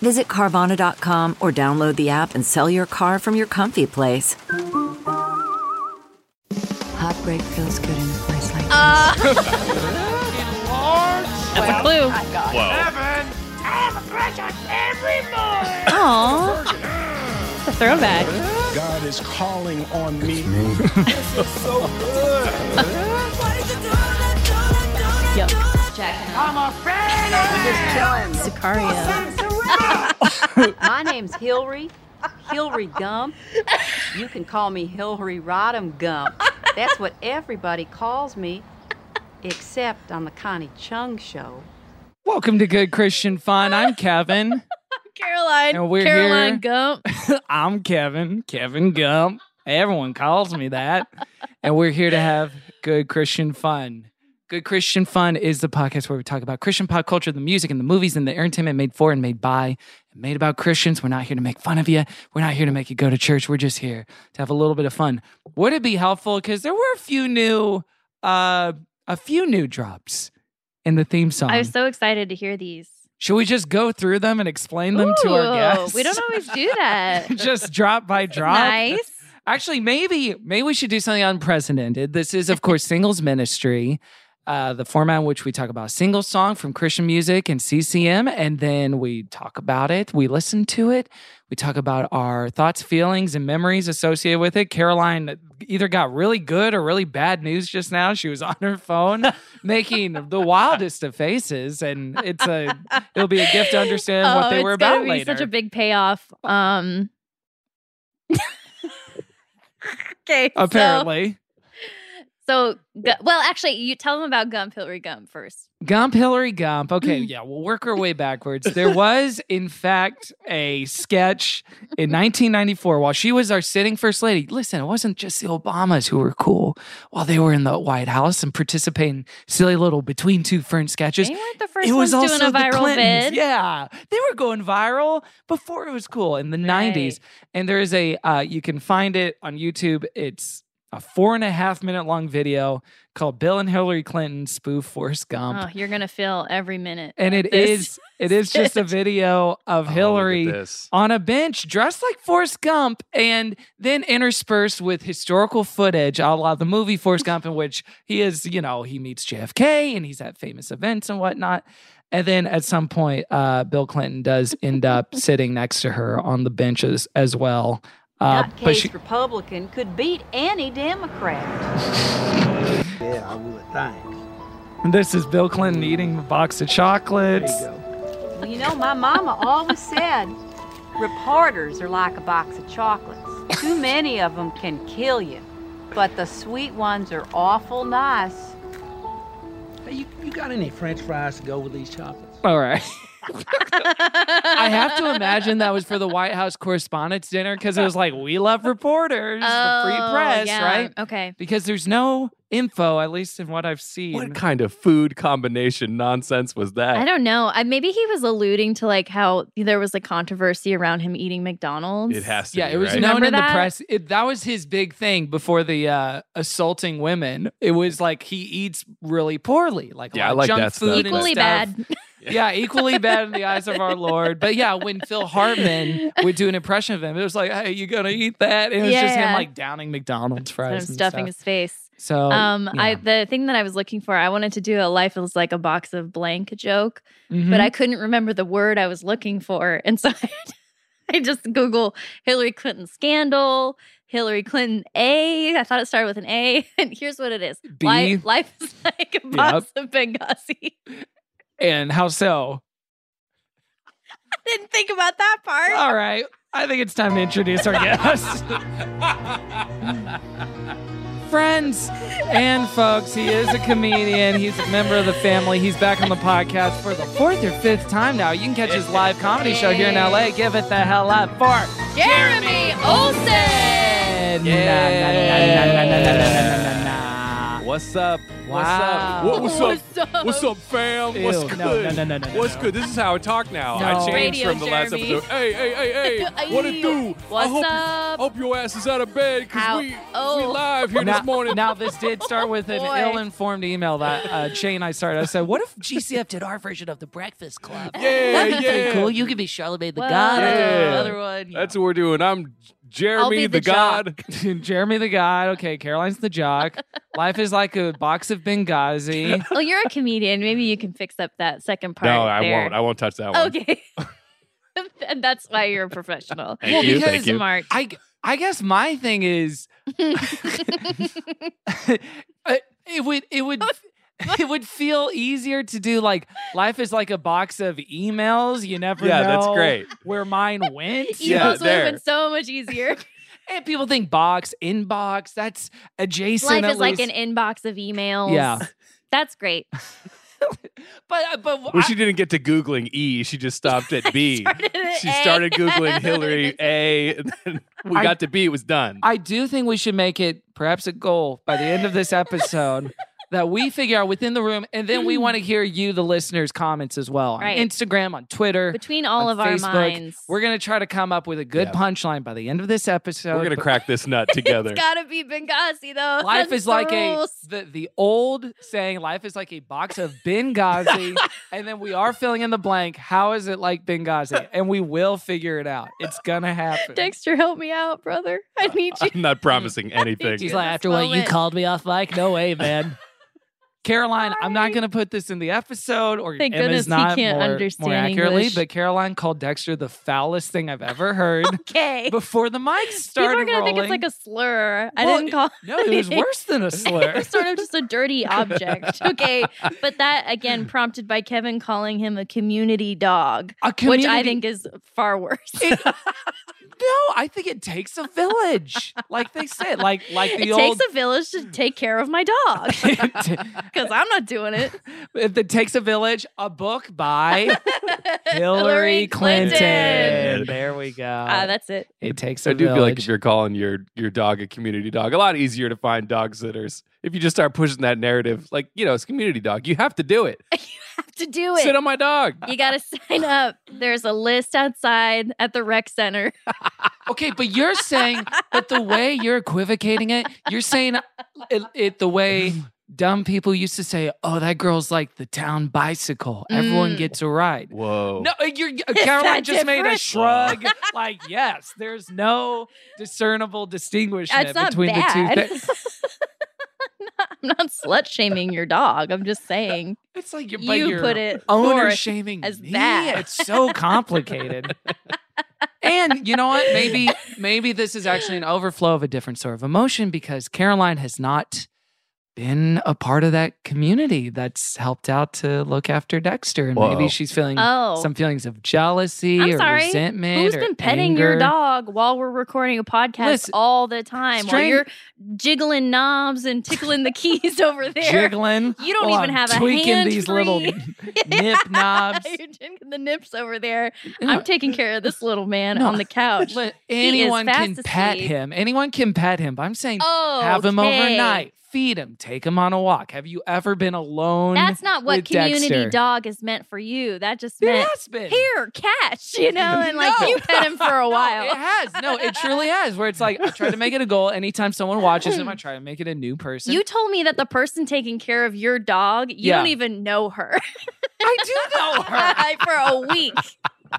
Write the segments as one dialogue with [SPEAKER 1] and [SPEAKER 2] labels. [SPEAKER 1] Visit Carvana.com or download the app and sell your car from your comfy place.
[SPEAKER 2] Heartbreak feels good in a place like
[SPEAKER 3] That's a clue. Aww. It's a throwback.
[SPEAKER 4] God is calling on me.
[SPEAKER 3] Yep. Sicario.
[SPEAKER 5] My name's Hillary. Hillary Gump. You can call me Hillary Rodham Gump. That's what everybody calls me, except on the Connie Chung show.
[SPEAKER 6] Welcome to Good Christian Fun. I'm Kevin.
[SPEAKER 3] Caroline.
[SPEAKER 6] And we're
[SPEAKER 3] Caroline
[SPEAKER 6] here.
[SPEAKER 3] Gump.
[SPEAKER 6] I'm Kevin. Kevin Gump. Everyone calls me that. And we're here to have good Christian fun. Good Christian Fun is the podcast where we talk about Christian pop culture, the music and the movies and the entertainment made for and made by and made about Christians. We're not here to make fun of you. We're not here to make you go to church. We're just here to have a little bit of fun. Would it be helpful? Because there were a few new, uh, a few new drops in the theme song.
[SPEAKER 3] I was so excited to hear these.
[SPEAKER 6] Should we just go through them and explain them to our
[SPEAKER 3] Ooh,
[SPEAKER 6] guests?
[SPEAKER 3] We don't always do that.
[SPEAKER 6] just drop by drop.
[SPEAKER 3] Nice.
[SPEAKER 6] Actually, maybe maybe we should do something unprecedented. This is, of course, Singles Ministry, uh, the format in which we talk about a single song from Christian music and CCM, and then we talk about it. We listen to it. We talk about our thoughts, feelings, and memories associated with it. Caroline either got really good or really bad news just now. She was on her phone making the wildest of faces, and it's a it'll be a gift to understand what
[SPEAKER 3] Oh,
[SPEAKER 6] they were
[SPEAKER 3] it's gonna
[SPEAKER 6] about
[SPEAKER 3] be
[SPEAKER 6] later.
[SPEAKER 3] Such a big payoff. Um. okay. so-
[SPEAKER 6] apparently.
[SPEAKER 3] So, gu well, actually, you tell them about Gump Hillary Gump first.
[SPEAKER 6] Gump, Hillary Gump. Okay,
[SPEAKER 3] Mm.
[SPEAKER 6] yeah, we'll work our way backwards. There was, in fact, a sketch in 1994 while she was our sitting first lady. Listen, it wasn't just the Obamas who were cool while they were in the White House and participating in silly little between two ferns sketches.
[SPEAKER 3] they weren't the first
[SPEAKER 6] it was
[SPEAKER 3] ones
[SPEAKER 6] also
[SPEAKER 3] doing a
[SPEAKER 6] the
[SPEAKER 3] viral
[SPEAKER 6] Clintons.
[SPEAKER 3] vid.
[SPEAKER 6] Yeah, they were going viral before it was cool in the
[SPEAKER 3] Right.
[SPEAKER 6] 90s. And there is a uh, you can find it on YouTube. It's a four and a half minute long video called "Bill and Hillary Clinton Spoof Forrest Gump."
[SPEAKER 3] Oh, you're gonna feel every minute.
[SPEAKER 6] and
[SPEAKER 3] of
[SPEAKER 6] it
[SPEAKER 3] this.
[SPEAKER 6] is it is just a video of Hillary on a bench dressed like Forrest Gump and then interspersed with historical footage a la the movie Forrest Gump in which he is, you know, he meets JFK and he's at famous events and whatnot. And then at some point, uh, Bill Clinton does end up sitting next to her on the benches as well. Uh, but
[SPEAKER 5] Nutcase
[SPEAKER 6] she,
[SPEAKER 5] Republican could beat any Democrat.
[SPEAKER 6] this is Bill Clinton eating a box of chocolates.
[SPEAKER 5] Well, you know, my mama always said reporters are like a box of chocolates. Too many of them can kill you, but the sweet ones are awful nice.
[SPEAKER 7] Hey, you, you got any french fries to go with these chocolates?
[SPEAKER 6] All right. I have to imagine that was for the White House Correspondents' Dinner because it was like we love reporters, the free
[SPEAKER 3] Oh,
[SPEAKER 6] press,
[SPEAKER 3] yeah.
[SPEAKER 6] right?
[SPEAKER 3] Okay.
[SPEAKER 6] Because there's no info, at least in what I've seen.
[SPEAKER 8] What kind of food combination nonsense was that?
[SPEAKER 3] I don't know. I, maybe he was alluding to like how there was a controversy around him eating McDonald's.
[SPEAKER 8] It has to.
[SPEAKER 6] yeah,
[SPEAKER 8] be,
[SPEAKER 6] it was
[SPEAKER 8] right?
[SPEAKER 6] known
[SPEAKER 3] Remember
[SPEAKER 6] in
[SPEAKER 3] that?
[SPEAKER 6] the press. It, that was his big thing before the uh, assaulting women. It was like he eats really poorly, like a
[SPEAKER 8] Yeah,
[SPEAKER 6] lot
[SPEAKER 8] I
[SPEAKER 6] of
[SPEAKER 8] like
[SPEAKER 6] junk
[SPEAKER 8] that stuff.
[SPEAKER 6] food, and
[SPEAKER 3] equally
[SPEAKER 6] stuff.
[SPEAKER 3] bad.
[SPEAKER 6] yeah, equally bad in the eyes of our Lord. But yeah, when Phil Hartman would do an impression of him, it was like, "Hey, you gonna eat that?" And it was
[SPEAKER 3] Yeah,
[SPEAKER 6] just him
[SPEAKER 3] yeah.
[SPEAKER 6] like downing McDonald's
[SPEAKER 3] I'm
[SPEAKER 6] fries. and
[SPEAKER 3] stuffing
[SPEAKER 6] stuff.
[SPEAKER 3] his face.
[SPEAKER 6] So
[SPEAKER 8] Oh,
[SPEAKER 3] um, I
[SPEAKER 6] yeah.
[SPEAKER 3] the thing that I was looking for, I wanted to do a life is like a box of blank joke, but
[SPEAKER 8] Mm-hmm.
[SPEAKER 3] I couldn't remember the word I was looking for. And so I, I just Google Hillary Clinton scandal, Hillary Clinton A. I thought it started with an A. And here's what it is
[SPEAKER 6] B.
[SPEAKER 3] Li- Life, is like a box of Benghazi.
[SPEAKER 6] and how so?
[SPEAKER 3] I didn't think about that part.
[SPEAKER 8] Ah,
[SPEAKER 6] All right, I think it's time to introduce our guest, friends and folks. He is a comedian. He's a member of the family. He's back on the podcast for the fourth or fifth time now. You can catch his live comedy show here in LA. Give it the hell up for
[SPEAKER 3] Jeremy Olsen.
[SPEAKER 6] Na, na, na, na, na, na, na, na, na, na, na.
[SPEAKER 8] What's up? What's
[SPEAKER 6] Wow.
[SPEAKER 8] up? uh, What, what's,
[SPEAKER 3] What's
[SPEAKER 8] up?
[SPEAKER 3] up?
[SPEAKER 8] What's up, fam? what's
[SPEAKER 6] Ew,
[SPEAKER 8] good?
[SPEAKER 6] no, no, no, no, no,
[SPEAKER 8] what's
[SPEAKER 6] no.
[SPEAKER 8] good? This is how I talk now.
[SPEAKER 6] No.
[SPEAKER 8] I changed
[SPEAKER 3] Radio
[SPEAKER 8] from the last
[SPEAKER 3] Jeremy.
[SPEAKER 8] episode. Hey, hey, hey, hey! what it do?
[SPEAKER 3] What's
[SPEAKER 8] I hope,
[SPEAKER 3] up?
[SPEAKER 8] hohope your ass is out of bed
[SPEAKER 3] How-
[SPEAKER 8] because we, we
[SPEAKER 3] oh.
[SPEAKER 8] live here
[SPEAKER 6] Now-
[SPEAKER 8] this morning.
[SPEAKER 6] Now, this did start with an
[SPEAKER 3] Boy.
[SPEAKER 6] ill-informed email that uh, Jay and I started. I said, "What if GCF did our version of the Breakfast Club?
[SPEAKER 8] yeah,
[SPEAKER 6] That'd be pretty
[SPEAKER 8] yeah.
[SPEAKER 6] cool. You could be Charlemagne the
[SPEAKER 3] Whoa.
[SPEAKER 6] God. I could be
[SPEAKER 8] Yeah.
[SPEAKER 6] another one. you
[SPEAKER 8] That's
[SPEAKER 6] know.
[SPEAKER 8] what we're doing. I'm J-
[SPEAKER 3] I'll
[SPEAKER 8] Jeremy
[SPEAKER 3] be the
[SPEAKER 8] God.
[SPEAKER 6] Jeremy the God. Okay, Caroline's the jock. Life is like a box of Benghazi.
[SPEAKER 3] Well, you're a comedian. Maybe you can fix up that second part.
[SPEAKER 8] No, I
[SPEAKER 3] there.
[SPEAKER 8] won't. I won't touch that one.
[SPEAKER 3] Okay. and that's why you're a professional.
[SPEAKER 8] Thank
[SPEAKER 6] Well,
[SPEAKER 8] you.
[SPEAKER 6] because
[SPEAKER 8] Thank you.
[SPEAKER 3] Smart.
[SPEAKER 6] I I guess my thing is, uh, it would it would. It would feel easier to do like life is like a box of emails. You never
[SPEAKER 8] yeah,
[SPEAKER 6] know
[SPEAKER 8] that's great.
[SPEAKER 6] where mine went.
[SPEAKER 3] Emails would have
[SPEAKER 8] there.
[SPEAKER 3] been so much easier.
[SPEAKER 6] And people think box, inbox, that's adjacent.
[SPEAKER 3] Life
[SPEAKER 6] at
[SPEAKER 3] is like an
[SPEAKER 6] least.
[SPEAKER 3] inbox of emails.
[SPEAKER 6] Yeah.
[SPEAKER 3] That's great.
[SPEAKER 6] But uh, but
[SPEAKER 8] Well, she didn't get to googling E. She just stopped at B.
[SPEAKER 3] Started at
[SPEAKER 8] she
[SPEAKER 3] A.
[SPEAKER 8] started googling Hillary A. And then we
[SPEAKER 6] I-
[SPEAKER 8] got to B. It was done.
[SPEAKER 6] I, I do think we should make it perhaps a goal by the end of this episode that we figure out within the room, and then we want to hear you, the listeners' comments as well on
[SPEAKER 3] Right.
[SPEAKER 6] Instagram, on Twitter,
[SPEAKER 3] Between all
[SPEAKER 6] on
[SPEAKER 3] of our
[SPEAKER 6] Facebook.
[SPEAKER 3] minds.
[SPEAKER 6] We're gonna try to come up with a good
[SPEAKER 8] Yeah.
[SPEAKER 6] punchline by the end of this episode.
[SPEAKER 8] We're gonna
[SPEAKER 6] but
[SPEAKER 8] crack this nut together.
[SPEAKER 3] It's gotta be Benghazi though.
[SPEAKER 6] Life
[SPEAKER 3] That's
[SPEAKER 6] is
[SPEAKER 3] the
[SPEAKER 6] like a
[SPEAKER 3] rules.
[SPEAKER 6] the, the old saying. Life is like a box of Benghazi, and then we are filling in the blank. How is it like Benghazi? And we will figure it out. It's gonna happen.
[SPEAKER 3] Dexter, help me out, brother. I need you.
[SPEAKER 8] I'm not promising anything.
[SPEAKER 6] She's
[SPEAKER 3] in
[SPEAKER 6] like,
[SPEAKER 3] this
[SPEAKER 6] after what you
[SPEAKER 3] moment.
[SPEAKER 6] called me off mic, no way, man. Caroline, I'm not going to put this in the episode, or
[SPEAKER 3] Thank goodness
[SPEAKER 6] Emma's
[SPEAKER 3] he
[SPEAKER 6] not
[SPEAKER 3] can't
[SPEAKER 6] more,
[SPEAKER 3] understand
[SPEAKER 6] more accurately.
[SPEAKER 3] English.
[SPEAKER 6] But Caroline called Dexter the foulest thing I've ever heard
[SPEAKER 3] Okay.
[SPEAKER 6] before the mic
[SPEAKER 3] People are
[SPEAKER 6] started
[SPEAKER 3] gonna
[SPEAKER 6] rolling.
[SPEAKER 3] think it's like a slur. I
[SPEAKER 6] Well,
[SPEAKER 3] didn't call.
[SPEAKER 6] no, it was worse than a slur.
[SPEAKER 3] it was sort of just a dirty object. Okay. But that again prompted by Kevin calling him a community dog,
[SPEAKER 6] a
[SPEAKER 3] which I
[SPEAKER 6] community-
[SPEAKER 3] think is far worse.
[SPEAKER 6] No, I think it takes a village, like they said, like like the
[SPEAKER 3] it
[SPEAKER 6] old.
[SPEAKER 3] takes a village to take care of my dog because I'm not doing it.
[SPEAKER 6] If it takes a village, a book by Hillary
[SPEAKER 3] Hillary
[SPEAKER 6] Clinton.
[SPEAKER 3] Clinton.
[SPEAKER 6] There we go.
[SPEAKER 3] Ah, that's it.
[SPEAKER 6] it takes a
[SPEAKER 8] I do
[SPEAKER 6] village.
[SPEAKER 8] feel like if you're calling your your dog a community dog, a lot easier to find dog sitters. If you just start pushing that narrative, like you know, it's a community dog. You have to do it.
[SPEAKER 3] You have to do it.
[SPEAKER 8] Sit on my dog.
[SPEAKER 3] you got to sign up. There's a list outside at the rec center.
[SPEAKER 6] Okay, but you're saying, but the way you're equivocating it, you're saying it, it the way dumb people used to say, "Oh, that girl's like the town bicycle. Everyone
[SPEAKER 3] Mm.
[SPEAKER 6] gets a ride."
[SPEAKER 8] Whoa.
[SPEAKER 6] No, uh, you're Caroline
[SPEAKER 3] that
[SPEAKER 6] just made a
[SPEAKER 3] different?
[SPEAKER 6] shrug. like, yes, there's no discernible distinguishment
[SPEAKER 3] That's not
[SPEAKER 6] between
[SPEAKER 3] bad.
[SPEAKER 6] the two things.
[SPEAKER 3] I'm not slut shaming your dog. I'm just saying
[SPEAKER 6] It's like you're, but
[SPEAKER 3] you
[SPEAKER 6] you're
[SPEAKER 3] put it
[SPEAKER 6] owner
[SPEAKER 3] forth.
[SPEAKER 6] shaming
[SPEAKER 3] as
[SPEAKER 6] me?
[SPEAKER 3] that.
[SPEAKER 6] It's so complicated. and you know what? Maybe maybe this is actually an overflow of a different sort of emotion because Caroline has not been a part of that community that's helped out to look after Dexter, and maybe
[SPEAKER 8] Whoa.
[SPEAKER 6] she's feeling
[SPEAKER 3] Oh.
[SPEAKER 6] some feelings of jealousy
[SPEAKER 3] I'm
[SPEAKER 6] or
[SPEAKER 3] sorry.
[SPEAKER 6] resentment.
[SPEAKER 3] Who's
[SPEAKER 6] or
[SPEAKER 3] been petting your
[SPEAKER 6] anger.
[SPEAKER 3] dog while we're recording a podcast
[SPEAKER 6] Listen,
[SPEAKER 3] all the time?
[SPEAKER 6] strang-
[SPEAKER 3] while you're jiggling knobs and tickling the keys over there.
[SPEAKER 6] Jiggling.
[SPEAKER 3] You don't
[SPEAKER 6] while
[SPEAKER 3] even
[SPEAKER 6] I'm
[SPEAKER 3] have a
[SPEAKER 6] tweaking these
[SPEAKER 3] hand-free.
[SPEAKER 6] little nip knobs.
[SPEAKER 3] You're jiggling the nips over there.
[SPEAKER 6] No.
[SPEAKER 3] I'm taking care of this little man
[SPEAKER 6] No.
[SPEAKER 3] on the couch.
[SPEAKER 6] Let-
[SPEAKER 3] is
[SPEAKER 6] anyone can
[SPEAKER 3] fast
[SPEAKER 6] pet
[SPEAKER 3] asleep.
[SPEAKER 6] him. Anyone can pet him. But I'm saying
[SPEAKER 3] Oh,
[SPEAKER 6] have him
[SPEAKER 3] okay.
[SPEAKER 6] overnight, feed him, take him on a walk. Have you ever been alone?
[SPEAKER 3] That's not what
[SPEAKER 6] with
[SPEAKER 3] community
[SPEAKER 6] Dexter.
[SPEAKER 3] dog is meant for you. That just
[SPEAKER 6] It
[SPEAKER 3] meant
[SPEAKER 6] has been.
[SPEAKER 3] here, catch, you know, and like
[SPEAKER 6] No.
[SPEAKER 3] you pet him for a while.
[SPEAKER 6] No, it has. No, it truly has. Where it's like I try to make it a goal. Anytime someone watches him, I try to make it a new person.
[SPEAKER 3] You told me that the person taking care of your dog, you
[SPEAKER 6] Yeah.
[SPEAKER 3] don't even know her
[SPEAKER 6] I do know her.
[SPEAKER 3] for a week.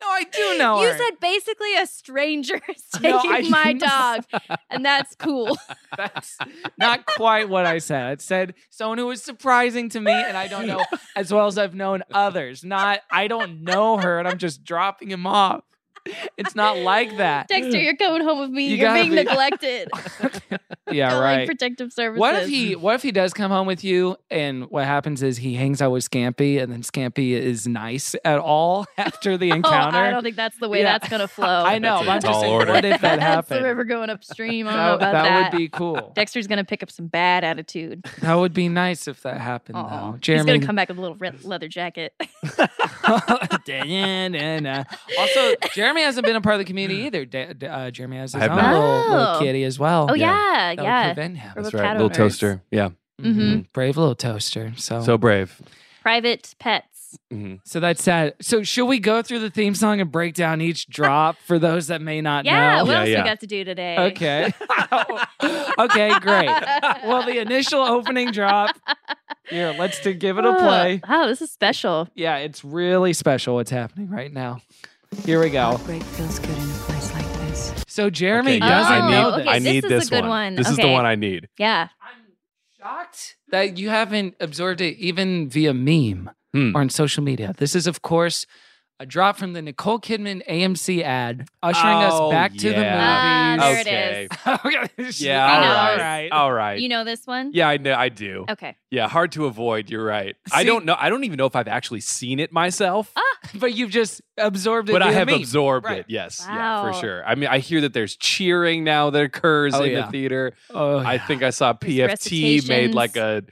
[SPEAKER 6] No, I do know
[SPEAKER 3] you
[SPEAKER 6] her.
[SPEAKER 3] said basically a stranger is
[SPEAKER 6] No,
[SPEAKER 3] taking
[SPEAKER 6] I
[SPEAKER 3] my
[SPEAKER 6] didn't.
[SPEAKER 3] dog, and that's cool.
[SPEAKER 6] That's not quite what I said. I said someone who was surprising to me, and I don't know as well as I've known others. Not I don't know her, and I'm just dropping him off. It's not like that.
[SPEAKER 3] Dexter, you're coming home with me.
[SPEAKER 6] You
[SPEAKER 3] You are
[SPEAKER 6] gotta
[SPEAKER 3] being
[SPEAKER 6] be-
[SPEAKER 3] neglected.
[SPEAKER 6] yeah,
[SPEAKER 3] Calling
[SPEAKER 6] right.
[SPEAKER 3] Protective services.
[SPEAKER 6] What if he what if he does come home with you and what happens is he hangs out with Scampy and then Scampy is nice at all after the
[SPEAKER 3] Oh,
[SPEAKER 6] encounter?
[SPEAKER 3] I don't think that's the way
[SPEAKER 6] Yeah.
[SPEAKER 3] that's gonna flow.
[SPEAKER 6] I know,
[SPEAKER 8] That's a
[SPEAKER 6] but I'm just
[SPEAKER 8] tall
[SPEAKER 6] saying,
[SPEAKER 8] order.
[SPEAKER 6] what if that
[SPEAKER 3] that's the
[SPEAKER 6] happened?
[SPEAKER 3] river going upstream. I don't know
[SPEAKER 6] That,
[SPEAKER 3] about that.
[SPEAKER 6] that would be cool.
[SPEAKER 3] Dexter's gonna pick up some bad attitude.
[SPEAKER 6] That would be nice if that happened
[SPEAKER 3] Aw.
[SPEAKER 6] though.
[SPEAKER 3] He's
[SPEAKER 6] Jeremy
[SPEAKER 3] gonna come back with a little re- leather jacket.
[SPEAKER 6] Da- da- da- da. also, Jeremy hasn't been a part of the community either. Da- da- uh, Jeremy has his
[SPEAKER 8] I have
[SPEAKER 6] own
[SPEAKER 8] not.
[SPEAKER 6] little, little
[SPEAKER 3] Mm. Oh.
[SPEAKER 6] kitty as well.
[SPEAKER 3] Oh
[SPEAKER 8] Yeah.
[SPEAKER 3] yeah,
[SPEAKER 6] That would
[SPEAKER 3] yeah.
[SPEAKER 6] prevent him.
[SPEAKER 3] Or
[SPEAKER 8] That's
[SPEAKER 3] with
[SPEAKER 8] right.
[SPEAKER 3] cat
[SPEAKER 8] Little
[SPEAKER 3] owners.
[SPEAKER 8] toaster. Mm-hmm. Yeah.
[SPEAKER 3] Mhm.
[SPEAKER 6] Mhm. Brave little toaster. So,
[SPEAKER 8] So
[SPEAKER 6] so,
[SPEAKER 8] brave.
[SPEAKER 3] Private pets.
[SPEAKER 8] Mhm.
[SPEAKER 6] that's that. So should we go through the theme song and break down each drop for those that may not
[SPEAKER 3] Yeah.
[SPEAKER 6] know?
[SPEAKER 3] What
[SPEAKER 8] Yeah,
[SPEAKER 3] else
[SPEAKER 8] yeah.
[SPEAKER 3] we got to do today?
[SPEAKER 6] Uh, Okay. okay, great. Well, the initial opening drop. Here, let's do, give it a
[SPEAKER 3] Oh,
[SPEAKER 6] play.
[SPEAKER 3] Oh, this is special.
[SPEAKER 6] Yeah, it's really special what's happening right now. Here we go.
[SPEAKER 2] Heartbreak feels good in a place like this.
[SPEAKER 6] So Jeremy
[SPEAKER 8] Okay,
[SPEAKER 3] yeah,
[SPEAKER 6] doesn't
[SPEAKER 3] I
[SPEAKER 6] know
[SPEAKER 3] need-
[SPEAKER 6] this.
[SPEAKER 3] Oh, okay,
[SPEAKER 8] I need
[SPEAKER 3] this is a good
[SPEAKER 8] one.
[SPEAKER 3] one.
[SPEAKER 8] This is the
[SPEAKER 3] Okay.
[SPEAKER 8] one I need.
[SPEAKER 3] Yeah.
[SPEAKER 6] shocked that you haven't absorbed it even via meme
[SPEAKER 8] Hmm.
[SPEAKER 6] or on social media. This is, of course, a drop from the Nicole Kidman AMC ad ushering
[SPEAKER 8] Oh,
[SPEAKER 6] us back to
[SPEAKER 8] yeah.
[SPEAKER 3] Ah,
[SPEAKER 6] the
[SPEAKER 3] there
[SPEAKER 6] movies.
[SPEAKER 8] Okay.
[SPEAKER 3] it is.
[SPEAKER 6] Okay, she's
[SPEAKER 8] Yeah.
[SPEAKER 3] I
[SPEAKER 8] All
[SPEAKER 3] know.
[SPEAKER 8] right. Oh.
[SPEAKER 3] All
[SPEAKER 8] All right.
[SPEAKER 3] You know this one?
[SPEAKER 8] yeah, I know. I do.
[SPEAKER 3] Okay.
[SPEAKER 8] Yeah, hard to avoid. You're right. I
[SPEAKER 6] See-
[SPEAKER 8] don't know. I don't even know if I've actually seen it myself,
[SPEAKER 3] Ah,
[SPEAKER 6] But you've just absorbed it.
[SPEAKER 8] but I
[SPEAKER 6] via
[SPEAKER 8] have
[SPEAKER 6] meme.
[SPEAKER 8] absorbed
[SPEAKER 6] Right.
[SPEAKER 8] it. Yes, yeah, for
[SPEAKER 3] Wow.
[SPEAKER 8] sure. I mean, I hear that there's cheering now that occurs
[SPEAKER 6] Oh,
[SPEAKER 8] in
[SPEAKER 6] yeah.
[SPEAKER 8] the theater.
[SPEAKER 6] Oh,
[SPEAKER 8] I think I saw PFT made
[SPEAKER 3] recitations.
[SPEAKER 8] like a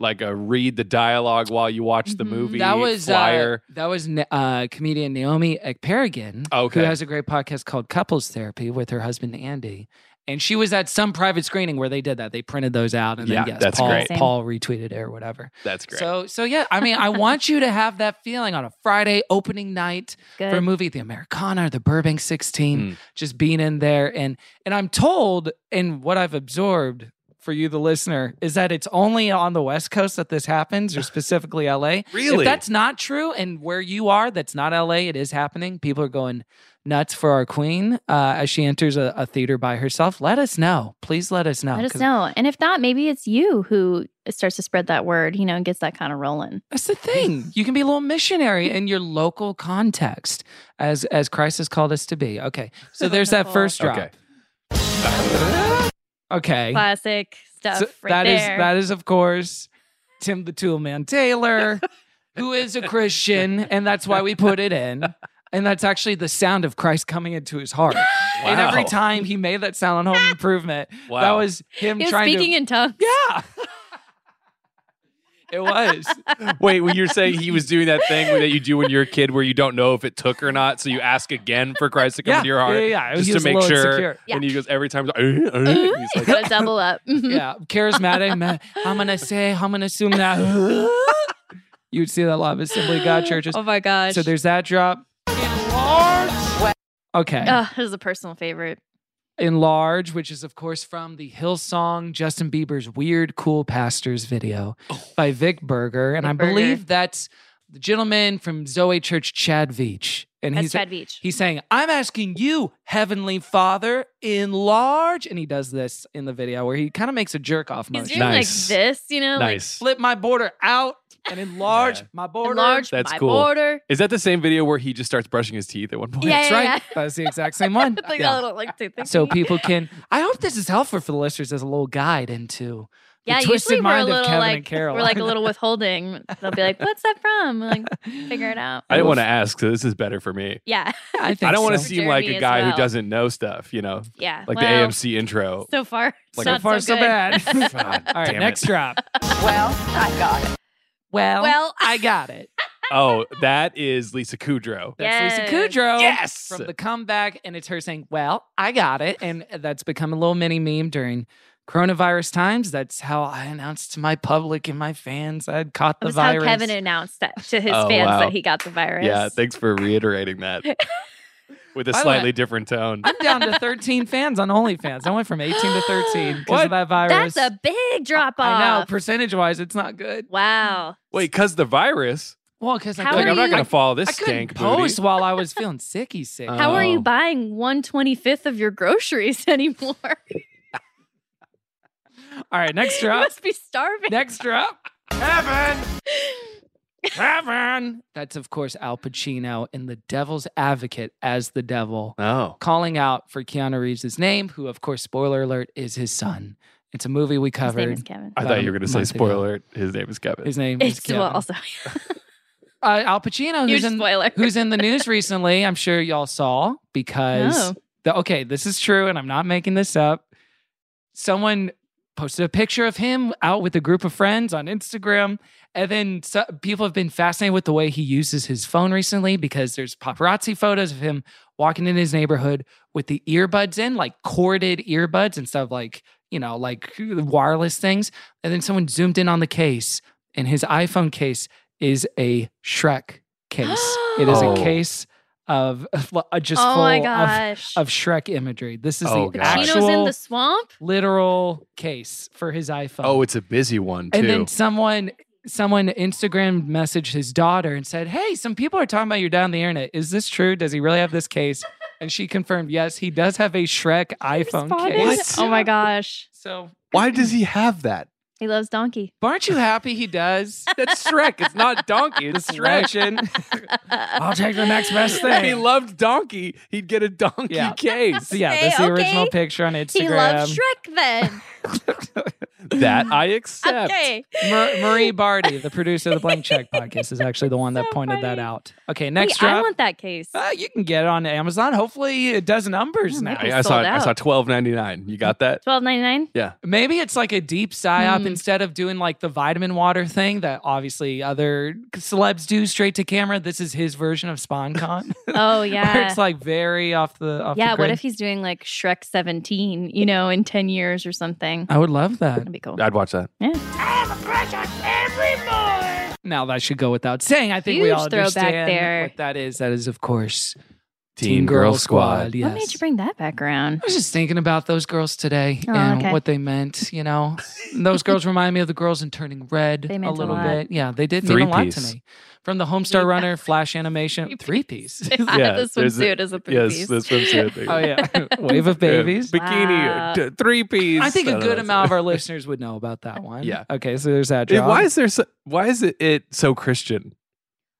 [SPEAKER 8] like a read the dialogue while you watch the
[SPEAKER 3] Mhm.
[SPEAKER 8] movie.
[SPEAKER 6] Mm-hmm. that was uh,
[SPEAKER 8] flyer.
[SPEAKER 6] that was Na- uh, comedian Naomi Ekperigin,
[SPEAKER 8] Oh, Okay.
[SPEAKER 6] who has a great podcast called Couples Therapy with her husband Andy. And she was at some private screening where they did that. They printed those out, and
[SPEAKER 8] Yeah,
[SPEAKER 6] then yes,
[SPEAKER 8] that's
[SPEAKER 6] Paul,
[SPEAKER 3] great.
[SPEAKER 6] Paul retweeted it or whatever.
[SPEAKER 8] That's great.
[SPEAKER 6] So, so yeah, I mean, I want you to have that feeling on a Friday opening night
[SPEAKER 3] Good.
[SPEAKER 6] for a movie, the Americana, the Burbank 16,
[SPEAKER 8] Mm.
[SPEAKER 6] just being in there. And and I'm told, and what I've absorbed for you, the listener, is that it's only on the West Coast that this happens, or specifically LA.
[SPEAKER 8] Really?
[SPEAKER 6] If that's not true, and where you are, that's not LA, it is happening. People are going nuts for our queen uh, as she enters a, a theater by herself. Let us know. Please let us know.
[SPEAKER 3] Let us
[SPEAKER 6] 'cause
[SPEAKER 3] know. And if not, maybe it's you who starts to spread that word, you know, and gets that kind of rolling.
[SPEAKER 6] That's the thing. You can be a little missionary in your local context, as as Christ has called us to be. Okay, so there's that
[SPEAKER 3] Wonderful.
[SPEAKER 6] first drop.
[SPEAKER 8] okay.
[SPEAKER 6] Okay, That
[SPEAKER 3] Classic stuff
[SPEAKER 6] is
[SPEAKER 3] uh, right there.
[SPEAKER 6] that is of course Tim the Toolman Taylor, who is a Christian, and that's why we put it in. And that's actually the sound of Christ coming into his heart. And every
[SPEAKER 8] Wow.
[SPEAKER 6] time he made that sound on Home Improvement, that
[SPEAKER 8] Wow.
[SPEAKER 6] was him
[SPEAKER 3] he was
[SPEAKER 6] trying
[SPEAKER 3] speaking
[SPEAKER 6] to.
[SPEAKER 3] in tongues.
[SPEAKER 6] yeah. It was.
[SPEAKER 8] Wait, when you're saying he was doing that thing that you do when you're a kid, where you don't know if it took or not, so you ask again for Christ to come
[SPEAKER 6] Yeah,
[SPEAKER 8] into your heart,
[SPEAKER 6] yeah, yeah. It was-
[SPEAKER 8] just
[SPEAKER 6] he
[SPEAKER 8] to
[SPEAKER 6] was a
[SPEAKER 8] make
[SPEAKER 6] little
[SPEAKER 8] sure.
[SPEAKER 6] insecure.
[SPEAKER 8] And he goes every time, he's like, "Uh, uh," and he's like,
[SPEAKER 3] Gotta double up. Mhm.
[SPEAKER 6] yeah, charismatic. man. I'm gonna say, I'm gonna assume that. You'd see that a lot of Assembly of God churches.
[SPEAKER 3] Oh my gosh.
[SPEAKER 6] So there's that drop. Okay.
[SPEAKER 3] Oh, this is a personal favorite.
[SPEAKER 6] Enlarge, which is, of course, from the Hillsong Justin Bieber's Weird Cool Pastors video
[SPEAKER 8] Oh.
[SPEAKER 6] by Vic Berger. And
[SPEAKER 3] Vic
[SPEAKER 6] I
[SPEAKER 3] Berger.
[SPEAKER 6] believe that's the gentleman from Zoe Church, Chad Veach. And
[SPEAKER 3] That's
[SPEAKER 6] he's,
[SPEAKER 3] Chad Beach.
[SPEAKER 6] He's saying, I'm asking you, Heavenly Father, enlarge. And he does this in the video where he kind of makes a jerk off
[SPEAKER 3] He's
[SPEAKER 6] motion.
[SPEAKER 3] doing
[SPEAKER 8] Nice.
[SPEAKER 3] like this, you know,
[SPEAKER 8] nice.
[SPEAKER 6] flip my border out and enlarge
[SPEAKER 8] Yeah.
[SPEAKER 6] my
[SPEAKER 3] like
[SPEAKER 6] border.
[SPEAKER 3] enlarge
[SPEAKER 8] That's
[SPEAKER 3] my
[SPEAKER 8] cool.
[SPEAKER 3] border.
[SPEAKER 8] Is that the same video where he just starts brushing his teeth at one point?
[SPEAKER 3] Yeah,
[SPEAKER 6] That's
[SPEAKER 3] yeah,
[SPEAKER 6] right.
[SPEAKER 3] yeah.
[SPEAKER 6] That's the exact same one.
[SPEAKER 3] like
[SPEAKER 6] Yeah.
[SPEAKER 3] a little like tooth
[SPEAKER 6] So
[SPEAKER 3] thingy.
[SPEAKER 6] people can. I hope this is helpful for the listeners as a little guide into the
[SPEAKER 3] yeah,
[SPEAKER 6] twisted
[SPEAKER 3] usually we're a
[SPEAKER 6] mind of
[SPEAKER 3] little
[SPEAKER 6] Kevin
[SPEAKER 3] like
[SPEAKER 6] and Carol.
[SPEAKER 3] we're like a little withholding. They'll be like, "What's that from?" We're like, figure it out.
[SPEAKER 8] I didn't want to ask, so this is better for me.
[SPEAKER 3] Yeah,
[SPEAKER 6] I, think
[SPEAKER 8] I don't want to
[SPEAKER 3] For
[SPEAKER 6] so.
[SPEAKER 8] seem like
[SPEAKER 3] Jeremy
[SPEAKER 8] a
[SPEAKER 3] as
[SPEAKER 8] guy who
[SPEAKER 3] well.
[SPEAKER 8] doesn't know stuff, you know,
[SPEAKER 3] yeah.
[SPEAKER 8] like
[SPEAKER 3] well,
[SPEAKER 8] the AMC intro.
[SPEAKER 3] So far,
[SPEAKER 8] Like,
[SPEAKER 3] so
[SPEAKER 6] so far so
[SPEAKER 3] good.
[SPEAKER 6] bad.
[SPEAKER 8] God
[SPEAKER 6] All right,
[SPEAKER 8] damn
[SPEAKER 6] next
[SPEAKER 8] it.
[SPEAKER 6] drop.
[SPEAKER 2] Well, I got it.
[SPEAKER 6] Well,
[SPEAKER 3] Well.
[SPEAKER 6] I got it.
[SPEAKER 8] Oh, that is Lisa Kudrow.
[SPEAKER 6] That's
[SPEAKER 3] Yes.
[SPEAKER 6] Lisa Kudrow.
[SPEAKER 8] Yes!
[SPEAKER 6] Oh, From the comeback. And it's her saying, Well, I got it. And that's become a little mini meme during coronavirus times. That's how I announced to my public and my fans I'd caught
[SPEAKER 3] It
[SPEAKER 6] the
[SPEAKER 3] was
[SPEAKER 6] virus.
[SPEAKER 3] how Kevin announced that to his
[SPEAKER 8] Oh,
[SPEAKER 3] fans
[SPEAKER 8] wow.
[SPEAKER 3] that he got the virus.
[SPEAKER 8] Yeah, thanks for reiterating that with a
[SPEAKER 6] By the way-
[SPEAKER 8] slightly different tone.
[SPEAKER 6] I'm down to 13 fans on OnlyFans. I went from 18 to 13 because
[SPEAKER 8] What?
[SPEAKER 6] of that virus.
[SPEAKER 3] That's a big drop off.
[SPEAKER 6] I know, percentage wise, it's not good.
[SPEAKER 3] Wow.
[SPEAKER 8] Wait, because the virus?
[SPEAKER 6] Well, because I,
[SPEAKER 3] How
[SPEAKER 8] Like,
[SPEAKER 3] are
[SPEAKER 8] I'm not
[SPEAKER 3] you-
[SPEAKER 8] going to follow
[SPEAKER 6] I
[SPEAKER 8] this
[SPEAKER 6] couldn't
[SPEAKER 8] stank
[SPEAKER 6] post
[SPEAKER 8] booty.
[SPEAKER 6] while I was feeling sicky sick.
[SPEAKER 8] Uh,
[SPEAKER 3] How are you
[SPEAKER 8] Oh.
[SPEAKER 3] buying one twenty fifth of your groceries anymore?
[SPEAKER 6] All right, next
[SPEAKER 3] you
[SPEAKER 6] drop.
[SPEAKER 3] must be starving.
[SPEAKER 6] next drop. Kevin! Kevin! That's, of course, Al Pacino in The Devil's Advocate as the devil.
[SPEAKER 8] Oh.
[SPEAKER 6] calling out for Keanu Reeves' name, who, of course, spoiler alert, is his son. It's a movie we
[SPEAKER 3] His name
[SPEAKER 6] covered.
[SPEAKER 3] is Kevin.
[SPEAKER 8] I
[SPEAKER 6] About
[SPEAKER 8] thought
[SPEAKER 6] a
[SPEAKER 8] you were going to say
[SPEAKER 6] month ago.
[SPEAKER 8] spoiler. alert, His name is Kevin.
[SPEAKER 6] His name is
[SPEAKER 3] It's
[SPEAKER 6] Kevin.
[SPEAKER 3] well, also
[SPEAKER 6] uh, Al Pacino,
[SPEAKER 3] huge
[SPEAKER 6] who's in
[SPEAKER 3] spoiler.
[SPEAKER 6] who's in the news recently. I'm sure y'all saw because
[SPEAKER 3] No.
[SPEAKER 6] the, okay, this is true, and I'm not making this up. Someone posted a picture of him out with a group of friends on Instagram, and then so, people have been fascinated with the way he uses his phone recently because there's paparazzi photos of him walking in his neighborhood with the earbuds in, like corded earbuds instead of like, you know, like wireless things. And then someone zoomed in on the case, and his iPhone case is a Shrek case. it is a
[SPEAKER 8] Oh.
[SPEAKER 6] case of uh, just
[SPEAKER 3] oh
[SPEAKER 6] full
[SPEAKER 3] my
[SPEAKER 6] of,
[SPEAKER 3] gosh.
[SPEAKER 6] of Shrek imagery. This is
[SPEAKER 8] Oh,
[SPEAKER 6] the
[SPEAKER 8] gosh.
[SPEAKER 3] Pacino's
[SPEAKER 6] actual
[SPEAKER 3] in the swamp?
[SPEAKER 6] literal case for his iPhone.
[SPEAKER 8] Oh, it's a busy one too.
[SPEAKER 6] And then someone someone Instagram messaged his daughter and said, Hey, some people are talking about your dad on the internet. Is this true? Does he really have this case? And she confirmed, yes, he does have a Shrek iPhone
[SPEAKER 3] Responded?
[SPEAKER 6] case.
[SPEAKER 8] What?
[SPEAKER 3] Oh my gosh.
[SPEAKER 6] So
[SPEAKER 8] Why does he have that?
[SPEAKER 3] He loves donkey.
[SPEAKER 6] aren't you happy he does?
[SPEAKER 8] That's Shrek. It's not Donkey. It's Shrek.
[SPEAKER 6] Legend. I'll take the next best thing.
[SPEAKER 8] If he loved Donkey, he'd get a donkey
[SPEAKER 6] Yeah.
[SPEAKER 8] case.
[SPEAKER 6] yeah,
[SPEAKER 3] Hey,
[SPEAKER 6] that's the original
[SPEAKER 3] okay.
[SPEAKER 6] picture on Instagram.
[SPEAKER 3] He loves Shrek then.
[SPEAKER 8] That I accept.
[SPEAKER 3] okay.
[SPEAKER 6] Mar- Marie Barty, the producer of the Blank Check podcast, is actually the one that
[SPEAKER 3] So
[SPEAKER 6] pointed that
[SPEAKER 3] funny.
[SPEAKER 6] out. Okay, next
[SPEAKER 3] Wait, I
[SPEAKER 6] drop.
[SPEAKER 3] want that case.
[SPEAKER 6] Uh, you can get it on Amazon. Hopefully, it does numbers
[SPEAKER 3] Oh,
[SPEAKER 6] now.
[SPEAKER 3] maybe.
[SPEAKER 8] I, I saw.
[SPEAKER 3] Sold
[SPEAKER 8] I
[SPEAKER 3] out.
[SPEAKER 8] saw twelve ninety nine. You got that?
[SPEAKER 3] Twelve ninety nine.
[SPEAKER 8] Yeah.
[SPEAKER 6] Maybe it's like a deep psyop
[SPEAKER 3] Hmm.
[SPEAKER 6] instead of doing like the vitamin water thing that obviously other celebs do straight to camera. This is his version of SpawnCon.
[SPEAKER 3] Oh
[SPEAKER 6] Where
[SPEAKER 3] yeah.
[SPEAKER 6] it's like very off the off the
[SPEAKER 3] yeah. What
[SPEAKER 6] grid.
[SPEAKER 3] if he's doing like Shrek seventeen? You know, in ten years or something.
[SPEAKER 6] I would love that.
[SPEAKER 3] That'd be cool.
[SPEAKER 8] I'd watch that.
[SPEAKER 6] Now that should go without saying. I think we
[SPEAKER 3] Huge
[SPEAKER 6] all
[SPEAKER 3] throwback
[SPEAKER 6] understand
[SPEAKER 3] there.
[SPEAKER 6] what that is. That is, of course,
[SPEAKER 8] Teen Girl Squad.
[SPEAKER 6] Yes.
[SPEAKER 3] What made you bring that back around?
[SPEAKER 6] I was just thinking about those girls today
[SPEAKER 3] Oh,
[SPEAKER 6] and
[SPEAKER 3] okay.
[SPEAKER 6] what they meant. You know, And those girls remind me of the girls in Turning Red
[SPEAKER 3] They
[SPEAKER 6] a
[SPEAKER 3] meant a
[SPEAKER 6] little
[SPEAKER 3] lot.
[SPEAKER 6] bit. Yeah, they did mean a lot to
[SPEAKER 8] Three-piece.
[SPEAKER 6] me. From the Homestar Runner, Flash Animation, three
[SPEAKER 3] Three-piece.
[SPEAKER 6] piece.
[SPEAKER 8] Yeah,
[SPEAKER 3] this
[SPEAKER 8] there's a-
[SPEAKER 3] swimsuit is a three
[SPEAKER 8] yes,
[SPEAKER 3] piece.
[SPEAKER 8] this swimsuit thing.
[SPEAKER 6] oh yeah, Wave of Babies.
[SPEAKER 8] Yeah, Bikini,
[SPEAKER 3] Wow.
[SPEAKER 8] d- three piece.
[SPEAKER 6] I think
[SPEAKER 8] No,
[SPEAKER 6] a
[SPEAKER 8] no,
[SPEAKER 6] good
[SPEAKER 8] it's-
[SPEAKER 6] amount of our listeners would know about that one.
[SPEAKER 8] Yeah.
[SPEAKER 6] Okay, so there's that.
[SPEAKER 8] It-
[SPEAKER 6] Job.
[SPEAKER 8] why is there? So, why is it, it so Christian?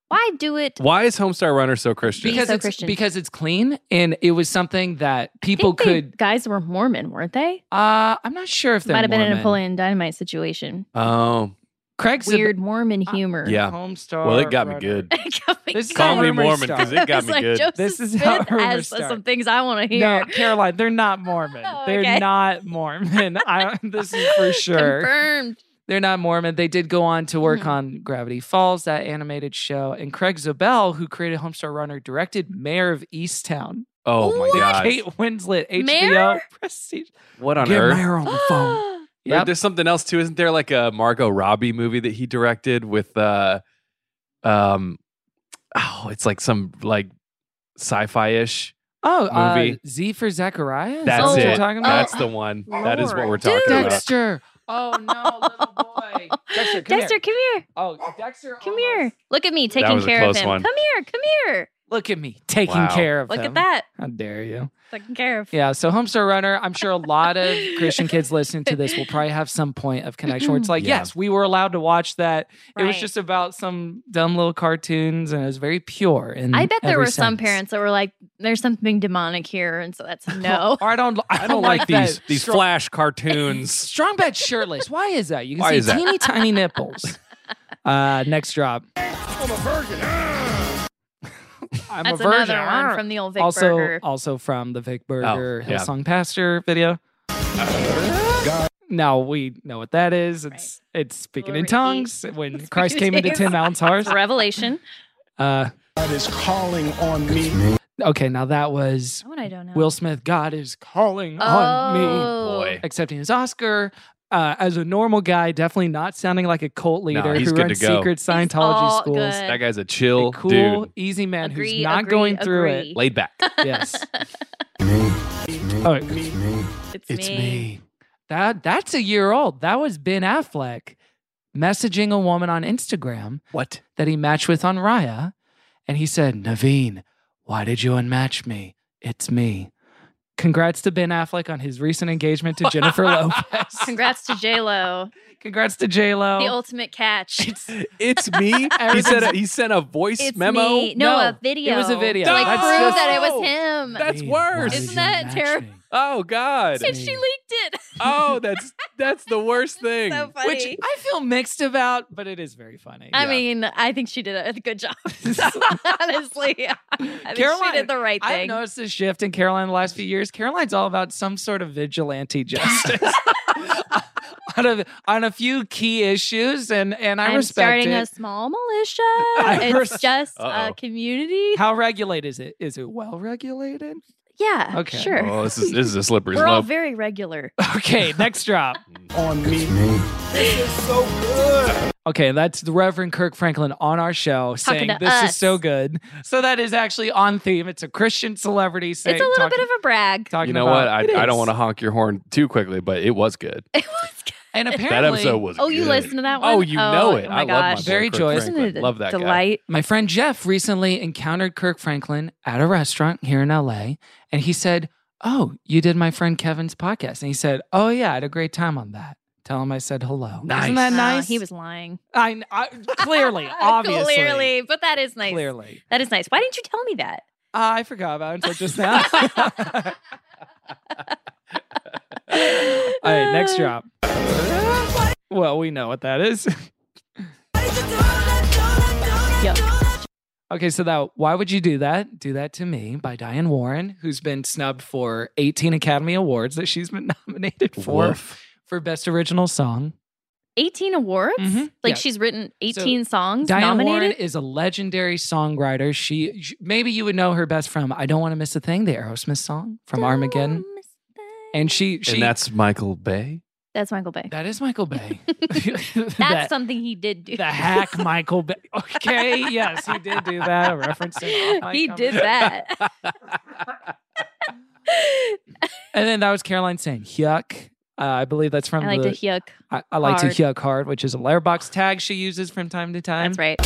[SPEAKER 3] Why do it?
[SPEAKER 8] Why is Homestar Runner so Christian?
[SPEAKER 6] because
[SPEAKER 3] so
[SPEAKER 6] it's
[SPEAKER 3] Christian?
[SPEAKER 6] because it's clean and it was something that
[SPEAKER 3] I
[SPEAKER 6] people
[SPEAKER 3] think they-
[SPEAKER 6] could.
[SPEAKER 3] guys were Mormon, weren't they?
[SPEAKER 6] Uh, I'm not sure if they
[SPEAKER 3] Might have been a
[SPEAKER 6] Mormon.
[SPEAKER 3] Napoleon Dynamite situation.
[SPEAKER 8] oh,
[SPEAKER 6] Craig's the
[SPEAKER 3] Weird Mormon humor.
[SPEAKER 8] Yeah.
[SPEAKER 6] Homestar.
[SPEAKER 8] Well, it got me
[SPEAKER 6] Runner.
[SPEAKER 8] good.
[SPEAKER 6] This is
[SPEAKER 8] Call me
[SPEAKER 6] Rumor
[SPEAKER 8] Mormon
[SPEAKER 6] Star.
[SPEAKER 8] because it got
[SPEAKER 3] It's
[SPEAKER 8] me
[SPEAKER 3] like
[SPEAKER 8] good.
[SPEAKER 3] Joseph
[SPEAKER 6] This is
[SPEAKER 3] Smith
[SPEAKER 6] how rumors
[SPEAKER 3] has
[SPEAKER 6] start.
[SPEAKER 3] some things I want to
[SPEAKER 6] No,
[SPEAKER 3] hear.
[SPEAKER 6] Caroline, they're not Mormon.
[SPEAKER 3] Oh,
[SPEAKER 6] they're
[SPEAKER 3] okay.
[SPEAKER 6] not Mormon. I, this is for sure.
[SPEAKER 3] Confirmed.
[SPEAKER 6] They're not Mormon. They did go on to work
[SPEAKER 3] Mhm.
[SPEAKER 6] on Gravity Falls, that animated show. And Craig Zobel, who created Homestar Runner, directed Mayor of Easttown.
[SPEAKER 8] Oh my
[SPEAKER 3] What?
[SPEAKER 8] god!
[SPEAKER 6] Kate Winslet, HBO
[SPEAKER 3] Mayor?
[SPEAKER 6] Prestige.
[SPEAKER 8] What on
[SPEAKER 6] Get
[SPEAKER 8] earth?
[SPEAKER 6] Mayor on the phone.
[SPEAKER 8] There-
[SPEAKER 6] Yep.
[SPEAKER 8] There's something else too, isn't there? Like a Margot Robbie movie that he directed with, uh, um, oh, it's like some like sci-fi ish.
[SPEAKER 6] Oh, uh,
[SPEAKER 8] movie.
[SPEAKER 6] Z for Zachariah? Is
[SPEAKER 8] That's
[SPEAKER 6] that what
[SPEAKER 8] it.
[SPEAKER 6] You're talking about? Oh,
[SPEAKER 8] That's the one. That is what we're
[SPEAKER 3] Lord.
[SPEAKER 8] talking
[SPEAKER 3] Dude.
[SPEAKER 8] about.
[SPEAKER 6] Dexter. Oh, no, little boy. Dexter, come
[SPEAKER 3] Dexter,
[SPEAKER 6] here.
[SPEAKER 3] come here.
[SPEAKER 6] Oh, Dexter.
[SPEAKER 3] Come
[SPEAKER 6] almost-
[SPEAKER 3] here. Look at me
[SPEAKER 8] That
[SPEAKER 3] taking
[SPEAKER 8] was a
[SPEAKER 3] care of
[SPEAKER 8] close
[SPEAKER 3] him.
[SPEAKER 8] one.
[SPEAKER 3] Come here. Come here.
[SPEAKER 6] Look at me taking
[SPEAKER 8] Wow.
[SPEAKER 6] care of
[SPEAKER 3] Look
[SPEAKER 6] them.
[SPEAKER 3] at that.
[SPEAKER 6] How dare you?
[SPEAKER 3] Taking care of.
[SPEAKER 6] Yeah, so Homestar Runner, I'm sure a lot of Christian kids listening to this will probably have some point of connection where it's like,
[SPEAKER 8] Yeah.
[SPEAKER 6] yes, we were allowed to watch that. It was
[SPEAKER 3] Right.
[SPEAKER 6] just about some dumb little cartoons and it was very pure. And
[SPEAKER 3] I bet there were some parents that were like, "There's something demonic here," and so that's a no.
[SPEAKER 6] Or I don't I
[SPEAKER 8] I don't like
[SPEAKER 6] that.
[SPEAKER 8] these these
[SPEAKER 6] Strong-
[SPEAKER 8] flash cartoons.
[SPEAKER 6] Strong bed shirtless. Why is that? You can
[SPEAKER 8] Why is
[SPEAKER 6] see
[SPEAKER 8] that?
[SPEAKER 6] teeny tiny nipples. Uh next drop. I'm a
[SPEAKER 3] that's
[SPEAKER 6] virgin.
[SPEAKER 3] another one from the old Vic
[SPEAKER 6] also
[SPEAKER 3] Burger.
[SPEAKER 6] also from the Vic Burger
[SPEAKER 8] Oh, yeah.
[SPEAKER 6] Hillsong Pastor video. Now we know what that is. It's it's speaking in
[SPEAKER 3] Glory.
[SPEAKER 6] tongues when Christ came into
[SPEAKER 3] days.
[SPEAKER 6] Tim Allen's heart.
[SPEAKER 3] It's a Revelation.
[SPEAKER 6] Uh,
[SPEAKER 4] God is calling on me.
[SPEAKER 6] okay, now that was
[SPEAKER 3] That one I don't know.
[SPEAKER 6] Will Smith. God is calling
[SPEAKER 3] oh,
[SPEAKER 6] on me,
[SPEAKER 8] Boy.
[SPEAKER 6] accepting his Oscar. Uh, as a normal guy, definitely not sounding like a cult leader
[SPEAKER 8] he's
[SPEAKER 6] who
[SPEAKER 8] good to
[SPEAKER 6] runs
[SPEAKER 8] go.
[SPEAKER 6] secret Scientology
[SPEAKER 3] all
[SPEAKER 6] schools.
[SPEAKER 3] good.
[SPEAKER 8] That guy's a
[SPEAKER 6] A
[SPEAKER 8] chill
[SPEAKER 6] cool,
[SPEAKER 8] dude,
[SPEAKER 6] easy man who's
[SPEAKER 3] Agree,
[SPEAKER 6] not
[SPEAKER 3] agree,
[SPEAKER 6] going through
[SPEAKER 3] agree.
[SPEAKER 6] it.
[SPEAKER 8] laid back.
[SPEAKER 6] Yes. All right.
[SPEAKER 3] It's, me.
[SPEAKER 6] That that's a year old. That was Ben Affleck messaging a woman on Instagram
[SPEAKER 8] What?
[SPEAKER 6] that he matched with on Raya, and he said, "Naveen, why did you unmatch me? It's me." Congrats to Ben Affleck on his recent engagement to Jennifer Lopez.
[SPEAKER 3] Congrats to J Lo,
[SPEAKER 6] Congrats to J
[SPEAKER 3] the
[SPEAKER 6] Lo.
[SPEAKER 3] ultimate catch.
[SPEAKER 6] Oh. It's
[SPEAKER 8] It's me. he
[SPEAKER 6] Everything's-
[SPEAKER 8] sent a, he sent a voice
[SPEAKER 3] It's
[SPEAKER 8] memo.
[SPEAKER 3] me. No,
[SPEAKER 6] No, uh,
[SPEAKER 3] a video.
[SPEAKER 6] it was a video.
[SPEAKER 3] To, like
[SPEAKER 8] That's
[SPEAKER 3] prove
[SPEAKER 8] just-
[SPEAKER 3] that it was him.
[SPEAKER 8] That's
[SPEAKER 6] Naveen,
[SPEAKER 8] worse.
[SPEAKER 6] why did
[SPEAKER 3] Isn't
[SPEAKER 6] you
[SPEAKER 3] that
[SPEAKER 6] unmatch
[SPEAKER 3] terrible?
[SPEAKER 6] me?
[SPEAKER 8] Oh God.
[SPEAKER 3] and she leaked it.
[SPEAKER 8] Oh, that's that's the worst thing.
[SPEAKER 3] so funny.
[SPEAKER 6] Which I feel mixed about, but it is very funny.
[SPEAKER 3] I
[SPEAKER 8] Yeah.
[SPEAKER 3] mean, I think she did a good job. honestly, I think
[SPEAKER 6] Caroline,
[SPEAKER 3] she did the right
[SPEAKER 6] I've
[SPEAKER 3] thing.
[SPEAKER 6] noticed a shift in Caroline the last few years. Caroline's all about some sort of vigilante justice. on a on a few key issues, and and I
[SPEAKER 3] am
[SPEAKER 6] respect
[SPEAKER 3] starting
[SPEAKER 6] it.
[SPEAKER 3] a small militia.
[SPEAKER 6] I
[SPEAKER 3] it's
[SPEAKER 6] res-
[SPEAKER 3] just
[SPEAKER 8] Uh-oh.
[SPEAKER 3] a community.
[SPEAKER 6] How regulated is it? Is it well regulated?
[SPEAKER 3] yeah,
[SPEAKER 6] Okay.
[SPEAKER 3] sure.
[SPEAKER 8] Oh, this is this is a slippery
[SPEAKER 3] We're all
[SPEAKER 8] slope.
[SPEAKER 3] very regular.
[SPEAKER 6] Okay, next drop.
[SPEAKER 4] on me.
[SPEAKER 6] Okay, that's the Reverend Kirk Franklin on our show saying
[SPEAKER 3] to
[SPEAKER 6] this is
[SPEAKER 3] us.
[SPEAKER 6] so good. So that is actually on theme. It's a Christian celebrity saying
[SPEAKER 3] it's a little
[SPEAKER 6] talking,
[SPEAKER 3] bit of a brag.
[SPEAKER 6] talking
[SPEAKER 8] you know what?
[SPEAKER 6] about-
[SPEAKER 8] I,
[SPEAKER 6] It
[SPEAKER 8] I
[SPEAKER 6] is.
[SPEAKER 8] don't want to honk your horn too quickly, but it was good.
[SPEAKER 3] It was good.
[SPEAKER 6] And apparently,
[SPEAKER 8] That episode was.
[SPEAKER 3] Oh, you
[SPEAKER 8] good.
[SPEAKER 3] listened to that one?
[SPEAKER 8] Oh, you know
[SPEAKER 3] Oh,
[SPEAKER 8] it.
[SPEAKER 3] oh my
[SPEAKER 8] I love my
[SPEAKER 3] gosh.
[SPEAKER 8] boy
[SPEAKER 6] Very
[SPEAKER 8] Kirk
[SPEAKER 6] joyous.
[SPEAKER 3] Isn't
[SPEAKER 8] Franklin.
[SPEAKER 3] it a
[SPEAKER 8] Love that guy.
[SPEAKER 3] delight?
[SPEAKER 6] My friend Jeff recently encountered Kirk Franklin at a restaurant here in LA, and he said, "Oh, you did my friend Kevin's podcast," and he said, "Oh yeah, I had a great time on that." Tell him I said hello. Isn't
[SPEAKER 8] Nice.
[SPEAKER 6] that
[SPEAKER 3] No,
[SPEAKER 6] nice?
[SPEAKER 3] Ah, he was lying.
[SPEAKER 6] I, I clearly, obviously,
[SPEAKER 3] Clearly, but that is nice.
[SPEAKER 6] clearly.
[SPEAKER 3] That is nice. Why didn't you tell me that?
[SPEAKER 6] Uh, I forgot about it until just now. All right, next drop. Well, we know what that is. Okay, so that why would you do that? Do that to me by Diane Warren, who's been snubbed for 18 Academy Awards that she's been nominated for
[SPEAKER 8] Woof.
[SPEAKER 6] for best original song.
[SPEAKER 3] 18 awards?
[SPEAKER 6] Mhm.
[SPEAKER 3] Like
[SPEAKER 6] Yeah.
[SPEAKER 3] she's written 18 songs
[SPEAKER 6] Diane
[SPEAKER 3] nominated?
[SPEAKER 6] Warren is a legendary songwriter. She, sh- maybe you would know her best from "I Don't Want to Miss a Thing," the Aerosmith song from Armageddon,
[SPEAKER 3] Don't miss that.
[SPEAKER 6] and she, she
[SPEAKER 8] and that's Michael Bay.
[SPEAKER 3] That's Michael Bay.
[SPEAKER 6] that is Michael Bay.
[SPEAKER 3] That's
[SPEAKER 6] That-
[SPEAKER 3] something he did do.
[SPEAKER 6] the hack Michael Bay. Okay, yes, he did do that. Referencing all my
[SPEAKER 3] he did
[SPEAKER 6] comments.
[SPEAKER 3] that.
[SPEAKER 6] And then that was Caroline saying "yuck." Uh, I believe that's from
[SPEAKER 3] I like
[SPEAKER 6] the
[SPEAKER 3] to yuck.
[SPEAKER 6] I, I like
[SPEAKER 3] hard.
[SPEAKER 6] to yuck hard, which is a letterbox tag she uses from time to time.
[SPEAKER 3] That's right.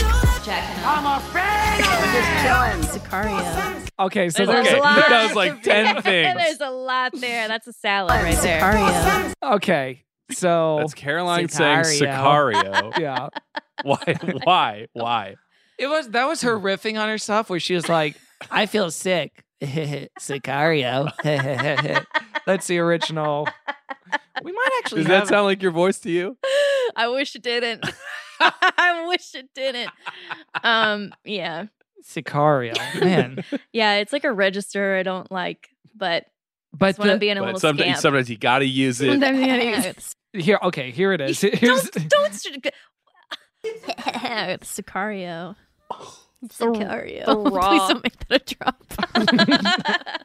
[SPEAKER 3] Sicario.
[SPEAKER 6] Okay, so
[SPEAKER 3] There's
[SPEAKER 6] there's
[SPEAKER 3] a
[SPEAKER 8] Okay,
[SPEAKER 3] lot.
[SPEAKER 8] that was like
[SPEAKER 3] to
[SPEAKER 8] 10
[SPEAKER 3] pick.
[SPEAKER 8] things.
[SPEAKER 3] There's a lot there. That's a salad right there.
[SPEAKER 6] okay. So
[SPEAKER 8] That's Caroline saying
[SPEAKER 6] Oh, Sicario.
[SPEAKER 8] Sicario.
[SPEAKER 6] yeah,
[SPEAKER 8] why? Why? Why?
[SPEAKER 6] it was that was her riffing on herself where she was like, "I feel sick, Sicario." that's the original. We might actually
[SPEAKER 8] Does
[SPEAKER 6] have
[SPEAKER 8] that sound like your voice to you?
[SPEAKER 3] I wish it didn't. I wish it didn't. Um, yeah.
[SPEAKER 6] Sicario, man.
[SPEAKER 3] Yeah, it's like a register I don't like, but
[SPEAKER 6] But
[SPEAKER 3] it's when
[SPEAKER 6] the,
[SPEAKER 3] I'm being a
[SPEAKER 8] But
[SPEAKER 3] little
[SPEAKER 8] sometimes,
[SPEAKER 3] scamp.
[SPEAKER 8] sometimes you got to use it.
[SPEAKER 3] Sometimes you gotta use it.
[SPEAKER 6] here, okay, here it is. Here's
[SPEAKER 3] don't don't st- Sicario.
[SPEAKER 8] Oh,
[SPEAKER 3] Sicario. Please don't make that a drop.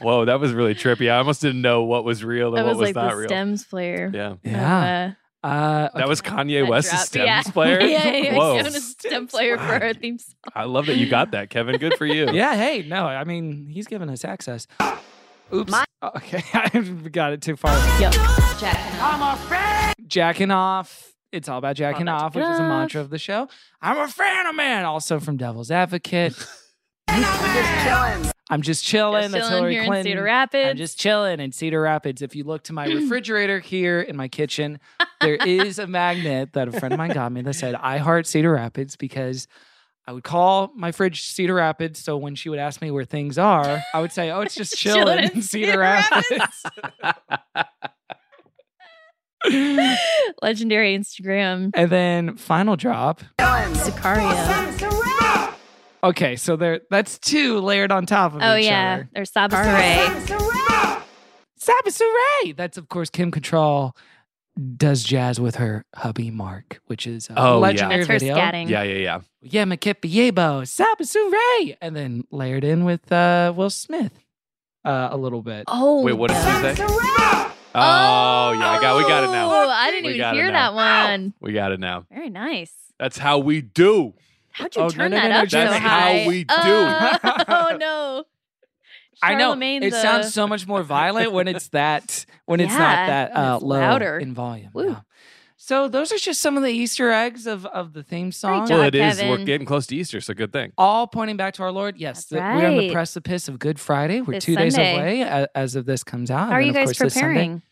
[SPEAKER 8] Whoa, that was really trippy. I almost didn't know what was real and
[SPEAKER 3] that
[SPEAKER 8] what
[SPEAKER 3] was
[SPEAKER 8] was
[SPEAKER 3] like
[SPEAKER 8] not
[SPEAKER 3] the
[SPEAKER 8] real.
[SPEAKER 3] stems player.
[SPEAKER 8] Yeah.
[SPEAKER 6] yeah. Uh,
[SPEAKER 8] That was Kanye
[SPEAKER 3] That
[SPEAKER 8] West's
[SPEAKER 3] drop,
[SPEAKER 8] stems
[SPEAKER 3] yeah.
[SPEAKER 8] player.
[SPEAKER 3] yeah, yeah, yeah.
[SPEAKER 8] Whoa.
[SPEAKER 3] She owned a stem player for our theme song.
[SPEAKER 8] I love that you got that, Kevin. Good for you.
[SPEAKER 6] Yeah, hey, no, I mean, he's giving us access. Oops. Oh,
[SPEAKER 5] My-
[SPEAKER 6] okay, I got it too far. Jacking off. It's all about jacking
[SPEAKER 3] All about
[SPEAKER 6] off, which is a
[SPEAKER 3] jacking off.
[SPEAKER 6] mantra of the show. I'm a fan of man, also from Devil's Advocate. I'm just chilling.
[SPEAKER 3] Just chilling
[SPEAKER 6] That's Hillary
[SPEAKER 3] here in
[SPEAKER 6] Clinton.
[SPEAKER 3] Cedar Rapids.
[SPEAKER 6] I'm just chilling in Cedar Rapids. If you look to my refrigerator here in my kitchen, there is a magnet that a friend of mine got me that said, I heart Cedar Rapids because I would call my fridge Cedar Rapids. So when she would ask me where things are, I would say, Oh, it's just chilling,
[SPEAKER 3] Chilling
[SPEAKER 6] in Cedar, Rapids.
[SPEAKER 3] Legendary Instagram.
[SPEAKER 6] and then final drop.
[SPEAKER 3] Sicario.
[SPEAKER 6] Okay, so there that's two layered on top of
[SPEAKER 3] Oh
[SPEAKER 6] each
[SPEAKER 3] yeah.
[SPEAKER 6] other.
[SPEAKER 3] There's Sabasare.
[SPEAKER 6] Sabasare. That's of course Kim Control does jazz with her hubby Mark, which is a
[SPEAKER 8] Oh, yeah.
[SPEAKER 6] legendary
[SPEAKER 3] That's her
[SPEAKER 6] video.
[SPEAKER 3] scatting.
[SPEAKER 8] Yeah, yeah,
[SPEAKER 6] Yeah,
[SPEAKER 8] yeah.
[SPEAKER 6] Yebo, Sabasure, and then layered in with uh, Will Smith uh, a little bit.
[SPEAKER 3] Oh.
[SPEAKER 8] Wait, what did you say? Oh, yeah, I got we got it
[SPEAKER 3] Oh,
[SPEAKER 8] now.
[SPEAKER 3] I didn't
[SPEAKER 8] We
[SPEAKER 3] even
[SPEAKER 8] got it
[SPEAKER 3] hear that
[SPEAKER 8] now.
[SPEAKER 3] one.
[SPEAKER 8] We got it now.
[SPEAKER 3] Very nice.
[SPEAKER 8] That's how we do.
[SPEAKER 3] How'd you
[SPEAKER 6] Oh, no,
[SPEAKER 3] turn
[SPEAKER 6] no,
[SPEAKER 3] that
[SPEAKER 6] no, no,
[SPEAKER 3] up so
[SPEAKER 8] That's how
[SPEAKER 3] high?
[SPEAKER 8] we do.
[SPEAKER 3] Oh no.
[SPEAKER 6] I know
[SPEAKER 3] Charlemagne
[SPEAKER 6] it
[SPEAKER 3] the-
[SPEAKER 6] sounds so much more violent when it's that when it's not
[SPEAKER 3] Yeah,
[SPEAKER 6] that
[SPEAKER 3] when
[SPEAKER 6] uh,
[SPEAKER 3] it's
[SPEAKER 6] low
[SPEAKER 3] louder.
[SPEAKER 6] in volume.
[SPEAKER 3] Woo.
[SPEAKER 6] yeah. So those are just some of the Easter eggs of of the theme song.
[SPEAKER 3] job.
[SPEAKER 8] Well, it is.
[SPEAKER 3] Kevin.
[SPEAKER 8] We're getting close to Easter, so good thing.
[SPEAKER 6] All pointing back to our Lord. Yes,
[SPEAKER 3] That's
[SPEAKER 6] th- we're on the
[SPEAKER 3] right.
[SPEAKER 6] precipice of Good Friday. We're
[SPEAKER 3] This
[SPEAKER 6] two days
[SPEAKER 3] Sunday.
[SPEAKER 6] away a- as of this comes out.
[SPEAKER 3] How are
[SPEAKER 6] and
[SPEAKER 3] you
[SPEAKER 6] of
[SPEAKER 3] guys
[SPEAKER 6] course this Sunday-
[SPEAKER 3] preparing?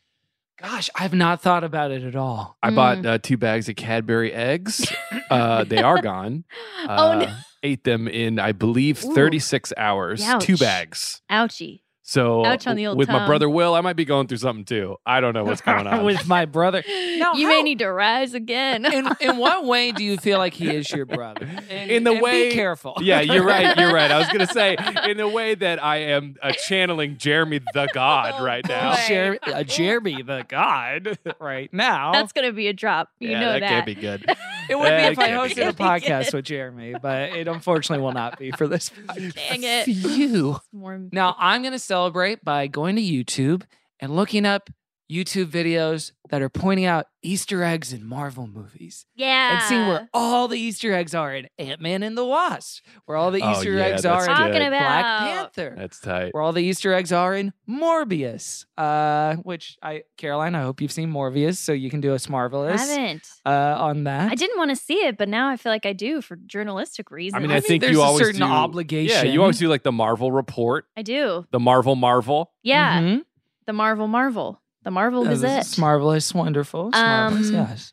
[SPEAKER 6] Gosh, I've not thought about it at all.
[SPEAKER 8] I
[SPEAKER 3] Mm.
[SPEAKER 8] bought uh, two bags of Cadbury eggs. uh, they are gone.
[SPEAKER 3] oh
[SPEAKER 8] Uh, Ate them in, I believe,
[SPEAKER 3] Ooh.
[SPEAKER 8] 36 hours. Two
[SPEAKER 3] Ouch.
[SPEAKER 8] bags.
[SPEAKER 3] no. Ouchie.
[SPEAKER 8] So
[SPEAKER 3] Ouch on the old
[SPEAKER 8] with my
[SPEAKER 3] tongue.
[SPEAKER 8] brother Will, I might be going through something too. I don't know what's going on.
[SPEAKER 6] with my brother. Now,
[SPEAKER 3] you
[SPEAKER 6] how-
[SPEAKER 3] may need to rise again.
[SPEAKER 6] in, in what way do you feel like he is your brother? And-
[SPEAKER 8] In the
[SPEAKER 6] and
[SPEAKER 8] way-
[SPEAKER 6] be careful.
[SPEAKER 8] yeah, you're right. You're right. I was gonna say in the way that I am uh, channeling Jeremy the God right now.
[SPEAKER 3] Oh, boy.
[SPEAKER 6] Jer- uh, Jeremy the God, right now. Uh,
[SPEAKER 3] That's gonna be a drop. You
[SPEAKER 8] yeah,
[SPEAKER 3] know that.
[SPEAKER 8] that can't be good.
[SPEAKER 6] it would be
[SPEAKER 8] that
[SPEAKER 6] if I
[SPEAKER 8] can't be
[SPEAKER 6] hosted a
[SPEAKER 3] good.
[SPEAKER 6] podcast with Jeremy, but it unfortunately will not be for this.
[SPEAKER 3] Dang it.
[SPEAKER 6] You.
[SPEAKER 3] It's more-
[SPEAKER 6] Now I'm going to celebrate by going to YouTube and looking up YouTube videos that are pointing out Easter eggs in Marvel movies
[SPEAKER 3] yeah.
[SPEAKER 6] and seeing where all the Easter eggs are in Ant Man and the Wasp, where all the
[SPEAKER 8] Oh,
[SPEAKER 6] Easter
[SPEAKER 8] yeah,
[SPEAKER 6] eggs are
[SPEAKER 8] that's
[SPEAKER 6] in
[SPEAKER 8] good.
[SPEAKER 3] talking
[SPEAKER 8] Black
[SPEAKER 3] about
[SPEAKER 6] Black Panther,
[SPEAKER 8] That's tight.
[SPEAKER 6] where all the Easter eggs are in Morbius, uh, which I, Caroline, I hope you've seen Morbius, so you can do a
[SPEAKER 3] I
[SPEAKER 6] Smarvelous
[SPEAKER 3] haven't.
[SPEAKER 6] uh, on that.
[SPEAKER 3] I didn't want to see it, but now I feel like I do for journalistic reasons.
[SPEAKER 8] I mean,
[SPEAKER 6] I
[SPEAKER 8] I
[SPEAKER 6] think
[SPEAKER 8] think
[SPEAKER 6] there's
[SPEAKER 8] you
[SPEAKER 6] a
[SPEAKER 8] always
[SPEAKER 6] certain
[SPEAKER 8] do,
[SPEAKER 6] obligation.
[SPEAKER 8] Yeah, you always do like the Marvel report,
[SPEAKER 3] I do.
[SPEAKER 8] the Marvel Marvel.
[SPEAKER 3] Yeah,
[SPEAKER 6] Mhm.
[SPEAKER 3] the Marvel, Marvel, the Marvel
[SPEAKER 6] Oh, this
[SPEAKER 3] Gazette.
[SPEAKER 6] is marvelous, wonderful, it's marvelous.
[SPEAKER 3] Um,
[SPEAKER 6] Yes.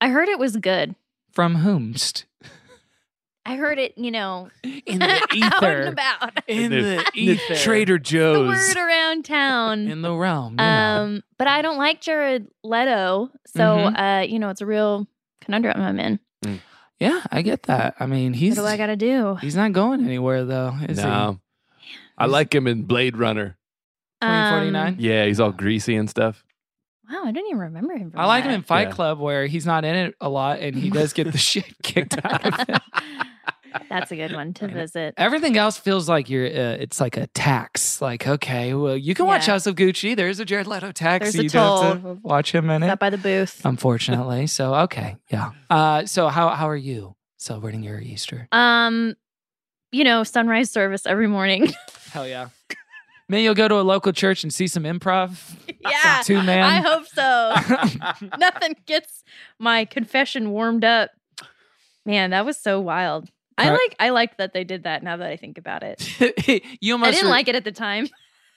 [SPEAKER 3] I heard it was good.
[SPEAKER 6] From whomst?
[SPEAKER 3] I heard it, you know,
[SPEAKER 6] In
[SPEAKER 3] out and about.
[SPEAKER 6] In
[SPEAKER 8] The-
[SPEAKER 6] the,
[SPEAKER 8] the
[SPEAKER 6] ether.
[SPEAKER 8] Trader
[SPEAKER 3] The
[SPEAKER 8] Joe's.
[SPEAKER 3] word around town.
[SPEAKER 6] In the realm. you know.
[SPEAKER 3] Mm. Um, but I don't like Jared Leto, so
[SPEAKER 6] Mhm.
[SPEAKER 3] uh, you know, it's a real conundrum I'm in.
[SPEAKER 6] yeah, I get that. I mean, he's
[SPEAKER 3] What do I got to do?
[SPEAKER 6] he's not going anywhere though, is
[SPEAKER 8] No, I like him in Blade Runner.
[SPEAKER 6] he? 2049.
[SPEAKER 3] Um,
[SPEAKER 8] Yeah, he's all greasy and stuff.
[SPEAKER 3] wow, I don't even remember him. From
[SPEAKER 6] I like him in
[SPEAKER 3] that.
[SPEAKER 6] Fight
[SPEAKER 8] Yeah.
[SPEAKER 6] Club where he's not in it a lot and he does get the shit kicked out of him.
[SPEAKER 3] That's a good one to visit.
[SPEAKER 6] Everything else feels like you're. Uh, it's like a tax. Like okay, well you can watch
[SPEAKER 3] Yeah.
[SPEAKER 6] House of Gucci. There's a Jared Leto tax.
[SPEAKER 3] There's
[SPEAKER 6] so
[SPEAKER 3] a
[SPEAKER 6] you don't have to watch him in it.
[SPEAKER 3] Stop by the
[SPEAKER 6] Um,
[SPEAKER 3] booth.
[SPEAKER 6] unfortunately. so okay, yeah. Uh, so how how are you celebrating your Easter?
[SPEAKER 3] Um, you know, sunrise service every morning.
[SPEAKER 6] Hell yeah. Maybe you'll go to a local church and see some improv.
[SPEAKER 3] yeah,
[SPEAKER 6] two
[SPEAKER 3] I
[SPEAKER 6] man.
[SPEAKER 3] hope so. Nothing gets my confession warmed up. Man, that was so wild. I
[SPEAKER 6] Right.
[SPEAKER 3] like I like that they did that. Now that I think about it,
[SPEAKER 6] you
[SPEAKER 3] I
[SPEAKER 6] almost
[SPEAKER 3] didn't
[SPEAKER 6] re-
[SPEAKER 3] like it at the time.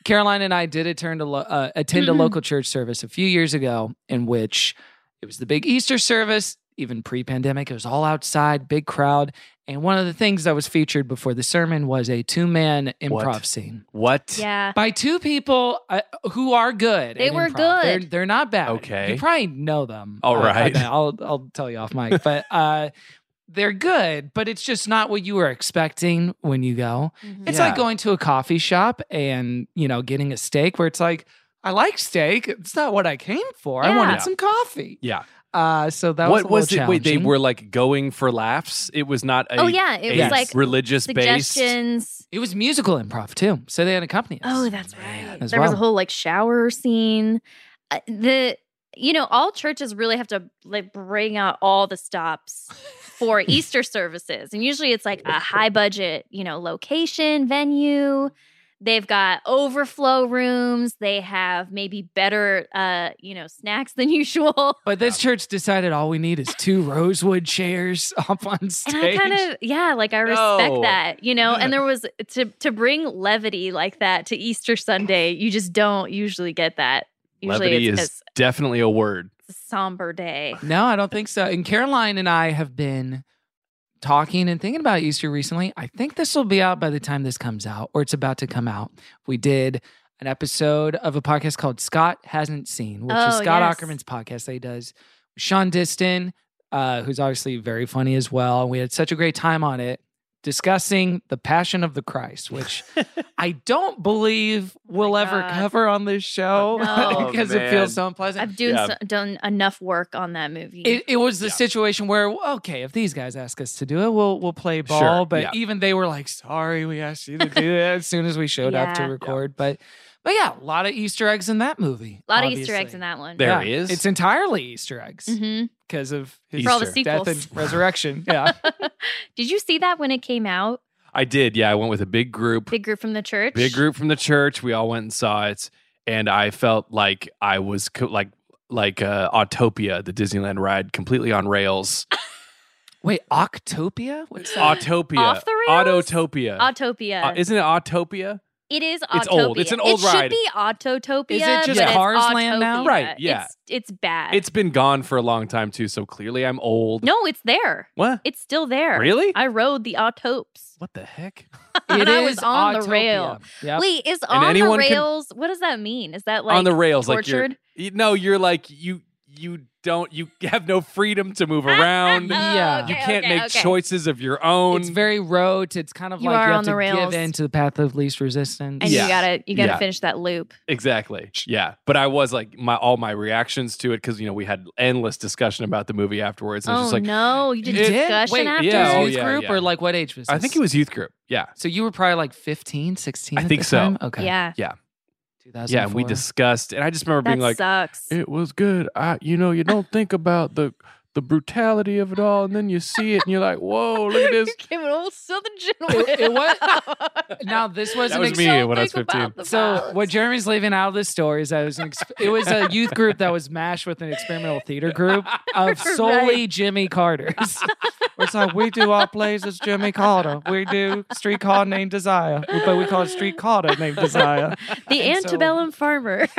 [SPEAKER 6] Caroline and I did attend a, lo- uh, attend a
[SPEAKER 3] Mhm.
[SPEAKER 6] local church service a few years ago in which it was the big Easter service, even pre pandemic. It was all outside, big crowd. And one of the things that was featured before the sermon was a two man improv
[SPEAKER 8] What?
[SPEAKER 6] scene
[SPEAKER 8] What?
[SPEAKER 3] Yeah,
[SPEAKER 6] by two people uh, who are good.
[SPEAKER 3] They
[SPEAKER 6] at
[SPEAKER 3] were
[SPEAKER 6] improv. They're,
[SPEAKER 3] good.
[SPEAKER 6] they're not bad.
[SPEAKER 8] Okay.
[SPEAKER 6] You probably know them.
[SPEAKER 8] All
[SPEAKER 6] I- I
[SPEAKER 8] right.
[SPEAKER 6] bet. I'll, I'll tell you off mic. But uh, they're good, but it's just not what you were expecting when you go. It's
[SPEAKER 8] Yeah.
[SPEAKER 6] like going to a coffee shop and, you know, getting a steak where it's like, I like steak. It's not what I came for. I wanted
[SPEAKER 3] Yeah.
[SPEAKER 6] some coffee.
[SPEAKER 8] Yeah.
[SPEAKER 6] Uh, so that was a
[SPEAKER 8] what
[SPEAKER 6] little
[SPEAKER 8] was it? Wait, they
[SPEAKER 6] challenging.
[SPEAKER 8] were like going for laughs. It was not a
[SPEAKER 3] oh yeah, it
[SPEAKER 6] Yes.
[SPEAKER 3] was like
[SPEAKER 8] religious based.
[SPEAKER 3] suggestions.
[SPEAKER 6] It was musical improv too. So they had accompanist.
[SPEAKER 3] Oh, that's right.
[SPEAKER 6] as
[SPEAKER 3] There was a
[SPEAKER 6] well.
[SPEAKER 3] whole like shower scene. Uh, the you know all churches really have to like bring out all the stops for Easter services, and usually it's like a high budget you know location venue. They've got overflow rooms. They have maybe better uh you know snacks than usual.
[SPEAKER 6] But this church decided all we need is two rosewood chairs up on stage.
[SPEAKER 3] And I kind of yeah, like I respect
[SPEAKER 8] No.
[SPEAKER 3] that, you know. And there was to to bring levity like that to Easter Sunday, you just don't usually get that. Usually
[SPEAKER 8] Levity
[SPEAKER 3] it's,
[SPEAKER 8] is definitely a word.
[SPEAKER 3] it's a somber day.
[SPEAKER 6] No, I don't think so. And Caroline and I have been talking and thinking about Easter recently. I think this will be out by the time this comes out, or it's about to come out. We did an episode of a podcast called Scott Hasn't Seen, which is
[SPEAKER 3] Oh,
[SPEAKER 6] Scott
[SPEAKER 3] yes.
[SPEAKER 6] Ackerman's podcast that he does. with Sean Diston, uh, who's obviously very funny as well. And we had such a great time on it discussing the Passion of the Christ, which I don't believe we'll ever
[SPEAKER 3] Oh God.
[SPEAKER 6] cover on this show
[SPEAKER 3] No.
[SPEAKER 6] because
[SPEAKER 8] Oh,
[SPEAKER 6] it feels
[SPEAKER 8] man.
[SPEAKER 6] so unpleasant.
[SPEAKER 3] I've doing
[SPEAKER 8] Yeah.
[SPEAKER 3] so- done enough work on that movie.
[SPEAKER 6] It, it was the
[SPEAKER 8] Yeah.
[SPEAKER 6] situation where okay, if these guys ask us to do it, we'll we'll play ball.
[SPEAKER 8] Sure,
[SPEAKER 6] but
[SPEAKER 8] yeah.
[SPEAKER 6] even they were like, "Sorry, we asked you to do that." as soon as we showed up to
[SPEAKER 3] Yeah. Yeah.
[SPEAKER 6] record, but but yeah, a lot of Easter eggs in that movie.
[SPEAKER 3] a lot of Easter eggs in that one.
[SPEAKER 8] There is.
[SPEAKER 6] It's entirely Easter eggs
[SPEAKER 3] Mhm.
[SPEAKER 6] because of his
[SPEAKER 8] For all the
[SPEAKER 6] death
[SPEAKER 3] sequels.
[SPEAKER 6] and resurrection. Yeah,
[SPEAKER 3] Did you see that when it came out?
[SPEAKER 8] I did. Yeah, I went with a big group,
[SPEAKER 3] Big group from the church.
[SPEAKER 8] big group from the church. We all went and saw it, and I felt like I was co- like like uh, Autopia, the Disneyland ride, completely on rails.
[SPEAKER 6] wait, Octopia? What's that?
[SPEAKER 8] Autopia,
[SPEAKER 3] Off the rails?
[SPEAKER 8] Autotopia.
[SPEAKER 3] Autopia.
[SPEAKER 8] Uh, isn't it Autopia?
[SPEAKER 3] It is Autopia.
[SPEAKER 8] It's old. It's an old
[SPEAKER 3] it should
[SPEAKER 8] ride.
[SPEAKER 3] be Autotopia.
[SPEAKER 6] Is it just
[SPEAKER 3] but it's
[SPEAKER 6] Cars Land now?
[SPEAKER 3] Autopia.
[SPEAKER 8] Right, yeah.
[SPEAKER 3] It's, it's bad.
[SPEAKER 8] It's been gone for a long time too, so clearly I'm old.
[SPEAKER 3] no, it's there.
[SPEAKER 8] What?
[SPEAKER 3] It's still there.
[SPEAKER 8] Really?
[SPEAKER 3] I rode the Autopes.
[SPEAKER 8] what the heck?
[SPEAKER 3] And
[SPEAKER 6] It
[SPEAKER 3] I was
[SPEAKER 6] is
[SPEAKER 3] on the
[SPEAKER 6] Autopia.
[SPEAKER 3] rail.
[SPEAKER 6] Yep.
[SPEAKER 3] Wait, is
[SPEAKER 8] And
[SPEAKER 3] on the
[SPEAKER 8] anyone can-
[SPEAKER 3] rails? What does that mean? Is that like
[SPEAKER 8] on the rails, like you're
[SPEAKER 3] tortured?
[SPEAKER 8] you, no, you're like you you don't you have no freedom to move around.
[SPEAKER 3] Oh,
[SPEAKER 6] Yeah.
[SPEAKER 3] okay,
[SPEAKER 8] you can't
[SPEAKER 3] okay,
[SPEAKER 8] make
[SPEAKER 3] okay.
[SPEAKER 8] choices of your own.
[SPEAKER 6] It's very rote. It's kind of
[SPEAKER 3] You
[SPEAKER 6] like
[SPEAKER 3] are
[SPEAKER 6] you have
[SPEAKER 3] on
[SPEAKER 6] to
[SPEAKER 3] the rails.
[SPEAKER 6] give in to the path of least resistance.
[SPEAKER 3] And
[SPEAKER 8] Yeah.
[SPEAKER 3] you gotta you gotta
[SPEAKER 8] Yeah.
[SPEAKER 3] finish that loop.
[SPEAKER 8] exactly. Yeah, but I was like my all my reactions to it because you know we had endless discussion about the movie afterwards. And
[SPEAKER 3] Oh
[SPEAKER 8] it's just like
[SPEAKER 3] no, you did
[SPEAKER 6] You did?
[SPEAKER 3] discussion
[SPEAKER 6] Wait,
[SPEAKER 3] after
[SPEAKER 8] yeah,
[SPEAKER 6] This
[SPEAKER 8] oh,
[SPEAKER 6] youth
[SPEAKER 8] yeah,
[SPEAKER 6] group
[SPEAKER 8] yeah.
[SPEAKER 6] or like what age was this?
[SPEAKER 8] I think it was youth group. Yeah,
[SPEAKER 6] So you were probably like 15, 16
[SPEAKER 8] I
[SPEAKER 6] at
[SPEAKER 8] think
[SPEAKER 6] the
[SPEAKER 8] so.
[SPEAKER 6] time? Okay.
[SPEAKER 3] Yeah,
[SPEAKER 8] yeah. And
[SPEAKER 6] 2004.
[SPEAKER 8] we discussed, and I just remember
[SPEAKER 3] that
[SPEAKER 8] being like,
[SPEAKER 3] sucks.
[SPEAKER 8] it was good. I, you know, you don't think about the the brutality of it all, and then you see it, and you're like, whoa, oh, look at this.
[SPEAKER 3] Became an old Southern gentleman.
[SPEAKER 6] It- it was- Now this was
[SPEAKER 8] That
[SPEAKER 6] an
[SPEAKER 8] was
[SPEAKER 6] ex-
[SPEAKER 8] me
[SPEAKER 3] Don't
[SPEAKER 8] when I was
[SPEAKER 3] think about
[SPEAKER 8] 15.
[SPEAKER 3] the
[SPEAKER 6] So
[SPEAKER 3] violence.
[SPEAKER 6] what Jeremy's leaving out of this story is that it was an exp- it was a youth group that was mashed with an experimental theater group of solely Jimmy Carters. Where it's like we do our plays as Jimmy Carter. We do Street Car Named Desire, but we call it Street Carter Named Desire.
[SPEAKER 3] the
[SPEAKER 6] And so-
[SPEAKER 3] antebellum farmer.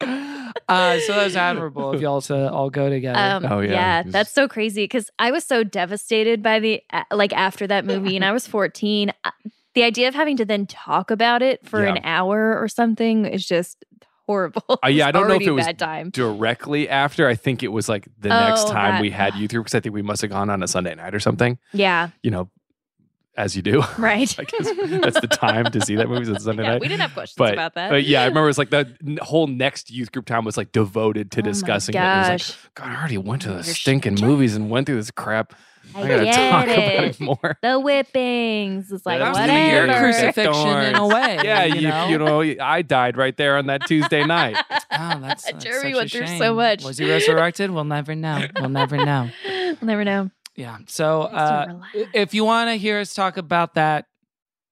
[SPEAKER 6] Uh, so that was admirable of y'all to all go together.
[SPEAKER 3] Um,
[SPEAKER 8] Oh, yeah.
[SPEAKER 3] yeah.
[SPEAKER 8] Just-
[SPEAKER 3] that's so crazy because I was so devastated by the a- like after that movie, and I was fourteen. I- The idea of having to then talk about it for
[SPEAKER 8] Yeah.
[SPEAKER 3] an hour or something is just horrible.
[SPEAKER 8] Uh,
[SPEAKER 3] It's
[SPEAKER 8] yeah, I don't know if
[SPEAKER 3] already
[SPEAKER 8] it was
[SPEAKER 3] bad time.
[SPEAKER 8] directly after. I think it was like the next
[SPEAKER 3] Oh,
[SPEAKER 8] time
[SPEAKER 3] that-
[SPEAKER 8] we had youth group because I think we must have gone on a Sunday night or something.
[SPEAKER 3] Yeah,
[SPEAKER 8] You know, as you do.
[SPEAKER 3] right.
[SPEAKER 8] I guess that's the time to see that movie is Sunday
[SPEAKER 3] Yeah,
[SPEAKER 8] night.
[SPEAKER 3] we didn't have questions
[SPEAKER 8] but,
[SPEAKER 3] about that.
[SPEAKER 8] but yeah, I remember it was like the n- whole next youth group time was like devoted to
[SPEAKER 3] Oh my
[SPEAKER 8] discussing it. It was
[SPEAKER 3] gosh.
[SPEAKER 8] like, God, I already went to the
[SPEAKER 3] You're
[SPEAKER 8] stinking movies and went through this crap. I,
[SPEAKER 3] I
[SPEAKER 8] gotta
[SPEAKER 3] get
[SPEAKER 8] talk about
[SPEAKER 3] it.
[SPEAKER 8] it more.
[SPEAKER 3] the whippings. It's like
[SPEAKER 8] That was the year
[SPEAKER 3] whatever.
[SPEAKER 8] you
[SPEAKER 6] Crucif-
[SPEAKER 8] picked
[SPEAKER 6] Crucifixion in a
[SPEAKER 8] thorns.
[SPEAKER 6] way,
[SPEAKER 8] Yeah,
[SPEAKER 6] you
[SPEAKER 8] you, you,
[SPEAKER 6] know?
[SPEAKER 8] know? I died right there on that Tuesday night.
[SPEAKER 6] Wow, that's, that's
[SPEAKER 3] Jeremy
[SPEAKER 6] such a
[SPEAKER 3] went through
[SPEAKER 6] shame.
[SPEAKER 3] so much.
[SPEAKER 6] Was he resurrected? We'll never know. We'll never know.
[SPEAKER 3] We'll never know.
[SPEAKER 6] Yeah. So
[SPEAKER 3] Just to
[SPEAKER 6] uh,
[SPEAKER 3] relax.
[SPEAKER 6] i- if you want to hear us talk about that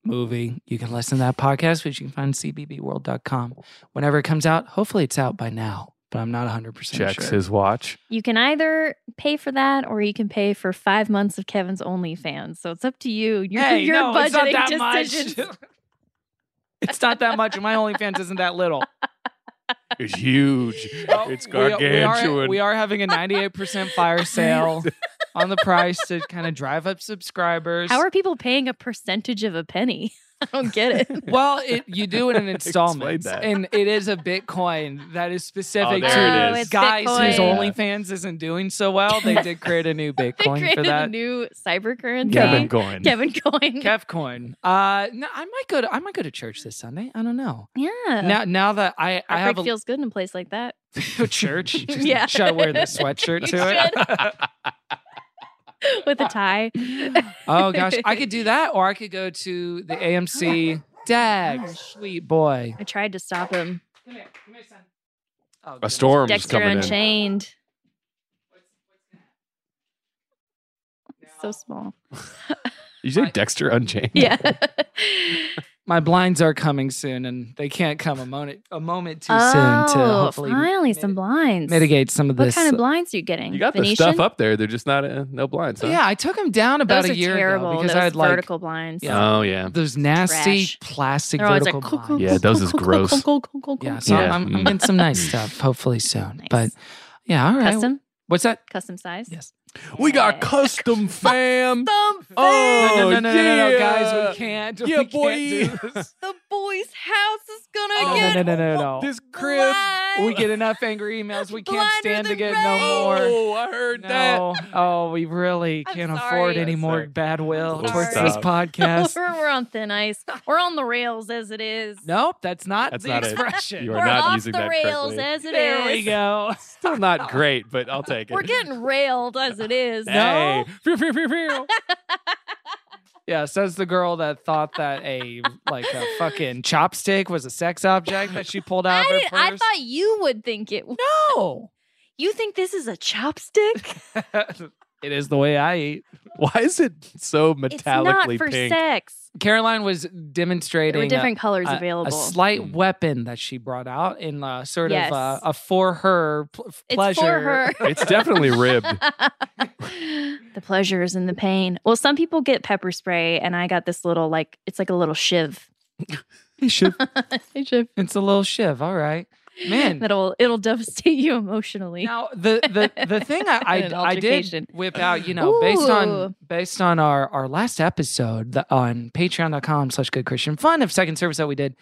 [SPEAKER 6] movie, you can listen to that podcast, which you can find cbbworld.com. Whenever it comes out, hopefully it's out by now, but I'm not 100% sure.
[SPEAKER 8] Checks his watch.
[SPEAKER 3] You can either pay for that or you can pay for five months of Kevin's OnlyFans. So it's up to you. Your,
[SPEAKER 6] Hey,
[SPEAKER 3] your
[SPEAKER 6] no, it's not
[SPEAKER 3] budgeting
[SPEAKER 6] that
[SPEAKER 3] decisions.
[SPEAKER 6] much. it's not that much. and My OnlyFans isn't that little.
[SPEAKER 8] It's huge.
[SPEAKER 6] Oh,
[SPEAKER 8] it's
[SPEAKER 6] we are- we are-
[SPEAKER 8] gargantuan.
[SPEAKER 6] We are, having a 98% fire sale on the price to kind of drive up subscribers.
[SPEAKER 3] How are people paying a percentage of a penny? I don't get it.
[SPEAKER 6] well, it, you do it in installments,
[SPEAKER 8] that.
[SPEAKER 6] and it is a Bitcoin that is specific
[SPEAKER 8] Oh,
[SPEAKER 6] to
[SPEAKER 8] there it is.
[SPEAKER 6] guys whose
[SPEAKER 8] Bitcoin.
[SPEAKER 6] OnlyFans isn't doing so well. They did create a new
[SPEAKER 3] they
[SPEAKER 6] Bitcoin for
[SPEAKER 3] created a
[SPEAKER 6] that.
[SPEAKER 3] new cyber currency.
[SPEAKER 8] Kevin Coyne.
[SPEAKER 3] Kevin Coin.
[SPEAKER 6] Kevcoin. Uh, no, I might go to I might go to church this Sunday. I don't know.
[SPEAKER 3] yeah.
[SPEAKER 6] Now, now that I I
[SPEAKER 3] Uh-huh. Heartbreak
[SPEAKER 6] have a
[SPEAKER 3] feels good in a place like that.
[SPEAKER 6] church,
[SPEAKER 3] Yeah.
[SPEAKER 6] should I wear this sweatshirt
[SPEAKER 3] You
[SPEAKER 6] to it?
[SPEAKER 3] With a tie.
[SPEAKER 6] Oh gosh, I could do that, or I could go to the AMC. Dag, sweet boy.
[SPEAKER 3] I tried to stop him.
[SPEAKER 6] Oh,
[SPEAKER 8] a
[SPEAKER 6] goodness.
[SPEAKER 8] storm is
[SPEAKER 3] Dexter
[SPEAKER 8] coming in.
[SPEAKER 3] Unchained. So small.
[SPEAKER 8] Did you say Dexter Unchained?
[SPEAKER 3] Yeah.
[SPEAKER 6] My blinds are coming soon, and they can't come a moment a moment too
[SPEAKER 3] oh,
[SPEAKER 6] soon to hopefully
[SPEAKER 3] finally some
[SPEAKER 6] miti-
[SPEAKER 3] blinds.
[SPEAKER 6] mitigate some of
[SPEAKER 3] What
[SPEAKER 6] this. uh,
[SPEAKER 3] kind of blinds are you getting?
[SPEAKER 8] You got the
[SPEAKER 3] Venetian?
[SPEAKER 8] stuff up there. They're just not uh, no blinds. Huh?
[SPEAKER 6] yeah, I took them down about
[SPEAKER 3] Those
[SPEAKER 6] a year
[SPEAKER 3] are terrible.
[SPEAKER 6] ago because
[SPEAKER 3] Those
[SPEAKER 6] I had like
[SPEAKER 3] vertical blinds.
[SPEAKER 6] Yeah.
[SPEAKER 8] Oh yeah.
[SPEAKER 6] those nasty
[SPEAKER 3] Trash.
[SPEAKER 6] plastic
[SPEAKER 3] They're always
[SPEAKER 6] vertical
[SPEAKER 3] like,
[SPEAKER 6] blinds.
[SPEAKER 8] Yeah, those is gross.
[SPEAKER 6] Yeah,
[SPEAKER 3] Oh,
[SPEAKER 6] so
[SPEAKER 8] Yeah.
[SPEAKER 6] I'm, I'm
[SPEAKER 8] Mm.
[SPEAKER 6] getting some nice stuff hopefully soon.
[SPEAKER 3] Nice.
[SPEAKER 6] But yeah, all right.
[SPEAKER 3] Custom,
[SPEAKER 6] What's that?
[SPEAKER 3] custom size.
[SPEAKER 6] Yes.
[SPEAKER 8] We got
[SPEAKER 3] Yeah.
[SPEAKER 8] custom fam.
[SPEAKER 6] No,
[SPEAKER 8] Oh
[SPEAKER 6] no, no, no,
[SPEAKER 8] yeah.
[SPEAKER 6] no, no, guys, we can't.
[SPEAKER 8] Yeah,
[SPEAKER 6] we
[SPEAKER 8] boy.
[SPEAKER 6] Can't do this.
[SPEAKER 3] The boy's house is gonna
[SPEAKER 6] Oh, No, no, no, no, no, no.
[SPEAKER 8] This crib.
[SPEAKER 6] We get enough angry emails. We can't
[SPEAKER 3] Blinder
[SPEAKER 6] stand to
[SPEAKER 3] than
[SPEAKER 6] get
[SPEAKER 3] rain.
[SPEAKER 6] no more.
[SPEAKER 8] Oh, I heard
[SPEAKER 6] No.
[SPEAKER 8] that.
[SPEAKER 6] Oh, we really
[SPEAKER 3] I'm
[SPEAKER 6] can't afford
[SPEAKER 3] sorry.
[SPEAKER 6] any
[SPEAKER 8] I'm
[SPEAKER 6] more
[SPEAKER 8] sorry.
[SPEAKER 6] bad will
[SPEAKER 8] I'm
[SPEAKER 6] towards
[SPEAKER 8] sorry.
[SPEAKER 6] this podcast.
[SPEAKER 3] we're, we're on thin ice. We're on the rails as it is.
[SPEAKER 6] nope, that's not
[SPEAKER 8] That's
[SPEAKER 6] the
[SPEAKER 8] not it.
[SPEAKER 6] expression.
[SPEAKER 8] You
[SPEAKER 3] we're
[SPEAKER 8] are not
[SPEAKER 3] off
[SPEAKER 8] using
[SPEAKER 3] the
[SPEAKER 8] that
[SPEAKER 3] rails
[SPEAKER 8] correctly.
[SPEAKER 3] as it is.
[SPEAKER 6] there we go.
[SPEAKER 8] Still not great, but I'll take it.
[SPEAKER 3] We're getting railed as it is.
[SPEAKER 8] Hey. Phew, phew, phew, phew.
[SPEAKER 6] Yeah, says the girl that thought that a like a fucking chopstick was a sex object that she pulled
[SPEAKER 3] I,
[SPEAKER 6] out of her
[SPEAKER 3] didn't- I
[SPEAKER 6] purse.
[SPEAKER 3] thought you would think it.
[SPEAKER 6] no.
[SPEAKER 3] You think this is a chopstick?
[SPEAKER 6] it is the way I eat.
[SPEAKER 8] Why is it so
[SPEAKER 3] it's not
[SPEAKER 8] metallically
[SPEAKER 3] for
[SPEAKER 8] pink?
[SPEAKER 3] sex.
[SPEAKER 6] Caroline was
[SPEAKER 3] There
[SPEAKER 6] demonstrating
[SPEAKER 3] were
[SPEAKER 6] a-
[SPEAKER 3] different colors
[SPEAKER 6] a, a
[SPEAKER 3] available.
[SPEAKER 6] slight
[SPEAKER 8] Mm.
[SPEAKER 6] weapon that she brought out in uh, sort
[SPEAKER 3] Yes.
[SPEAKER 6] of uh, a for her pl-
[SPEAKER 3] It's
[SPEAKER 6] pleasure.
[SPEAKER 3] for her.
[SPEAKER 8] It's definitely ribbed.
[SPEAKER 3] the pleasures and the pain. Well, some people get pepper spray, and I got this little like it's like a little shiv
[SPEAKER 6] Hey, Shiv.
[SPEAKER 3] Hey, Jeff.
[SPEAKER 6] it's a little Shiv. All right. Man.
[SPEAKER 3] That'll it'll devastate you emotionally.
[SPEAKER 6] Now the the the thing I I,
[SPEAKER 3] An
[SPEAKER 6] I did
[SPEAKER 3] altercation.
[SPEAKER 6] whip out, you know, based on
[SPEAKER 3] Ooh.
[SPEAKER 6] based on our our last episode the, on patreon.com slash good Christian fun of second service that we did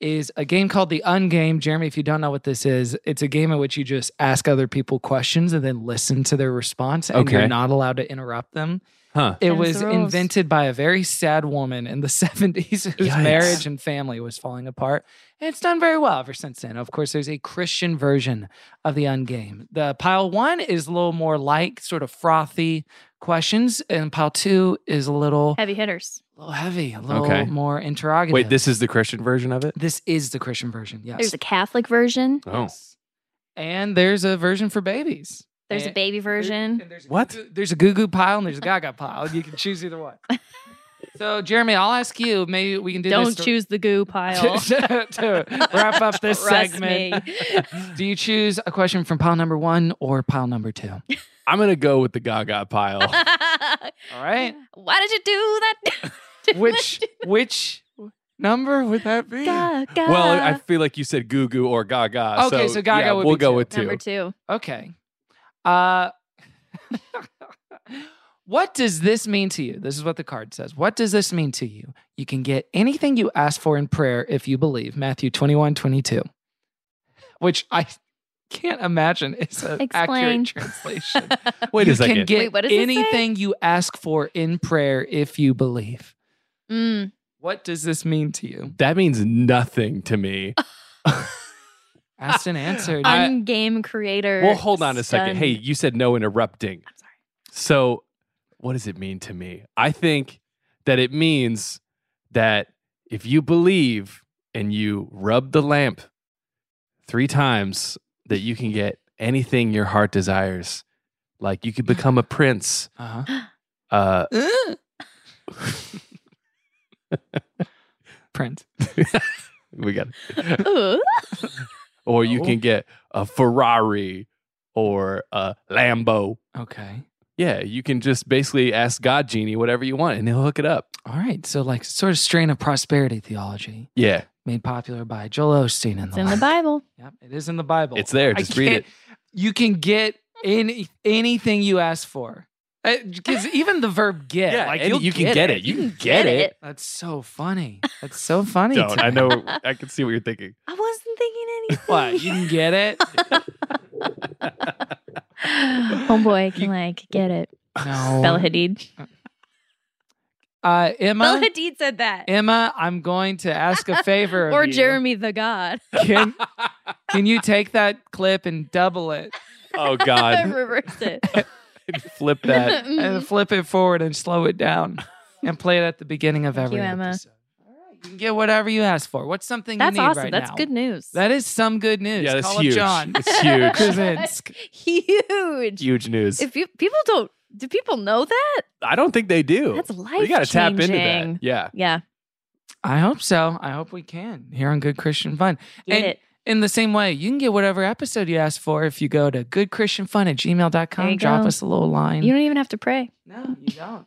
[SPEAKER 6] is a game called the Ungame. Jeremy, if you don't know what this is, it's a game in which you just ask other people questions and then listen to their response and you're
[SPEAKER 8] Okay.
[SPEAKER 6] not allowed to interrupt them.
[SPEAKER 8] Huh.
[SPEAKER 6] It
[SPEAKER 3] Hence
[SPEAKER 6] was
[SPEAKER 3] the rules.
[SPEAKER 6] invented by a very sad woman in the 70s whose
[SPEAKER 8] Yikes.
[SPEAKER 6] marriage and family was falling apart. And it's done very well ever since then. Of course, there's a Christian version of the Ungame. The pile one is a little more light, sort of frothy questions, and pile two is a little,
[SPEAKER 3] Heavy hitters.
[SPEAKER 6] little heavy, a little
[SPEAKER 8] Okay.
[SPEAKER 6] more interrogative.
[SPEAKER 8] Wait, this is the Christian version of it?
[SPEAKER 6] this is the Christian version. Yes.
[SPEAKER 3] There's a Catholic version.
[SPEAKER 8] Oh.
[SPEAKER 6] And there's a version for babies.
[SPEAKER 3] There's a
[SPEAKER 6] And-
[SPEAKER 3] baby version.
[SPEAKER 6] and there's a
[SPEAKER 8] What?
[SPEAKER 6] goo- There's a goo goo pile and there's a gaga pile. You can choose either one. So, Jeremy, I'll ask you. Maybe we can do
[SPEAKER 3] Don't
[SPEAKER 6] this. to-
[SPEAKER 3] choose the goo pile.
[SPEAKER 6] to, to wrap up this
[SPEAKER 3] Trust
[SPEAKER 6] segment.
[SPEAKER 3] me.
[SPEAKER 6] Do you choose a question from pile number one or pile number two?
[SPEAKER 8] I'm going to go with the Gaga pile.
[SPEAKER 6] All right.
[SPEAKER 3] Why did you do that? Didn't
[SPEAKER 6] Which
[SPEAKER 3] you-
[SPEAKER 6] which number would that be?
[SPEAKER 3] Gaga.
[SPEAKER 8] well, I feel like you said Goo Goo or Gaga.
[SPEAKER 6] Okay, so Gaga
[SPEAKER 8] yeah,
[SPEAKER 6] would
[SPEAKER 8] we'll
[SPEAKER 6] be
[SPEAKER 8] go
[SPEAKER 6] two.
[SPEAKER 8] with two.
[SPEAKER 3] number two.
[SPEAKER 6] Okay. Uh What does this mean to you? This is what the card says. What does this mean to you? You can get anything you ask for in prayer if you believe. Matthew 21, 22. Which I can't imagine is an
[SPEAKER 3] Explain.
[SPEAKER 6] accurate translation.
[SPEAKER 8] Wait
[SPEAKER 6] you
[SPEAKER 8] a second.
[SPEAKER 6] can get
[SPEAKER 3] Wait, what does it say?
[SPEAKER 6] anything you ask for in prayer if you believe.
[SPEAKER 3] Mm.
[SPEAKER 6] What does this mean to you?
[SPEAKER 8] that means nothing to me.
[SPEAKER 6] Asked and answered.
[SPEAKER 8] I-
[SPEAKER 3] Ungame creator.
[SPEAKER 8] Well, hold on a second.
[SPEAKER 3] stunned.
[SPEAKER 8] Hey, you said no interrupting.
[SPEAKER 3] I'm sorry.
[SPEAKER 8] So, what does it mean to me? I think that it means that if you believe and you rub the lamp three times, that you can get anything your heart desires. Like you could become a prince.
[SPEAKER 6] uh-huh.
[SPEAKER 8] Uh,
[SPEAKER 6] Print.
[SPEAKER 8] we got,
[SPEAKER 3] Ooh.
[SPEAKER 8] or you
[SPEAKER 6] Oh.
[SPEAKER 8] can get a Ferrari or a Lambo.
[SPEAKER 6] Okay.
[SPEAKER 8] Yeah, you can just basically ask God Genie whatever you want, and he'll hook it up.
[SPEAKER 6] All right. So, like, sort of strain of prosperity theology
[SPEAKER 8] Yeah,
[SPEAKER 6] made popular by Joel Osteen and
[SPEAKER 3] It's
[SPEAKER 6] the
[SPEAKER 3] in the
[SPEAKER 6] like.
[SPEAKER 3] Bible.
[SPEAKER 6] Yep, it is in the Bible.
[SPEAKER 8] it's there.
[SPEAKER 6] Oh, I
[SPEAKER 8] Just read it.
[SPEAKER 6] can't- You can get any anything you ask for. Because even the verb get, like,
[SPEAKER 8] and
[SPEAKER 6] you'll
[SPEAKER 8] you can get it. You can get it.
[SPEAKER 6] That's so funny. That's so funny. to
[SPEAKER 8] Don't. I
[SPEAKER 6] me.
[SPEAKER 8] know. I can see what you're thinking.
[SPEAKER 3] I wasn't thinking anything.
[SPEAKER 6] What? You can get it?
[SPEAKER 3] Homeboy can like get it.
[SPEAKER 8] Oh.
[SPEAKER 6] No.
[SPEAKER 3] Bella Hadid.
[SPEAKER 6] Uh, Emma,
[SPEAKER 3] Bella Hadid said that.
[SPEAKER 6] Emma, I'm going to ask a favor. of
[SPEAKER 3] or
[SPEAKER 6] you.
[SPEAKER 3] Jeremy the God.
[SPEAKER 6] Can, can you take that clip and double it
[SPEAKER 8] Oh God,
[SPEAKER 3] Reverse it. Mm.
[SPEAKER 8] flip that.
[SPEAKER 3] Mm-hmm.
[SPEAKER 6] and flip it forward and slow it down and play it at the beginning of
[SPEAKER 3] Thank
[SPEAKER 6] every
[SPEAKER 3] you, Emma.
[SPEAKER 6] episode? All right, you can get whatever you ask for. What's something
[SPEAKER 3] That's
[SPEAKER 6] you need
[SPEAKER 3] awesome.
[SPEAKER 6] right
[SPEAKER 3] That's
[SPEAKER 6] now?
[SPEAKER 3] good news.
[SPEAKER 6] That is some good news.
[SPEAKER 8] Yeah, that's
[SPEAKER 6] Call
[SPEAKER 8] huge.
[SPEAKER 6] up John.
[SPEAKER 8] It's huge.
[SPEAKER 6] Krasinski.
[SPEAKER 3] huge.
[SPEAKER 8] huge news.
[SPEAKER 3] If you, people don't, do people know that?
[SPEAKER 8] I don't think they do.
[SPEAKER 3] That's
[SPEAKER 8] We gotta tap into that.
[SPEAKER 3] life-changing.
[SPEAKER 8] Yeah.
[SPEAKER 3] Yeah,
[SPEAKER 6] I hope so. I hope we can here on Good Christian Fun.
[SPEAKER 3] get
[SPEAKER 6] and
[SPEAKER 3] it.
[SPEAKER 6] in the same way, you can get whatever episode you ask for if you go to goodchristianfun at
[SPEAKER 3] There
[SPEAKER 6] gmail.com.
[SPEAKER 3] you
[SPEAKER 6] Drop
[SPEAKER 3] go.
[SPEAKER 6] us a little line.
[SPEAKER 3] You don't even have to pray.
[SPEAKER 6] No, you don't.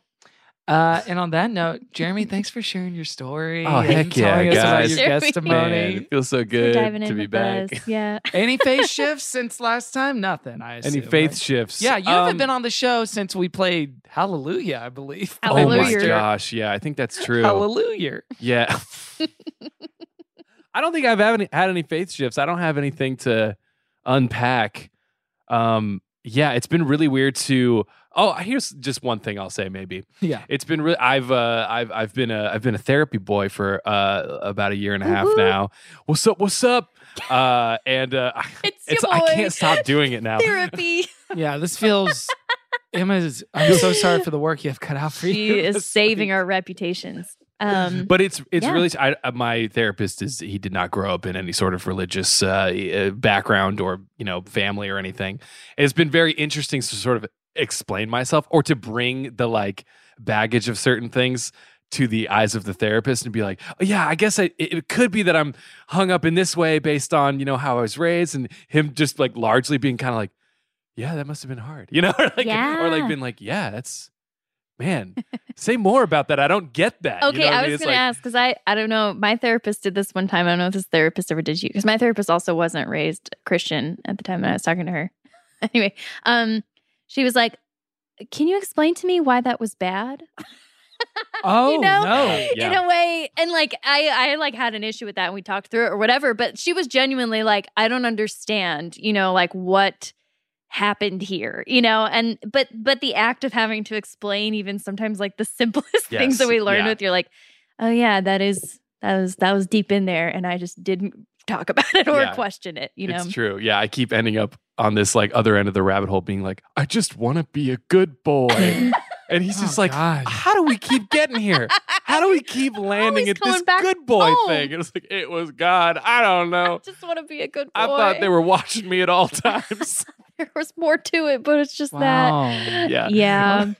[SPEAKER 6] Uh, and on that note, Jeremy, thanks for sharing your story.
[SPEAKER 8] Oh,
[SPEAKER 6] and
[SPEAKER 8] heck yeah,
[SPEAKER 6] telling us about
[SPEAKER 8] guys.
[SPEAKER 6] your
[SPEAKER 3] Jeremy.
[SPEAKER 8] Man,
[SPEAKER 6] testimony.
[SPEAKER 8] it feels so
[SPEAKER 3] For
[SPEAKER 8] good
[SPEAKER 3] diving in
[SPEAKER 8] to be
[SPEAKER 3] with
[SPEAKER 8] back.
[SPEAKER 3] us. Yeah.
[SPEAKER 6] Any faith shifts since last time? Nothing. I assume,
[SPEAKER 8] Any faith
[SPEAKER 6] right?
[SPEAKER 8] shifts?
[SPEAKER 6] Yeah, you haven't
[SPEAKER 8] Um,
[SPEAKER 6] been on the show since we played Hallelujah, I believe.
[SPEAKER 8] Oh my
[SPEAKER 3] Hallelujah.
[SPEAKER 8] gosh. Yeah, I think that's true.
[SPEAKER 6] Hallelujah.
[SPEAKER 8] Yeah. I don't think I've had any, had any faith shifts. I don't have anything to unpack. Um, yeah, it's been really weird to. Oh, here's just one thing I'll say. Maybe
[SPEAKER 6] Yeah.
[SPEAKER 8] it's been really. I've uh, I've I've been a I've been a therapy boy for uh, about a year and a half
[SPEAKER 3] Woo-hoo.
[SPEAKER 8] now. What's up? What's up? Uh, and uh,
[SPEAKER 3] It's your
[SPEAKER 8] it's I
[SPEAKER 3] boy.
[SPEAKER 8] can't stop doing it now.
[SPEAKER 3] Therapy.
[SPEAKER 6] Yeah, this feels. Emma is. I'm so sorry for the work you have cut out for you.
[SPEAKER 3] she is
[SPEAKER 6] this
[SPEAKER 3] saving
[SPEAKER 6] week.
[SPEAKER 3] our reputations. Um,
[SPEAKER 8] but it's it's
[SPEAKER 3] Yeah.
[SPEAKER 8] really I, uh, my therapist is he did not grow up in any sort of religious uh, uh, background or you know family or anything it's been very interesting to sort of explain myself or to bring the like baggage of certain things to the eyes of the therapist and be like oh, yeah i guess I, it, it could be that i'm hung up in this way based on you know how i was raised and him just like largely being kind of like yeah that must have been hard you know or like, or
[SPEAKER 3] Yeah.
[SPEAKER 8] like being like yeah that's man, say more about that. I don't get that. You
[SPEAKER 3] Okay,
[SPEAKER 8] know what
[SPEAKER 3] I
[SPEAKER 8] mean?
[SPEAKER 3] was
[SPEAKER 8] It's
[SPEAKER 3] going to
[SPEAKER 8] like-
[SPEAKER 3] ask because I, I don't know. My therapist did this one time. I don't know if this therapist ever did you because my therapist also wasn't raised Christian at the time when I was talking to her. anyway, um, she was like, "Can you explain to me why that was bad?"
[SPEAKER 6] Oh
[SPEAKER 3] you know,
[SPEAKER 6] no.
[SPEAKER 3] in
[SPEAKER 8] Yeah.
[SPEAKER 3] a way, and like I, I like had an issue with that, and we talked through it or whatever. But she was genuinely like, "I don't understand," you know, like what happened here you know and but but the act of having to explain even sometimes like the simplest things that
[SPEAKER 8] Yes,
[SPEAKER 3] we learn
[SPEAKER 8] yeah.
[SPEAKER 3] with you're like oh yeah that is that was that was deep in there and i just didn't talk about it or
[SPEAKER 8] Yeah.
[SPEAKER 3] question it you know
[SPEAKER 8] It's true. Yeah, I keep ending up on this like other end of the rabbit hole being like, I just want to be a good boy. and he's
[SPEAKER 6] Oh,
[SPEAKER 8] just like,
[SPEAKER 6] God.
[SPEAKER 8] how do we keep getting here? How do we keep landing
[SPEAKER 3] Always
[SPEAKER 8] at this
[SPEAKER 3] going back
[SPEAKER 8] good boy
[SPEAKER 3] home.
[SPEAKER 8] thing? It was like, it was God. I don't
[SPEAKER 3] i
[SPEAKER 8] know.
[SPEAKER 3] just want to be a good boy
[SPEAKER 8] I thought they were watching me at all times.
[SPEAKER 3] there was more to it but it's just
[SPEAKER 6] Wow.
[SPEAKER 3] that
[SPEAKER 8] Yeah.
[SPEAKER 3] yeah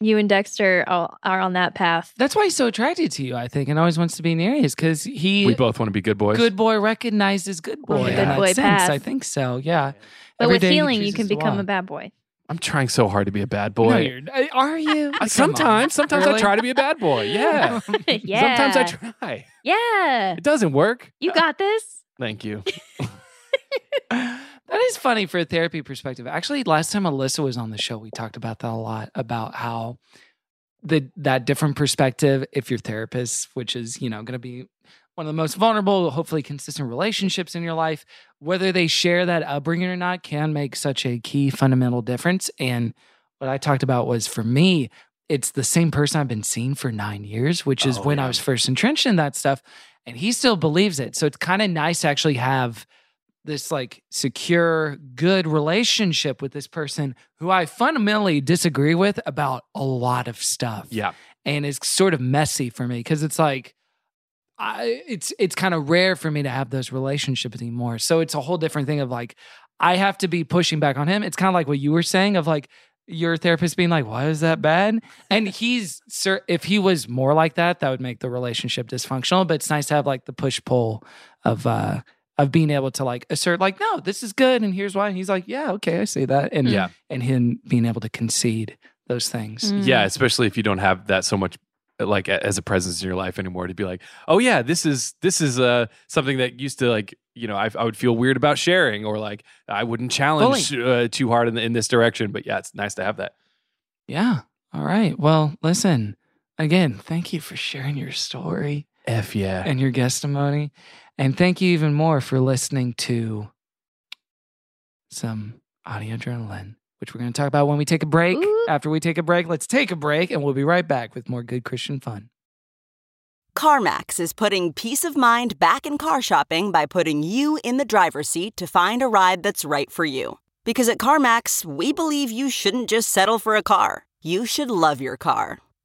[SPEAKER 3] you and dexter are, are on that path
[SPEAKER 6] That's why he's so attracted to you, I think, and always wants to be near you, is because he
[SPEAKER 8] we both want to be good boys.
[SPEAKER 6] good boy recognizes good boy.
[SPEAKER 3] On the
[SPEAKER 6] in
[SPEAKER 8] good
[SPEAKER 6] that
[SPEAKER 3] boy
[SPEAKER 6] sense.
[SPEAKER 3] path.
[SPEAKER 6] I think so. Yeah.
[SPEAKER 3] but
[SPEAKER 6] Every
[SPEAKER 3] with
[SPEAKER 6] day he
[SPEAKER 3] healing you
[SPEAKER 6] chooses
[SPEAKER 3] can
[SPEAKER 6] to
[SPEAKER 3] become a
[SPEAKER 6] walk.
[SPEAKER 3] bad boy
[SPEAKER 8] I'm trying so hard to be a bad
[SPEAKER 6] No,
[SPEAKER 8] boy.
[SPEAKER 6] you're- uh, are you?
[SPEAKER 8] I- sometimes, sometimes I
[SPEAKER 6] Really?
[SPEAKER 8] try to be a bad boy. Yeah.
[SPEAKER 3] yeah
[SPEAKER 8] Sometimes I try.
[SPEAKER 3] yeah
[SPEAKER 8] It doesn't work.
[SPEAKER 3] you got this
[SPEAKER 8] Thank you.
[SPEAKER 6] that is funny for a therapy perspective. Actually, last time Alyssa was on the show, we talked about that a lot about how the that different perspective, if your therapist, which is you know going to be one of the most vulnerable, hopefully consistent relationships in your life, whether they share that upbringing or not, can make such a key fundamental difference. And what I talked about was for me, it's the same person I've been seeing for nine years, which is
[SPEAKER 8] Oh,
[SPEAKER 6] when I
[SPEAKER 8] yeah.
[SPEAKER 6] was first entrenched in that stuff. And he still believes it. So it's kind of nice to actually have this like secure, good relationship with this person who I fundamentally disagree with about a lot of stuff.
[SPEAKER 8] Yeah.
[SPEAKER 6] And it's sort of messy for me because it's like, I, it's it's kind of rare for me to have those relationships anymore. So it's a whole different thing of like I have to be pushing back on him. It's kind of like what you were saying of like your therapist being like, "Why is that bad?" And he's sir, if he was more like that, that would make the relationship dysfunctional. But it's nice to have like the push pull of uh of being able to like assert like, "No, this is good, and here's why." And he's like, "Yeah, okay, I see that," and
[SPEAKER 8] Yeah.
[SPEAKER 6] and him being able to concede those things.
[SPEAKER 3] Mm.
[SPEAKER 8] Yeah, especially if you don't have that so much like a- as a presence in your life anymore to be like, "Oh yeah, this is this is uh something that used to like, you know, I, I would feel weird about sharing or like I wouldn't challenge uh, too hard in, the, in this direction." But yeah, it's nice to have that.
[SPEAKER 6] Yeah. All right. Well, listen. Again, thank you for sharing your story.
[SPEAKER 8] F yeah.
[SPEAKER 6] and your testimony. And thank you even more for listening to some audio adrenaline, which we're going to talk about when we take a break.
[SPEAKER 3] Ooh.
[SPEAKER 6] After we take a break, let's take a break and we'll be right back with more good Christian fun.
[SPEAKER 9] CarMax is putting peace of mind back in car shopping by putting you in the driver's seat to find a ride that's right for you. Because at CarMax, we believe you shouldn't just settle for a car, you should love your car.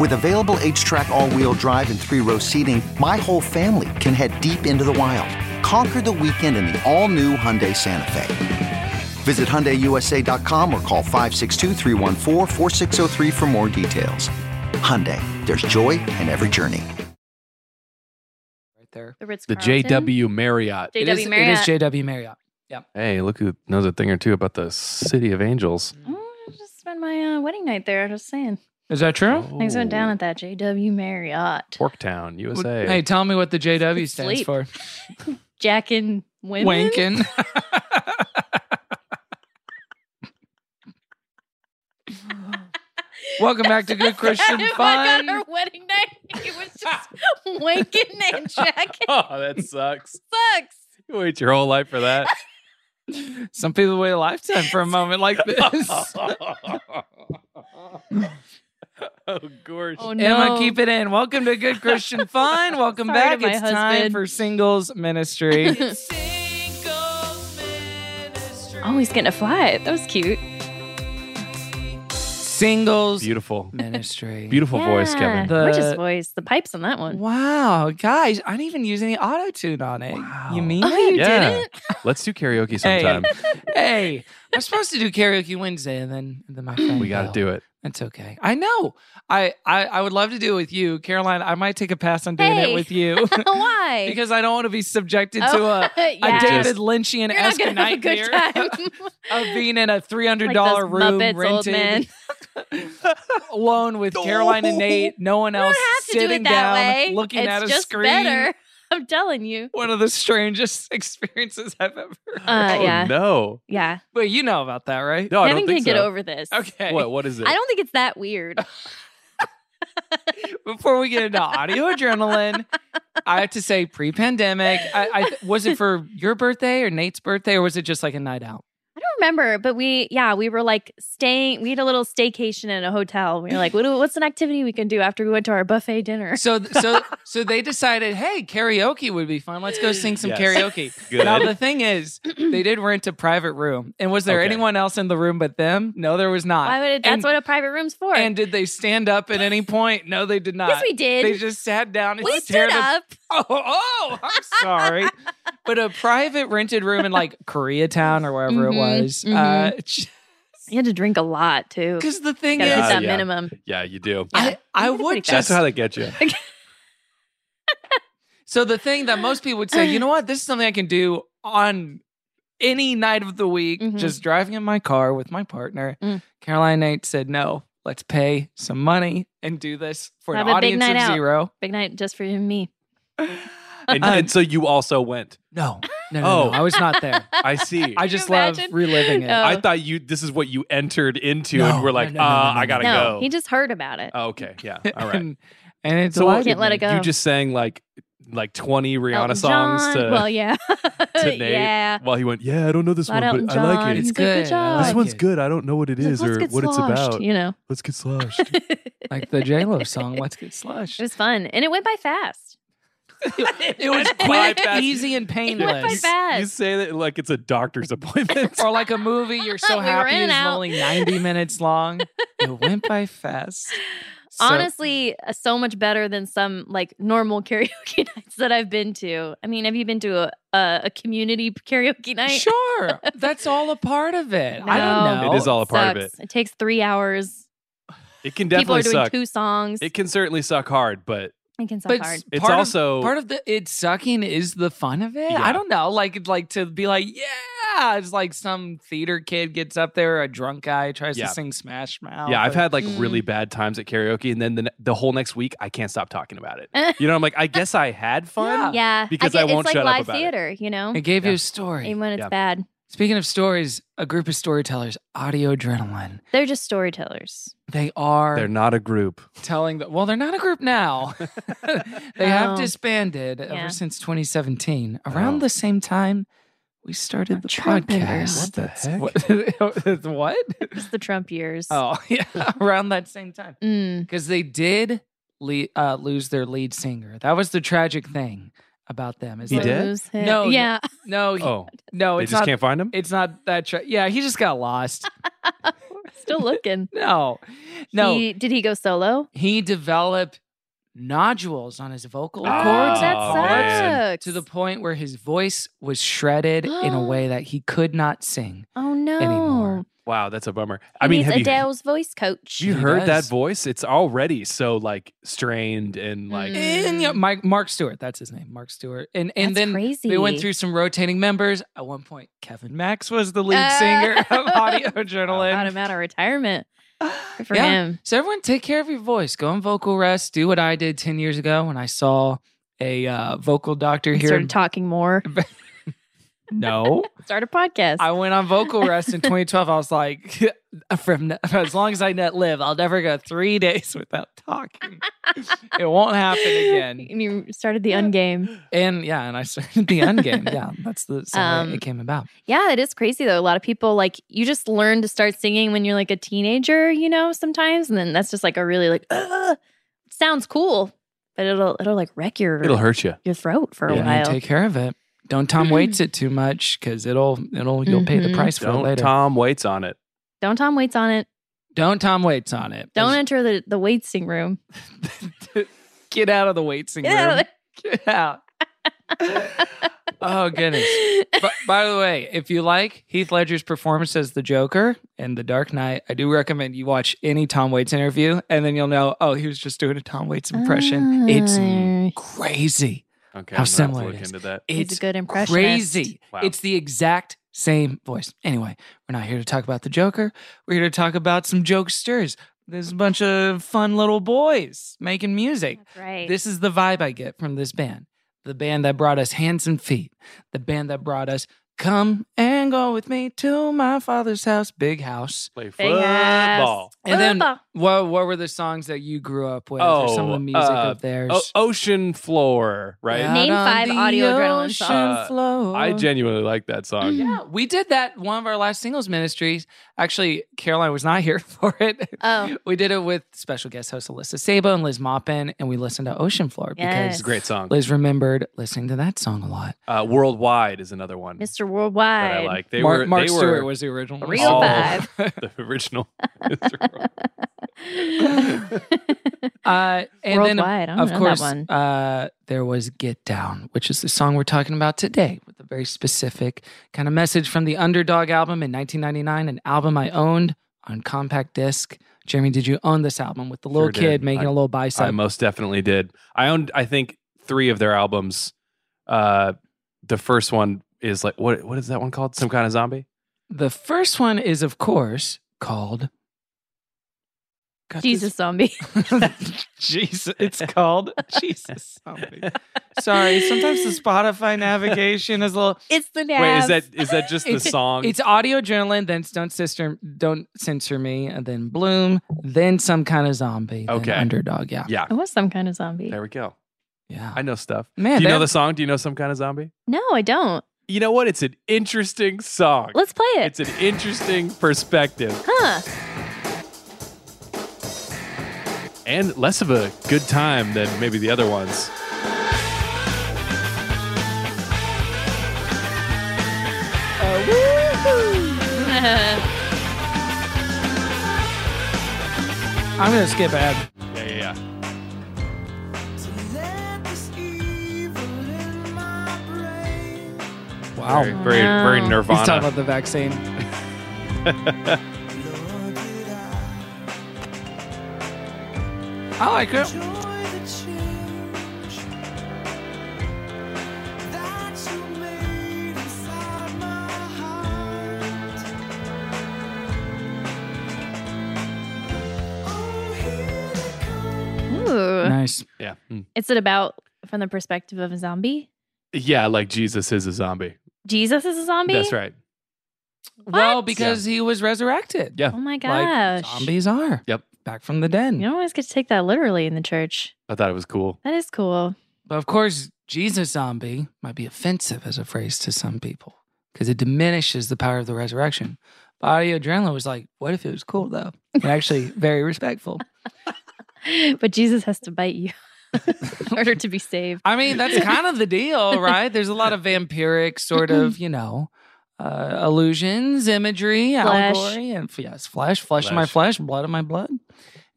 [SPEAKER 4] With available H track, all wheel drive, and three row seating, my whole family can head deep into the wild. Conquer the weekend in the all new Hyundai Santa Fe. Visit HyundaiUSA.com or call 562-314-4603 for more details. Hyundai, there's joy in every journey.
[SPEAKER 6] Right there.
[SPEAKER 3] the ritz
[SPEAKER 8] The JW Marriott.
[SPEAKER 3] JW
[SPEAKER 6] it, is,
[SPEAKER 3] Marriott.
[SPEAKER 6] it is JW Marriott.
[SPEAKER 8] Hey, look who knows a thing or two about the City of Angels.
[SPEAKER 3] Oh, I just spent my uh, wedding night there. I'm just saying.
[SPEAKER 6] Is that true?
[SPEAKER 3] Oh, Things went
[SPEAKER 8] Oh.
[SPEAKER 6] Oh.
[SPEAKER 3] down at that JW Marriott.
[SPEAKER 8] Porktown, USA.
[SPEAKER 6] Hey, tell me what the JW stands
[SPEAKER 3] Sleep.
[SPEAKER 6] for.
[SPEAKER 3] Jack and women.
[SPEAKER 6] Wankin. Welcome back to Good Christian
[SPEAKER 3] If I
[SPEAKER 6] Fun.
[SPEAKER 3] got her wedding night, it was just wanking and jacking.
[SPEAKER 8] oh, that sucks.
[SPEAKER 3] Sucks.
[SPEAKER 8] You wait your whole life for that.
[SPEAKER 6] Some people wait a lifetime for a moment like this.
[SPEAKER 8] oh, gorge.
[SPEAKER 3] Oh
[SPEAKER 6] Emma, keep it in. Welcome to Good Christian Fun. Welcome
[SPEAKER 3] Sorry to
[SPEAKER 6] back.
[SPEAKER 3] my
[SPEAKER 6] It's time
[SPEAKER 3] husband.
[SPEAKER 6] for Singles Ministry.
[SPEAKER 3] Oh, he's getting a fly. That was cute.
[SPEAKER 6] Singles
[SPEAKER 8] Beautiful.
[SPEAKER 6] Ministry.
[SPEAKER 8] Beautiful voice,
[SPEAKER 3] Yeah,
[SPEAKER 8] Kevin.
[SPEAKER 6] The-
[SPEAKER 3] Gorgeous voice. The pipes on that one.
[SPEAKER 6] Wow, guys, I didn't even use any auto tune on it. You mean
[SPEAKER 3] Oh,
[SPEAKER 6] it?
[SPEAKER 3] you
[SPEAKER 8] yeah.
[SPEAKER 3] didn't?
[SPEAKER 8] Let's do karaoke
[SPEAKER 6] Hey.
[SPEAKER 8] sometime.
[SPEAKER 6] hey, I'm supposed to do karaoke Wednesday, and then and then my friend.
[SPEAKER 8] we got to do it.
[SPEAKER 6] That's okay. I know. I, I I would love to do it with you, Caroline. I might take a pass on doing
[SPEAKER 3] Hey.
[SPEAKER 6] it with you
[SPEAKER 3] Oh, Why?
[SPEAKER 6] because I don't want to be subjected to
[SPEAKER 3] Oh,
[SPEAKER 6] a.
[SPEAKER 3] yeah.
[SPEAKER 6] A David
[SPEAKER 8] Just-
[SPEAKER 6] Lynchian
[SPEAKER 3] You're not
[SPEAKER 6] esque
[SPEAKER 3] gonna have a good
[SPEAKER 6] nightmare
[SPEAKER 3] time.
[SPEAKER 6] of being in a three hundred
[SPEAKER 3] Like
[SPEAKER 6] dollar
[SPEAKER 3] those
[SPEAKER 6] room
[SPEAKER 3] Muppets, old
[SPEAKER 6] rented
[SPEAKER 3] man.
[SPEAKER 6] alone with Caroline and Nate, no one
[SPEAKER 3] You
[SPEAKER 6] else
[SPEAKER 3] don't have to
[SPEAKER 6] sitting
[SPEAKER 3] do it that
[SPEAKER 6] down
[SPEAKER 3] way.
[SPEAKER 6] looking
[SPEAKER 3] it's
[SPEAKER 6] at a
[SPEAKER 3] just
[SPEAKER 6] screen.
[SPEAKER 3] better. I'm telling you.
[SPEAKER 6] One of the strangest experiences I've ever.
[SPEAKER 3] Uh,
[SPEAKER 8] oh,
[SPEAKER 3] yeah.
[SPEAKER 8] no.
[SPEAKER 3] Yeah.
[SPEAKER 6] But you know about that, right?
[SPEAKER 8] No, I
[SPEAKER 3] Kevin
[SPEAKER 8] don't think
[SPEAKER 3] can't get
[SPEAKER 8] so.
[SPEAKER 3] over this.
[SPEAKER 6] Okay.
[SPEAKER 8] What, what is it?
[SPEAKER 3] I don't think it's that weird.
[SPEAKER 6] Before we get into audio adrenaline, I have to say, pre-pandemic, I, I was it for your birthday or Nate's birthday, or was it just like a night out?
[SPEAKER 3] I don't remember, but we, yeah, we were like staying, we had a little staycation in a hotel. We were like, what do, what's an activity we can do after we went to our buffet dinner?
[SPEAKER 6] So, so, so they decided, hey, karaoke would be fun. Let's go sing some
[SPEAKER 8] Yes.
[SPEAKER 6] karaoke.
[SPEAKER 8] Good.
[SPEAKER 6] Now the thing is, they did rent a private room, and was there
[SPEAKER 8] Okay.
[SPEAKER 6] anyone else in the room but them? No, there was not.
[SPEAKER 3] Why would it, that's
[SPEAKER 6] And-
[SPEAKER 3] what a private room's for.
[SPEAKER 6] And did they stand up at any point? No, they did not.
[SPEAKER 3] yes, we did.
[SPEAKER 6] They just sat down and
[SPEAKER 3] we
[SPEAKER 6] stared
[SPEAKER 3] stood
[SPEAKER 6] at
[SPEAKER 3] up.
[SPEAKER 6] Oh, oh, I'm sorry. but a private rented room in like Koreatown or wherever
[SPEAKER 3] Mhm,
[SPEAKER 6] it was.
[SPEAKER 3] You had to drink a lot too.
[SPEAKER 6] Because the thing
[SPEAKER 3] Gotta
[SPEAKER 6] is,
[SPEAKER 3] hit
[SPEAKER 8] Yeah,
[SPEAKER 3] that
[SPEAKER 8] yeah.
[SPEAKER 3] minimum.
[SPEAKER 8] Yeah, you do.
[SPEAKER 6] I, I
[SPEAKER 3] Pretty
[SPEAKER 6] would
[SPEAKER 3] fast.
[SPEAKER 6] just.
[SPEAKER 8] That's how they get you.
[SPEAKER 6] so the thing that most people would say, you know what? This is something I can do on any night of the week,
[SPEAKER 3] Mhm.
[SPEAKER 6] just driving in my car with my partner.
[SPEAKER 3] Mm.
[SPEAKER 6] Caroline Knight said, no, let's pay some money and do this for
[SPEAKER 3] Have a
[SPEAKER 6] an
[SPEAKER 3] big
[SPEAKER 6] audience
[SPEAKER 3] night
[SPEAKER 6] of
[SPEAKER 3] out.
[SPEAKER 6] zero.
[SPEAKER 3] Big night just for you and me.
[SPEAKER 8] And,
[SPEAKER 6] Um,
[SPEAKER 8] and so you also went.
[SPEAKER 6] no, no, no,
[SPEAKER 8] Oh.
[SPEAKER 6] no, I was not there.
[SPEAKER 8] I
[SPEAKER 6] I
[SPEAKER 8] see. I,
[SPEAKER 3] Can you
[SPEAKER 6] just love
[SPEAKER 3] imagine?
[SPEAKER 6] reliving it.
[SPEAKER 3] No.
[SPEAKER 8] thought you. This is what you entered into,
[SPEAKER 6] No,
[SPEAKER 8] and we're like,
[SPEAKER 6] no, no, no,
[SPEAKER 8] uh,
[SPEAKER 6] no, no,
[SPEAKER 8] I gotta
[SPEAKER 3] no,
[SPEAKER 8] go.
[SPEAKER 3] he just heard about it.
[SPEAKER 8] oh, okay, yeah, all right.
[SPEAKER 6] and, and it's
[SPEAKER 8] So what-
[SPEAKER 3] Can't let it go.
[SPEAKER 8] You just sang like like twenty Rihanna
[SPEAKER 3] Elton
[SPEAKER 8] songs
[SPEAKER 3] John.
[SPEAKER 8] to,
[SPEAKER 3] well, yeah,
[SPEAKER 8] to Nate
[SPEAKER 3] yeah.
[SPEAKER 8] while he went. Yeah, I don't know this
[SPEAKER 3] A lot of
[SPEAKER 8] one,
[SPEAKER 3] Elton
[SPEAKER 8] but I like
[SPEAKER 3] John.
[SPEAKER 8] it.
[SPEAKER 3] It's
[SPEAKER 8] It's,
[SPEAKER 3] He's good job.
[SPEAKER 8] this
[SPEAKER 3] I
[SPEAKER 8] one's good. I don't know what it
[SPEAKER 3] He's like,
[SPEAKER 8] is
[SPEAKER 3] "Let's
[SPEAKER 8] or
[SPEAKER 3] get
[SPEAKER 8] what it's
[SPEAKER 3] sloshed,"
[SPEAKER 8] about.
[SPEAKER 3] You know,
[SPEAKER 8] Let's get sloshed.
[SPEAKER 6] like the J Lo song, "Let's Get Slush."
[SPEAKER 3] it was fun and it went by fast.
[SPEAKER 6] it was
[SPEAKER 8] by
[SPEAKER 6] quick,
[SPEAKER 8] fast.
[SPEAKER 6] easy, and
[SPEAKER 3] went by
[SPEAKER 6] painless.
[SPEAKER 3] fast.
[SPEAKER 8] You say that like it's a doctor's appointment.
[SPEAKER 6] Or like a movie you're so
[SPEAKER 3] We were
[SPEAKER 6] happy
[SPEAKER 3] in and
[SPEAKER 6] is
[SPEAKER 3] out.
[SPEAKER 6] only 90 minutes long. It went by fast. So-
[SPEAKER 3] Honestly, uh, so much better than some like normal karaoke nights that I've been to. I mean, have you been to a a, a community karaoke night?
[SPEAKER 6] sure. That's all a part of it. I
[SPEAKER 3] No.
[SPEAKER 6] don't know.
[SPEAKER 8] it is all a part of it.
[SPEAKER 3] Sucks. It takes three hours.
[SPEAKER 8] It can
[SPEAKER 3] People are
[SPEAKER 8] definitely
[SPEAKER 3] doing
[SPEAKER 8] suck.
[SPEAKER 3] two songs.
[SPEAKER 8] It can certainly suck hard, but
[SPEAKER 3] it can suck
[SPEAKER 6] But
[SPEAKER 3] hard.
[SPEAKER 8] it's
[SPEAKER 6] part
[SPEAKER 8] also
[SPEAKER 6] of, part of the it sucking is the fun of it. I
[SPEAKER 8] Yeah.
[SPEAKER 6] don't know. Like like to be like, yeah, it's like some theater kid gets up there, a drunk guy tries
[SPEAKER 8] Yeah.
[SPEAKER 6] to sing Smash Mouth.
[SPEAKER 8] Yeah, I've
[SPEAKER 6] or-
[SPEAKER 8] had like
[SPEAKER 3] Mm.
[SPEAKER 8] really bad times at karaoke, and then the, ne- the whole next week I can't stop talking about it. You know, I'm like, I guess I had fun.
[SPEAKER 3] yeah,
[SPEAKER 8] Because
[SPEAKER 3] I
[SPEAKER 8] I
[SPEAKER 3] get,
[SPEAKER 8] won't
[SPEAKER 3] it's like
[SPEAKER 8] shut up
[SPEAKER 3] live
[SPEAKER 8] about it.
[SPEAKER 3] theater. You know,
[SPEAKER 6] it gave you
[SPEAKER 8] Yeah.
[SPEAKER 6] a story.
[SPEAKER 3] and when it's
[SPEAKER 8] Yeah.
[SPEAKER 3] bad,
[SPEAKER 6] Speaking of stories, a group of storytellers, Audio Adrenaline,
[SPEAKER 3] they're just storytellers.
[SPEAKER 6] they are
[SPEAKER 8] They're not a group.
[SPEAKER 6] telling the well, they're not a group now. they have
[SPEAKER 3] Oh.
[SPEAKER 6] disbanded
[SPEAKER 3] Yeah.
[SPEAKER 6] ever since 2017. Around
[SPEAKER 8] Oh.
[SPEAKER 6] the same time we started the podcast.
[SPEAKER 8] the
[SPEAKER 6] What? what?
[SPEAKER 3] It's the Trump years.
[SPEAKER 6] Oh, yeah, around that same time.
[SPEAKER 3] Mm.
[SPEAKER 6] Because they did le- uh, lose their lead singer. That was the tragic thing about them. Is
[SPEAKER 8] He
[SPEAKER 6] that-
[SPEAKER 8] did?
[SPEAKER 3] Lose him.
[SPEAKER 6] No,
[SPEAKER 3] yeah.
[SPEAKER 6] No, he-
[SPEAKER 8] Oh,
[SPEAKER 6] no,
[SPEAKER 8] they
[SPEAKER 6] it's
[SPEAKER 8] just
[SPEAKER 6] not.
[SPEAKER 8] can't find him.
[SPEAKER 6] It's not that. Tra- yeah, he just got lost.
[SPEAKER 3] We're Still looking.
[SPEAKER 6] No, no.
[SPEAKER 3] He- did he go solo?
[SPEAKER 6] he developed nodules on his vocal
[SPEAKER 8] Oh,
[SPEAKER 6] cords
[SPEAKER 3] that
[SPEAKER 8] Oh, man.
[SPEAKER 3] sucks.
[SPEAKER 6] to the point where his voice was shredded in a way that he could not sing.
[SPEAKER 3] oh no.
[SPEAKER 6] anymore.
[SPEAKER 8] Wow, that's a bummer.
[SPEAKER 3] He
[SPEAKER 8] I mean,
[SPEAKER 3] needs
[SPEAKER 8] have you,
[SPEAKER 3] Adele's voice coach.
[SPEAKER 8] you
[SPEAKER 6] He
[SPEAKER 8] heard that
[SPEAKER 6] does.
[SPEAKER 8] voice? It's already so like strained and like.
[SPEAKER 3] Mm.
[SPEAKER 6] And yeah, Mike, Mark Stewart, that's his name, Mark Stewart. And and
[SPEAKER 3] That's
[SPEAKER 6] then
[SPEAKER 3] crazy.
[SPEAKER 6] they went through some rotating members. At one point, Kevin Max was the lead
[SPEAKER 3] Uh.
[SPEAKER 6] singer of Audio
[SPEAKER 3] Got
[SPEAKER 6] Adrenaline.
[SPEAKER 3] him out of retirement. Good for
[SPEAKER 6] Yeah.
[SPEAKER 3] him.
[SPEAKER 6] So everyone, take care of your voice. Go on vocal rest. Do what I did ten years ago when I saw a uh, vocal doctor
[SPEAKER 3] He
[SPEAKER 6] here.
[SPEAKER 3] started talking more.
[SPEAKER 6] no,
[SPEAKER 3] Start a podcast.
[SPEAKER 6] I went on vocal rest in 2012. I was like, from n- as long as I net live, I'll never go three days without talking. it won't happen again.
[SPEAKER 3] And you started the ungame.
[SPEAKER 6] And yeah, and I started the end game. Yeah, that's the same
[SPEAKER 3] Um,
[SPEAKER 6] way it came about.
[SPEAKER 3] Yeah, it is crazy though. A lot of people like you just learn to start singing when you're like a teenager, you know, sometimes. And then that's just like a really like Ugh! sounds cool, but it'll it'll like wreck your
[SPEAKER 8] It'll hurt you.
[SPEAKER 3] your throat for
[SPEAKER 6] You
[SPEAKER 3] a
[SPEAKER 6] need to
[SPEAKER 3] while. Mm-hmm.
[SPEAKER 6] take care of it. Don't Tom waits it too much because it'll it'll you'll pay the
[SPEAKER 3] Mhm.
[SPEAKER 6] price for it
[SPEAKER 8] Don't
[SPEAKER 6] later.
[SPEAKER 8] Tom waits on it.
[SPEAKER 3] Don't Tom waits on it.
[SPEAKER 6] Don't Tom Waits on it.
[SPEAKER 3] Don't enter the, the waiting room.
[SPEAKER 6] Get out of the waiting
[SPEAKER 3] Get out of
[SPEAKER 6] room. Get out. oh goodness. By, by the way, if you like Heath Ledger's performance as the Joker in The Dark Knight, I do recommend you watch any Tom Waits interview, and then you'll know. Oh, he was just doing a Tom Waits impression.
[SPEAKER 3] Ah.
[SPEAKER 6] it's crazy.
[SPEAKER 8] Okay,
[SPEAKER 6] How
[SPEAKER 8] I'm gonna have to
[SPEAKER 6] similar it
[SPEAKER 8] look
[SPEAKER 6] is.
[SPEAKER 8] into that.
[SPEAKER 3] He's a
[SPEAKER 6] It's
[SPEAKER 3] good impressionist.
[SPEAKER 6] crazy.
[SPEAKER 8] Wow.
[SPEAKER 6] It's the exact same voice. Anyway, we're not here to talk about the Joker. We're here to talk about some jokesters. There's a bunch of fun little boys making music.
[SPEAKER 3] That's right.
[SPEAKER 6] This is the vibe I get from this band. The band that brought us Hands and Feet. The band that brought us Come and Go With Me to My Father's House, Big House.
[SPEAKER 8] Play
[SPEAKER 3] Big ass.
[SPEAKER 8] football.
[SPEAKER 6] And then
[SPEAKER 3] Football.
[SPEAKER 6] what, what were the songs that you grew up with or some of
[SPEAKER 8] Oh,
[SPEAKER 6] the music
[SPEAKER 8] uh,
[SPEAKER 6] of theirs?
[SPEAKER 8] O- ocean floor,
[SPEAKER 6] Out
[SPEAKER 8] right?
[SPEAKER 3] Name
[SPEAKER 6] on
[SPEAKER 3] five
[SPEAKER 6] the
[SPEAKER 3] audio adrenaline
[SPEAKER 6] ocean
[SPEAKER 8] songs.
[SPEAKER 6] floor.
[SPEAKER 8] I genuinely like that song.
[SPEAKER 6] Yeah, we did that one of our last singles ministries. Actually, Caroline was not here for it.
[SPEAKER 3] Oh.
[SPEAKER 6] We did it with special guest host Alyssa Sabo and Liz Maupin, and we listened to Ocean Floor
[SPEAKER 3] Yes.
[SPEAKER 8] It's a
[SPEAKER 6] because
[SPEAKER 8] great song.
[SPEAKER 6] Liz remembered listening to that song a lot.
[SPEAKER 8] Uh, Worldwide is another one
[SPEAKER 3] Mr.
[SPEAKER 8] that I
[SPEAKER 3] Worldwide.
[SPEAKER 8] like. They
[SPEAKER 6] Mark,
[SPEAKER 8] were
[SPEAKER 6] Mark
[SPEAKER 8] they
[SPEAKER 6] Stewart
[SPEAKER 8] were
[SPEAKER 6] was the original.
[SPEAKER 3] Real
[SPEAKER 8] all
[SPEAKER 3] five.
[SPEAKER 8] the original. Mr. Worldwide.
[SPEAKER 6] Uh, and
[SPEAKER 3] Worldwide, I
[SPEAKER 6] then,
[SPEAKER 3] don't
[SPEAKER 6] of
[SPEAKER 3] know that
[SPEAKER 6] course,
[SPEAKER 3] one.
[SPEAKER 6] Uh, there was Get Down, which is the song we're talking about today, with a very specific kind of message from the Underdog album in 1999, an album I owned on compact disc. Jeremy, did you own this album with the little
[SPEAKER 8] Sure did.
[SPEAKER 6] kid making
[SPEAKER 8] I-
[SPEAKER 6] a little bicep?
[SPEAKER 8] I most definitely did. I owned, I think, three of their albums. Uh, the first one is like what? What is that one called? Some kind of zombie.
[SPEAKER 6] the first one is, of course, called Got this-
[SPEAKER 3] Jesus zombie.
[SPEAKER 6] Jesus. It's called Jesus. Zombie. Sorry, sometimes the Spotify navigation is a little.
[SPEAKER 3] It's the nav.
[SPEAKER 8] Wait, is that is that just the
[SPEAKER 6] It's-
[SPEAKER 8] song?
[SPEAKER 6] It's audio adrenaline, then it's don't sister, don't censor me, and then bloom, then some kind of zombie, then
[SPEAKER 8] Okay.
[SPEAKER 6] underdog, yeah,
[SPEAKER 8] yeah.
[SPEAKER 3] It was some kind of zombie.
[SPEAKER 8] There we go.
[SPEAKER 6] yeah.
[SPEAKER 8] I know stuff.
[SPEAKER 6] Man,
[SPEAKER 8] Do you know
[SPEAKER 6] that-
[SPEAKER 8] the song? Do you know some kind of zombie?
[SPEAKER 3] No, I don't.
[SPEAKER 8] You know what? It's an interesting song.
[SPEAKER 3] Let's play it.
[SPEAKER 8] it's an interesting perspective
[SPEAKER 3] huh.
[SPEAKER 8] and less of a good time than maybe the other ones.
[SPEAKER 6] I'm gonna skip ahead.
[SPEAKER 8] Yeah, yeah, yeah.
[SPEAKER 6] Wow,
[SPEAKER 8] Very, very, very
[SPEAKER 3] Wow.
[SPEAKER 8] Nirvana.
[SPEAKER 6] he's talking about the vaccine. I like it.
[SPEAKER 3] Ooh.
[SPEAKER 6] Nice.
[SPEAKER 8] yeah. Mm.
[SPEAKER 3] Is it about from the perspective of a zombie?
[SPEAKER 8] Yeah, like Jesus is a zombie.
[SPEAKER 3] Jesus is a zombie?
[SPEAKER 8] That's right.
[SPEAKER 6] Well,
[SPEAKER 3] What?
[SPEAKER 6] because he was resurrected.
[SPEAKER 8] Yeah.
[SPEAKER 3] Oh my
[SPEAKER 6] Like
[SPEAKER 3] gosh.
[SPEAKER 6] zombies are.
[SPEAKER 8] Yep.
[SPEAKER 6] Back from the den.
[SPEAKER 3] You don't always get to take that literally in the church.
[SPEAKER 8] I thought it was cool.
[SPEAKER 3] That is cool.
[SPEAKER 6] But of course, Jesus zombie might be offensive as a phrase to some people because it diminishes the power of the resurrection. But Audio Adrenaline was like, what if it was cool though? And actually, very respectful.
[SPEAKER 3] But Jesus has to bite you in order to be saved.
[SPEAKER 6] I mean, that's kind of the deal, right? There's a lot of vampiric sort of, you know, uh, illusions, imagery,
[SPEAKER 3] Flesh.
[SPEAKER 6] allegory, and f- yes, flesh, flesh of my
[SPEAKER 8] Flesh.
[SPEAKER 6] flesh, blood of my blood,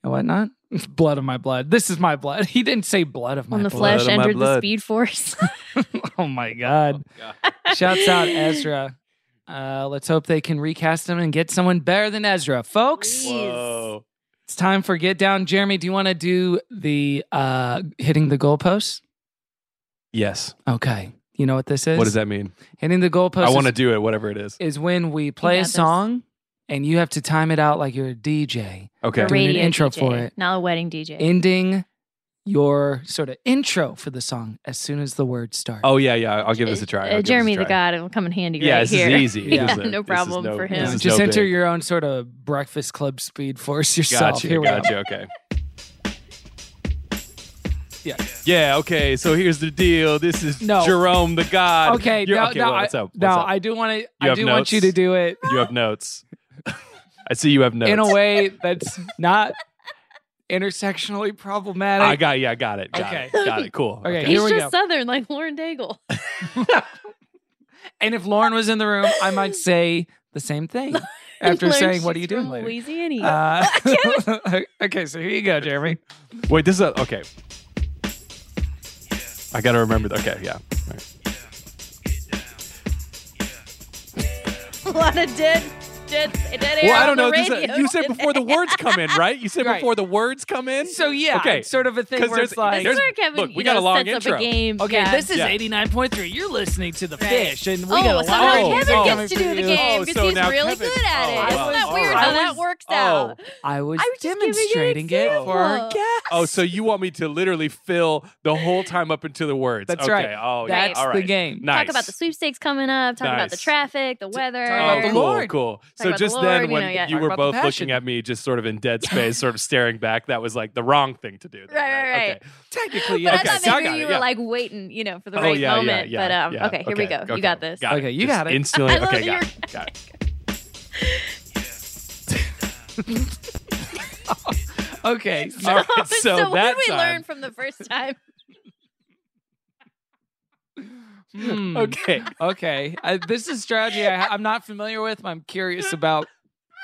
[SPEAKER 6] and whatnot. blood of my blood. This is my blood. He didn't say blood of my
[SPEAKER 3] When the
[SPEAKER 6] blood.
[SPEAKER 3] flesh
[SPEAKER 8] blood of my
[SPEAKER 3] entered the
[SPEAKER 8] blood.
[SPEAKER 3] speed force.
[SPEAKER 6] oh my god. Shouts out Ezra. Uh, let's hope they can recast him and get someone better than Ezra, folks.
[SPEAKER 8] Whoa.
[SPEAKER 6] It's time for get down. Jeremy, do you want to do the uh, hitting the goalpost?
[SPEAKER 8] Yes.
[SPEAKER 6] Okay, you know what this is.
[SPEAKER 8] What does that mean?
[SPEAKER 6] Hitting the goalpost.
[SPEAKER 8] I want to
[SPEAKER 6] is,
[SPEAKER 8] do it, whatever it is.
[SPEAKER 6] is when we play
[SPEAKER 3] got
[SPEAKER 6] a
[SPEAKER 3] this.
[SPEAKER 6] song and you have to time it out like you're a DJ,
[SPEAKER 8] Okay.
[SPEAKER 3] A
[SPEAKER 6] Doing an
[SPEAKER 3] radio
[SPEAKER 6] intro
[SPEAKER 3] DJ,
[SPEAKER 6] for it.
[SPEAKER 3] Not a wedding DJ.
[SPEAKER 6] ending your sort of intro for the song as soon as the words start.
[SPEAKER 8] Oh yeah, yeah. I'll give this a
[SPEAKER 3] Uh,
[SPEAKER 8] try. I'll give this a
[SPEAKER 3] Jeremy the
[SPEAKER 8] try.
[SPEAKER 3] God, it'll come in handy
[SPEAKER 8] Yeah,
[SPEAKER 3] right
[SPEAKER 8] this
[SPEAKER 3] here.
[SPEAKER 8] is easy.
[SPEAKER 6] Yeah.
[SPEAKER 8] This is-
[SPEAKER 3] No
[SPEAKER 8] this is
[SPEAKER 3] problem for him.
[SPEAKER 8] this is
[SPEAKER 6] just
[SPEAKER 8] no
[SPEAKER 6] enter
[SPEAKER 8] big.
[SPEAKER 6] your own sort of breakfast club speed force yourself.
[SPEAKER 8] Gotcha.
[SPEAKER 6] Here we go.
[SPEAKER 8] gotcha. Okay.
[SPEAKER 6] Yeah.
[SPEAKER 8] Yeah. Okay. So here's the deal. This is
[SPEAKER 6] No.
[SPEAKER 8] Jerome the God.
[SPEAKER 6] Okay,
[SPEAKER 8] You're,
[SPEAKER 6] now,
[SPEAKER 8] okay.
[SPEAKER 6] now
[SPEAKER 8] well,
[SPEAKER 6] I,
[SPEAKER 8] what's up? What's
[SPEAKER 6] now
[SPEAKER 8] up?
[SPEAKER 6] I do want to.
[SPEAKER 8] You
[SPEAKER 6] I
[SPEAKER 8] have
[SPEAKER 6] do want you to
[SPEAKER 8] notes?
[SPEAKER 6] do it
[SPEAKER 8] you have notes. I see you have notes.
[SPEAKER 6] in a way that's not intersectionally problematic.
[SPEAKER 8] I got. Yeah. I got it. Got
[SPEAKER 6] Okay.
[SPEAKER 8] It. Got it. Cool.
[SPEAKER 6] Okay,
[SPEAKER 3] He's
[SPEAKER 6] here we
[SPEAKER 3] just
[SPEAKER 6] go.
[SPEAKER 3] Southern, like Lauren Daigle.
[SPEAKER 6] and if Lauren was in the room, I might say the same thing. after
[SPEAKER 3] Learn
[SPEAKER 6] saying, "What are
[SPEAKER 3] she's
[SPEAKER 6] you doing
[SPEAKER 3] from
[SPEAKER 6] later?"
[SPEAKER 3] Louisiana.
[SPEAKER 6] Uh, okay, so here you go, Jeremy.
[SPEAKER 8] Wait, this is a, okay. I gotta remember. th- Okay, yeah. All right.
[SPEAKER 3] a lot of dead, dead, dead air.
[SPEAKER 8] Well, I don't
[SPEAKER 3] on
[SPEAKER 8] know.
[SPEAKER 3] the
[SPEAKER 8] This
[SPEAKER 3] radio.
[SPEAKER 8] is- you said before the words come in, right? You said
[SPEAKER 6] Right.
[SPEAKER 8] before the words come in.
[SPEAKER 6] So yeah,
[SPEAKER 8] Okay.
[SPEAKER 6] it's sort of a thing
[SPEAKER 8] 'Cause
[SPEAKER 6] where it's
[SPEAKER 8] there's-
[SPEAKER 6] like,
[SPEAKER 3] This is where Kevin
[SPEAKER 8] look, we
[SPEAKER 3] you
[SPEAKER 8] got a
[SPEAKER 3] know,
[SPEAKER 8] long
[SPEAKER 3] sets
[SPEAKER 8] intro.
[SPEAKER 3] up a game.
[SPEAKER 6] okay,
[SPEAKER 3] yeah.
[SPEAKER 6] this is
[SPEAKER 8] Yeah.
[SPEAKER 6] eighty nine point three. You're listening to the
[SPEAKER 3] Right.
[SPEAKER 6] fish, and we
[SPEAKER 3] oh,
[SPEAKER 6] got a
[SPEAKER 3] somehow
[SPEAKER 6] lot of
[SPEAKER 8] Oh,
[SPEAKER 6] things
[SPEAKER 3] Kevin
[SPEAKER 6] coming
[SPEAKER 3] gets
[SPEAKER 6] for
[SPEAKER 3] to do the
[SPEAKER 6] you.
[SPEAKER 3] game
[SPEAKER 8] Oh,
[SPEAKER 3] because
[SPEAKER 8] so
[SPEAKER 3] he's
[SPEAKER 8] now
[SPEAKER 3] really
[SPEAKER 8] Kevin-
[SPEAKER 3] good at
[SPEAKER 8] oh,
[SPEAKER 3] it. Isn't
[SPEAKER 8] wow.
[SPEAKER 3] that weird
[SPEAKER 8] I
[SPEAKER 3] how
[SPEAKER 8] was-
[SPEAKER 3] that works
[SPEAKER 8] oh.
[SPEAKER 3] out?
[SPEAKER 6] I was,
[SPEAKER 3] I was just giving you an
[SPEAKER 6] demonstrating it for our
[SPEAKER 3] example.
[SPEAKER 6] guests.
[SPEAKER 8] Oh, so you want me to literally fill the whole time up into the words?
[SPEAKER 6] That's
[SPEAKER 8] okay.
[SPEAKER 6] right.
[SPEAKER 8] Oh, yeah.
[SPEAKER 6] That's
[SPEAKER 8] All
[SPEAKER 6] the
[SPEAKER 8] right.
[SPEAKER 6] game.
[SPEAKER 8] Nice.
[SPEAKER 3] Talk about the sweepstakes coming up. Talk about the
[SPEAKER 8] Nice.
[SPEAKER 3] traffic, the weather.
[SPEAKER 8] Oh,
[SPEAKER 6] the
[SPEAKER 8] cool,
[SPEAKER 6] Lord.
[SPEAKER 8] cool. So
[SPEAKER 3] about the
[SPEAKER 8] just
[SPEAKER 3] Lord,
[SPEAKER 8] then,
[SPEAKER 3] you
[SPEAKER 8] when
[SPEAKER 3] know,
[SPEAKER 8] you,
[SPEAKER 3] yeah.
[SPEAKER 6] Talk
[SPEAKER 8] were
[SPEAKER 6] about the
[SPEAKER 8] both
[SPEAKER 6] passion.
[SPEAKER 8] looking at me, just sort of in dead space, sort of staring back, that was like the wrong thing to do. then,
[SPEAKER 3] Right, right, right.
[SPEAKER 8] Okay.
[SPEAKER 6] Technically,
[SPEAKER 3] But
[SPEAKER 6] yeah.
[SPEAKER 3] I
[SPEAKER 8] Okay, so I
[SPEAKER 3] thought maybe
[SPEAKER 8] got
[SPEAKER 3] you
[SPEAKER 8] it,
[SPEAKER 3] were
[SPEAKER 8] yeah.
[SPEAKER 3] like waiting, you know, for the
[SPEAKER 8] oh,
[SPEAKER 3] right
[SPEAKER 8] yeah, yeah,
[SPEAKER 3] moment.
[SPEAKER 8] yeah,
[SPEAKER 3] but um,
[SPEAKER 8] yeah.
[SPEAKER 3] okay, here we go.
[SPEAKER 8] okay,
[SPEAKER 3] You got this.
[SPEAKER 6] Okay,
[SPEAKER 8] it.
[SPEAKER 6] you
[SPEAKER 8] Just
[SPEAKER 6] got it.
[SPEAKER 8] Instantly.
[SPEAKER 3] I love
[SPEAKER 8] okay,
[SPEAKER 3] that
[SPEAKER 8] got
[SPEAKER 3] you
[SPEAKER 8] it. Got it.
[SPEAKER 6] Okay, so
[SPEAKER 8] All right, so
[SPEAKER 3] so what
[SPEAKER 8] that
[SPEAKER 3] did we
[SPEAKER 8] time-
[SPEAKER 3] learn from the first time?
[SPEAKER 6] hmm,
[SPEAKER 8] Okay.
[SPEAKER 6] okay. I, this is strategy I, I'm not familiar with. but I'm curious about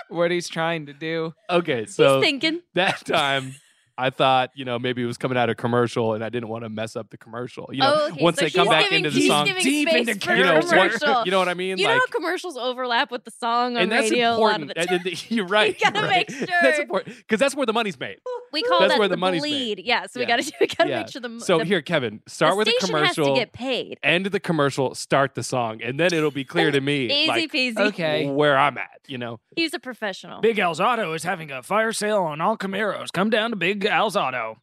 [SPEAKER 6] what he's trying to do.
[SPEAKER 8] Okay. So
[SPEAKER 3] He's thinking.
[SPEAKER 8] that time. I thought, you know, maybe it was coming out of commercial, and I didn't want to mess up the commercial. You know,
[SPEAKER 3] oh, okay.
[SPEAKER 8] once
[SPEAKER 3] so
[SPEAKER 8] they come
[SPEAKER 3] he's
[SPEAKER 8] back
[SPEAKER 3] giving,
[SPEAKER 8] into the
[SPEAKER 3] he's
[SPEAKER 8] song,
[SPEAKER 3] giving
[SPEAKER 6] deep
[SPEAKER 3] space
[SPEAKER 6] into
[SPEAKER 3] for
[SPEAKER 8] you know,
[SPEAKER 3] a
[SPEAKER 8] what-
[SPEAKER 3] commercial.
[SPEAKER 8] you know what I mean?
[SPEAKER 3] You know
[SPEAKER 8] like,
[SPEAKER 3] how commercials overlap with the song on
[SPEAKER 8] and that's
[SPEAKER 3] radio
[SPEAKER 8] important.
[SPEAKER 3] a lot of the
[SPEAKER 8] And-
[SPEAKER 3] time.
[SPEAKER 8] and- you're right.
[SPEAKER 3] gotta
[SPEAKER 8] you're
[SPEAKER 3] make
[SPEAKER 8] right. That's
[SPEAKER 3] sure.
[SPEAKER 8] important because that's where the money's made.
[SPEAKER 3] We call
[SPEAKER 8] That's
[SPEAKER 3] that
[SPEAKER 8] where
[SPEAKER 3] the
[SPEAKER 8] the money's made.
[SPEAKER 3] bleed. Yeah, so we
[SPEAKER 8] Yeah.
[SPEAKER 3] got to we got to
[SPEAKER 8] Yeah.
[SPEAKER 3] make sure the
[SPEAKER 8] So
[SPEAKER 3] the,
[SPEAKER 8] here, Kevin, start
[SPEAKER 3] the
[SPEAKER 8] with a
[SPEAKER 3] station has
[SPEAKER 8] commercial,
[SPEAKER 3] to get paid.
[SPEAKER 8] end the commercial, start the song, and then it'll be clear to me
[SPEAKER 3] Easy
[SPEAKER 8] like
[SPEAKER 3] peasy.
[SPEAKER 6] Okay.
[SPEAKER 8] where I'm at. You know,
[SPEAKER 3] He's a professional.
[SPEAKER 6] Big Al's Auto is having a fire sale on all Camaros. Come down to Big Al's Auto.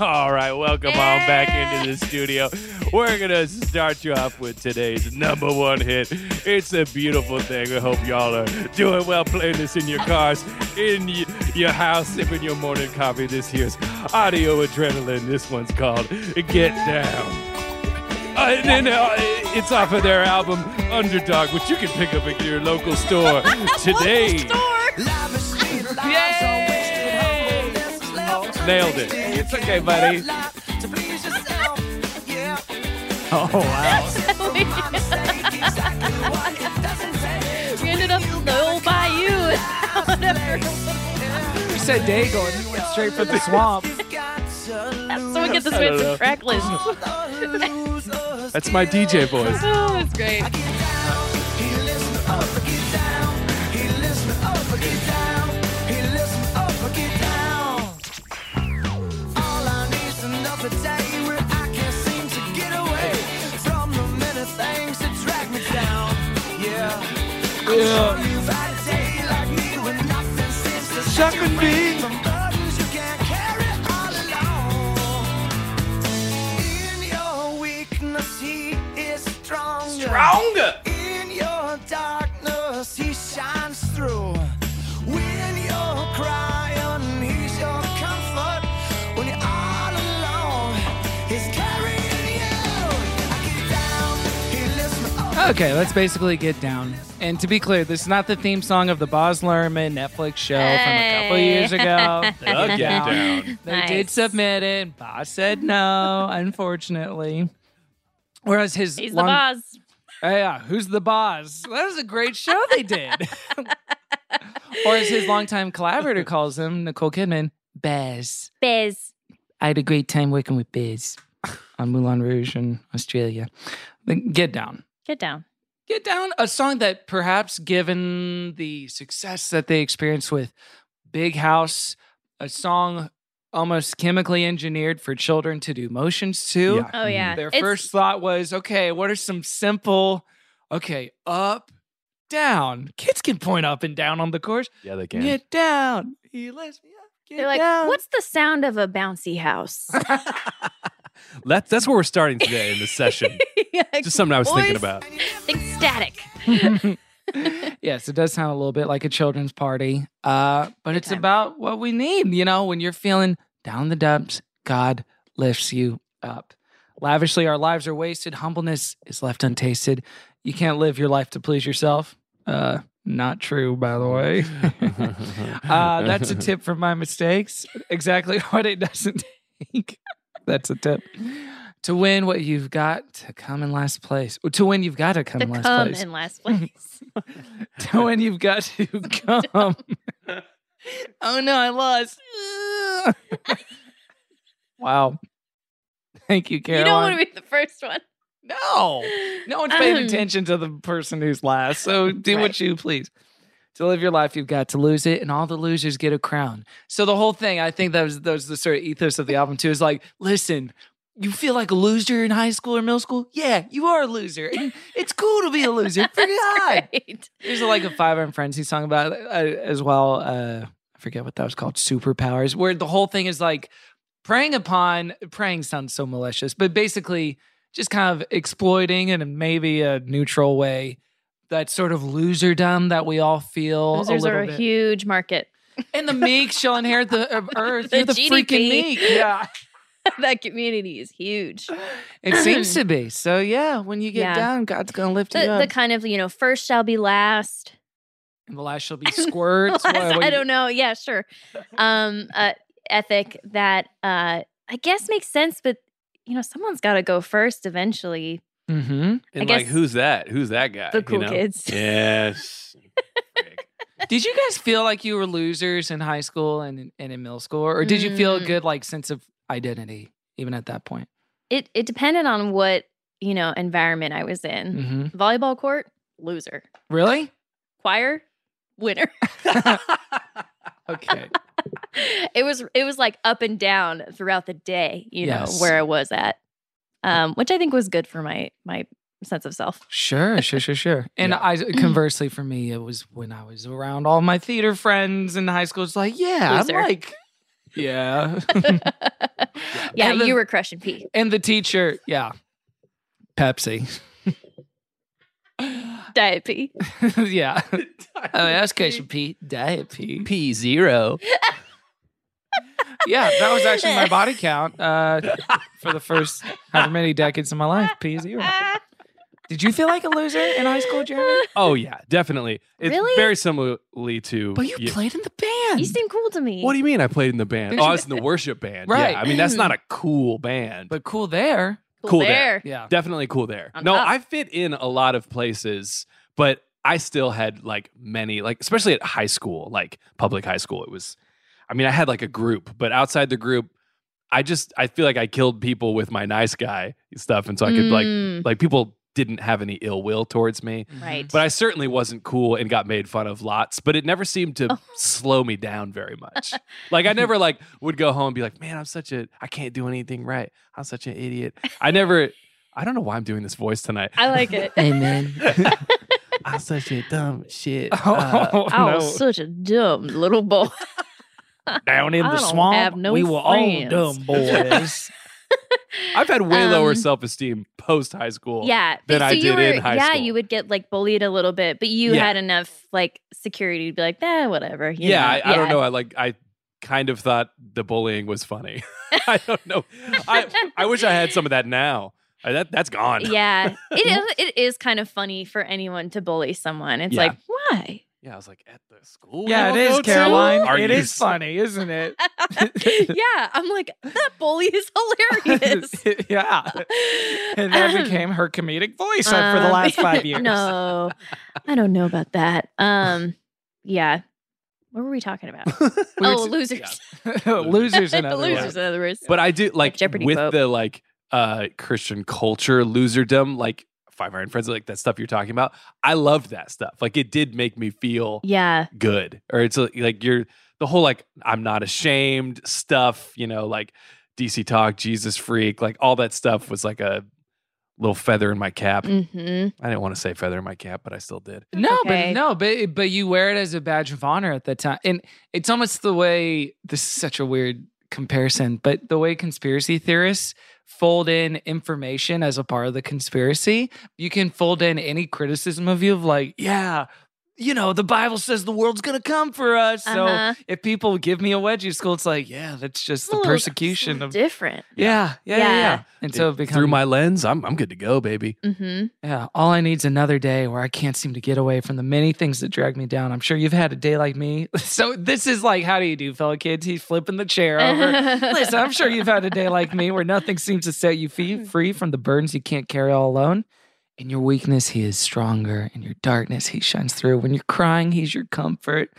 [SPEAKER 8] All right, welcome on back into the studio. We're gonna start you off with today's number one hit. It's a beautiful thing. We hope y'all are doing well playing this in your cars, in y- your house, sipping your morning coffee. This here's audio adrenaline. This one's called "Get Down." Uh, and then uh, it's off of their album Underdog, which you can pick up at your local store today. Nailed it. It's okay, buddy.
[SPEAKER 6] Oh wow!
[SPEAKER 3] We ended up in the old bayou.
[SPEAKER 6] you said Daigle, and you went straight for the swamp.
[SPEAKER 3] Someone get this
[SPEAKER 8] I don't
[SPEAKER 3] man some
[SPEAKER 8] know.
[SPEAKER 3] track list. Oh,
[SPEAKER 8] That's my DJ voice.
[SPEAKER 3] that's great.
[SPEAKER 8] Stronger.
[SPEAKER 7] In your darkness, he shines through. When you're crying, he's your comfort. When you're all alone, he's carrying you. I get down, he lifts me up.
[SPEAKER 6] Okay, let's basically get down. And to be clear, this is not the theme song of the Boz Lerman Netflix show from a couple of years ago. They
[SPEAKER 8] Thug
[SPEAKER 6] did
[SPEAKER 8] Get Down.
[SPEAKER 6] They did
[SPEAKER 3] Nice.
[SPEAKER 6] submit it. Boz said no, unfortunately. Whereas his
[SPEAKER 3] He's
[SPEAKER 6] long-
[SPEAKER 3] the boss.
[SPEAKER 6] Uh, yeah, who's the boss? That was a great show they did. or as his longtime collaborator calls him, Nicole Kidman, Bez.
[SPEAKER 3] Biz.
[SPEAKER 6] I had a great time working with Bez on Moulin Rouge in Australia. But Get down.
[SPEAKER 3] Get down.
[SPEAKER 6] Get Down, a song that perhaps given the success that they experienced with Big House, a song almost chemically engineered for children to do motions to.
[SPEAKER 8] Yeah.
[SPEAKER 3] Oh yeah.
[SPEAKER 6] Their
[SPEAKER 3] It's-
[SPEAKER 6] first thought was, okay, what are some simple, okay, up, down. Kids can point up and down on the chords.
[SPEAKER 8] Yeah, they can.
[SPEAKER 6] Get down. He lifts me up. Get
[SPEAKER 3] They're like,
[SPEAKER 6] down.
[SPEAKER 3] what's the sound of a bouncy house?
[SPEAKER 8] That's that's where we're starting today in this session. Just something I was thinking
[SPEAKER 3] Boys,
[SPEAKER 8] about.
[SPEAKER 3] Think static.
[SPEAKER 6] yes, it does sound a little bit like a children's party, uh, but it's
[SPEAKER 3] time.
[SPEAKER 6] about what we need. You know, when you're feeling down in the dumps, God lifts you up. Lavishly, our lives are wasted. Humbleness is left untasted. You can't live your life to please yourself. Uh, not true, by the way. uh, that's a tip from my mistakes. Exactly what it doesn't take. That's a tip. To win what you've got to come in last place. To win you've got to come
[SPEAKER 3] to
[SPEAKER 6] in last
[SPEAKER 3] come
[SPEAKER 6] place.
[SPEAKER 3] in last place.
[SPEAKER 6] to win you've got to come. oh no, I lost. wow. Thank you,
[SPEAKER 3] you
[SPEAKER 6] Caroline.
[SPEAKER 3] don't want to be the first one.
[SPEAKER 6] no. No one's paying
[SPEAKER 3] Um,
[SPEAKER 6] attention to the person who's last. So do what
[SPEAKER 3] Right.
[SPEAKER 6] you please. To live your life, you've got to lose it, and all the losers get a crown. So the whole thing, I think that was, that was the sort of ethos of the album too. Is like, listen, you feel like a loser in high school or middle school? Yeah, you are a loser. And it's cool to be a loser. For God.
[SPEAKER 3] Right.
[SPEAKER 6] There's like a Five Iron Frenzy song about it, uh, as well. Uh, I forget what that was called, Superpowers, where the whole thing is like preying upon, preying sounds so malicious, but basically just kind of exploiting in a maybe a neutral way that sort of loserdom that we all feel.
[SPEAKER 3] Losers
[SPEAKER 6] a
[SPEAKER 3] are
[SPEAKER 6] little
[SPEAKER 3] a
[SPEAKER 6] bit.
[SPEAKER 3] huge market.
[SPEAKER 6] And the meek shall inherit the of earth.
[SPEAKER 3] The
[SPEAKER 6] You're the freaking
[SPEAKER 3] GDP.
[SPEAKER 6] meek. Yeah.
[SPEAKER 3] that community is huge.
[SPEAKER 6] It seems to be. So, yeah, when you get
[SPEAKER 3] Yeah.
[SPEAKER 6] down, God's going to lift you
[SPEAKER 3] The,
[SPEAKER 6] up.
[SPEAKER 3] the kind of, you know, first shall be last.
[SPEAKER 6] and the last shall be squirts.
[SPEAKER 3] Last-
[SPEAKER 6] What- what
[SPEAKER 3] I
[SPEAKER 6] you-
[SPEAKER 3] don't know. Yeah, sure. Um, uh, ethic that uh, I guess makes sense, but you know, someone's got to go first eventually.
[SPEAKER 6] Mhm.
[SPEAKER 8] And
[SPEAKER 3] I
[SPEAKER 8] like,
[SPEAKER 3] guess
[SPEAKER 8] who's that? Who's that guy?
[SPEAKER 6] Uh,
[SPEAKER 3] the cool
[SPEAKER 8] know?
[SPEAKER 3] kids.
[SPEAKER 8] Yes. Frick.
[SPEAKER 6] Did you guys feel like you were losers in high school and and in middle school, or did you feel a
[SPEAKER 3] Mm.
[SPEAKER 6] good like sense of identity even at that point?
[SPEAKER 3] It it depended on what you know environment I was in.
[SPEAKER 6] Mm-hmm.
[SPEAKER 3] Volleyball court, loser.
[SPEAKER 6] Really?
[SPEAKER 3] Choir, winner.
[SPEAKER 6] Okay.
[SPEAKER 3] it was it was like up and down throughout the day. You
[SPEAKER 6] Yes.
[SPEAKER 3] know where I was at, um, which I think was good for my my sense of self.
[SPEAKER 6] sure, sure, sure, sure. And I conversely for me, it was when I was around all my theater friends in high school. It's like, yeah,
[SPEAKER 3] Loser.
[SPEAKER 6] I'm like, yeah,
[SPEAKER 3] yeah,
[SPEAKER 6] And the-
[SPEAKER 3] you were crushing pee.
[SPEAKER 6] and the teacher, yeah, Pepsi,
[SPEAKER 3] Diet pee.
[SPEAKER 6] yeah. oh, that's Christian P. Diet P.
[SPEAKER 8] P zero.
[SPEAKER 6] yeah, that was actually my body count uh, for the first however many decades of my life. P zero. Did you feel like a loser in high school, Jeremy?
[SPEAKER 8] Oh yeah, definitely. It's
[SPEAKER 3] Really?
[SPEAKER 8] very similarly to.
[SPEAKER 6] But you
[SPEAKER 8] Yeah.
[SPEAKER 6] played in the band.
[SPEAKER 3] You seem cool to me.
[SPEAKER 8] What do you mean? I played in the band? Oh, I was in the worship band.
[SPEAKER 6] Right.
[SPEAKER 8] Yeah. I mean, that's not
[SPEAKER 3] Mm-hmm.
[SPEAKER 8] a cool band.
[SPEAKER 6] but cool there.
[SPEAKER 8] cool there.
[SPEAKER 6] Yeah.
[SPEAKER 8] definitely cool there.
[SPEAKER 3] On
[SPEAKER 8] No,
[SPEAKER 3] top.
[SPEAKER 8] I fit in a lot of places, but I still had like many, like especially at high school, like public high school. It was, I mean, I had like a group, but outside the group, I just I feel like I killed people with my nice guy stuff, and so I could
[SPEAKER 3] Mm.
[SPEAKER 8] like like people didn't have any ill will towards me.
[SPEAKER 3] Right.
[SPEAKER 8] But I certainly wasn't cool and got made fun of lots, but it never seemed to
[SPEAKER 3] Oh.
[SPEAKER 8] slow me down very much. Like I never like would go home and be like, "Man, I'm such a I can't do anything right. I'm such an idiot." I never I don't know why I'm doing this voice tonight.
[SPEAKER 3] I like it.
[SPEAKER 6] Amen.
[SPEAKER 8] I'm such a dumb shit.
[SPEAKER 6] oh,
[SPEAKER 8] Uh,
[SPEAKER 3] I was such a dumb little boy.
[SPEAKER 6] no. Down in
[SPEAKER 3] I
[SPEAKER 6] the
[SPEAKER 3] don't
[SPEAKER 6] swamp,
[SPEAKER 3] have no
[SPEAKER 6] we were
[SPEAKER 3] friends.
[SPEAKER 6] all dumb boys.
[SPEAKER 8] I've had way lower
[SPEAKER 3] Um,
[SPEAKER 8] self-esteem post high school.
[SPEAKER 3] yeah.
[SPEAKER 8] Than I
[SPEAKER 3] you
[SPEAKER 8] did
[SPEAKER 3] were,
[SPEAKER 8] in high
[SPEAKER 3] yeah,
[SPEAKER 8] school.
[SPEAKER 3] you would get like bullied a little bit, but you
[SPEAKER 8] Yeah.
[SPEAKER 3] had enough like security to be like, eh, whatever. you
[SPEAKER 8] yeah,
[SPEAKER 3] know?
[SPEAKER 8] I, I don't know. I like I kind of thought the bullying was funny. I don't know. I I wish I had some of that now. Uh, that that's gone.
[SPEAKER 3] Yeah. It is, it is kind of funny for anyone to bully someone. It's
[SPEAKER 8] Yeah.
[SPEAKER 3] like, why?
[SPEAKER 8] Yeah, I was like at the school.
[SPEAKER 6] yeah, it
[SPEAKER 8] we all
[SPEAKER 6] is,
[SPEAKER 8] go to?
[SPEAKER 6] Caroline.
[SPEAKER 8] Are
[SPEAKER 6] It
[SPEAKER 8] you
[SPEAKER 6] is funny, isn't it?
[SPEAKER 3] yeah. I'm like, that bully is hilarious.
[SPEAKER 6] yeah. And that became her comedic voice uh, for the
[SPEAKER 3] Um,
[SPEAKER 6] last five years.
[SPEAKER 3] no, I don't know about that. Um, yeah. What were we talking about?
[SPEAKER 6] We were
[SPEAKER 3] oh,
[SPEAKER 6] t-
[SPEAKER 3] losers.
[SPEAKER 6] losers and other
[SPEAKER 3] losers, in other words.
[SPEAKER 8] But I do like
[SPEAKER 3] Jeopardy
[SPEAKER 8] with
[SPEAKER 3] quote.
[SPEAKER 8] the like uh Christian culture loserdom, like Five Iron Friends, like that stuff you're talking about. I loved that stuff. Like it did make me feel
[SPEAKER 3] yeah.
[SPEAKER 8] good. Or it's uh, like you're the whole like I'm not ashamed stuff, you know, like DC Talk, Jesus Freak, like all that stuff was like a little feather in my cap.
[SPEAKER 3] hmm
[SPEAKER 8] I didn't want to say feather in my cap, but I still did.
[SPEAKER 6] No,
[SPEAKER 3] Okay.
[SPEAKER 6] but no, but but you wear it as a badge of honor at that time, and it's almost the way. This is such a weird comparison, but the way conspiracy theorists fold in information as a part of the conspiracy, you can fold in any criticism of you of like, yeah, you know, the Bible says the world's going to come for us.
[SPEAKER 3] Uh-huh.
[SPEAKER 6] So if people give me a wedgie school, it's like, yeah, that's just
[SPEAKER 3] It's a
[SPEAKER 6] the
[SPEAKER 3] little- it's a
[SPEAKER 6] persecution
[SPEAKER 3] little
[SPEAKER 6] of.
[SPEAKER 3] different.
[SPEAKER 6] Yeah, yeah, yeah, yeah,
[SPEAKER 3] Yeah.
[SPEAKER 6] And so it
[SPEAKER 8] It-
[SPEAKER 6] becomes
[SPEAKER 8] through my lens, I'm I'm good to go, baby.
[SPEAKER 3] Mm-hmm.
[SPEAKER 6] yeah. All I need's another day where I can't seem to get away from the many things that drag me down. I'm sure you've had a day like me. So this is like, how do you do, fella kids? He's flipping the chair over. Listen, I'm sure you've had a day like me where nothing seems to set you
[SPEAKER 3] Mm-hmm.
[SPEAKER 6] fee- free from the burdens you can't carry all alone. In your weakness, he is stronger. In your darkness, he shines through. When you're crying, he's your comfort.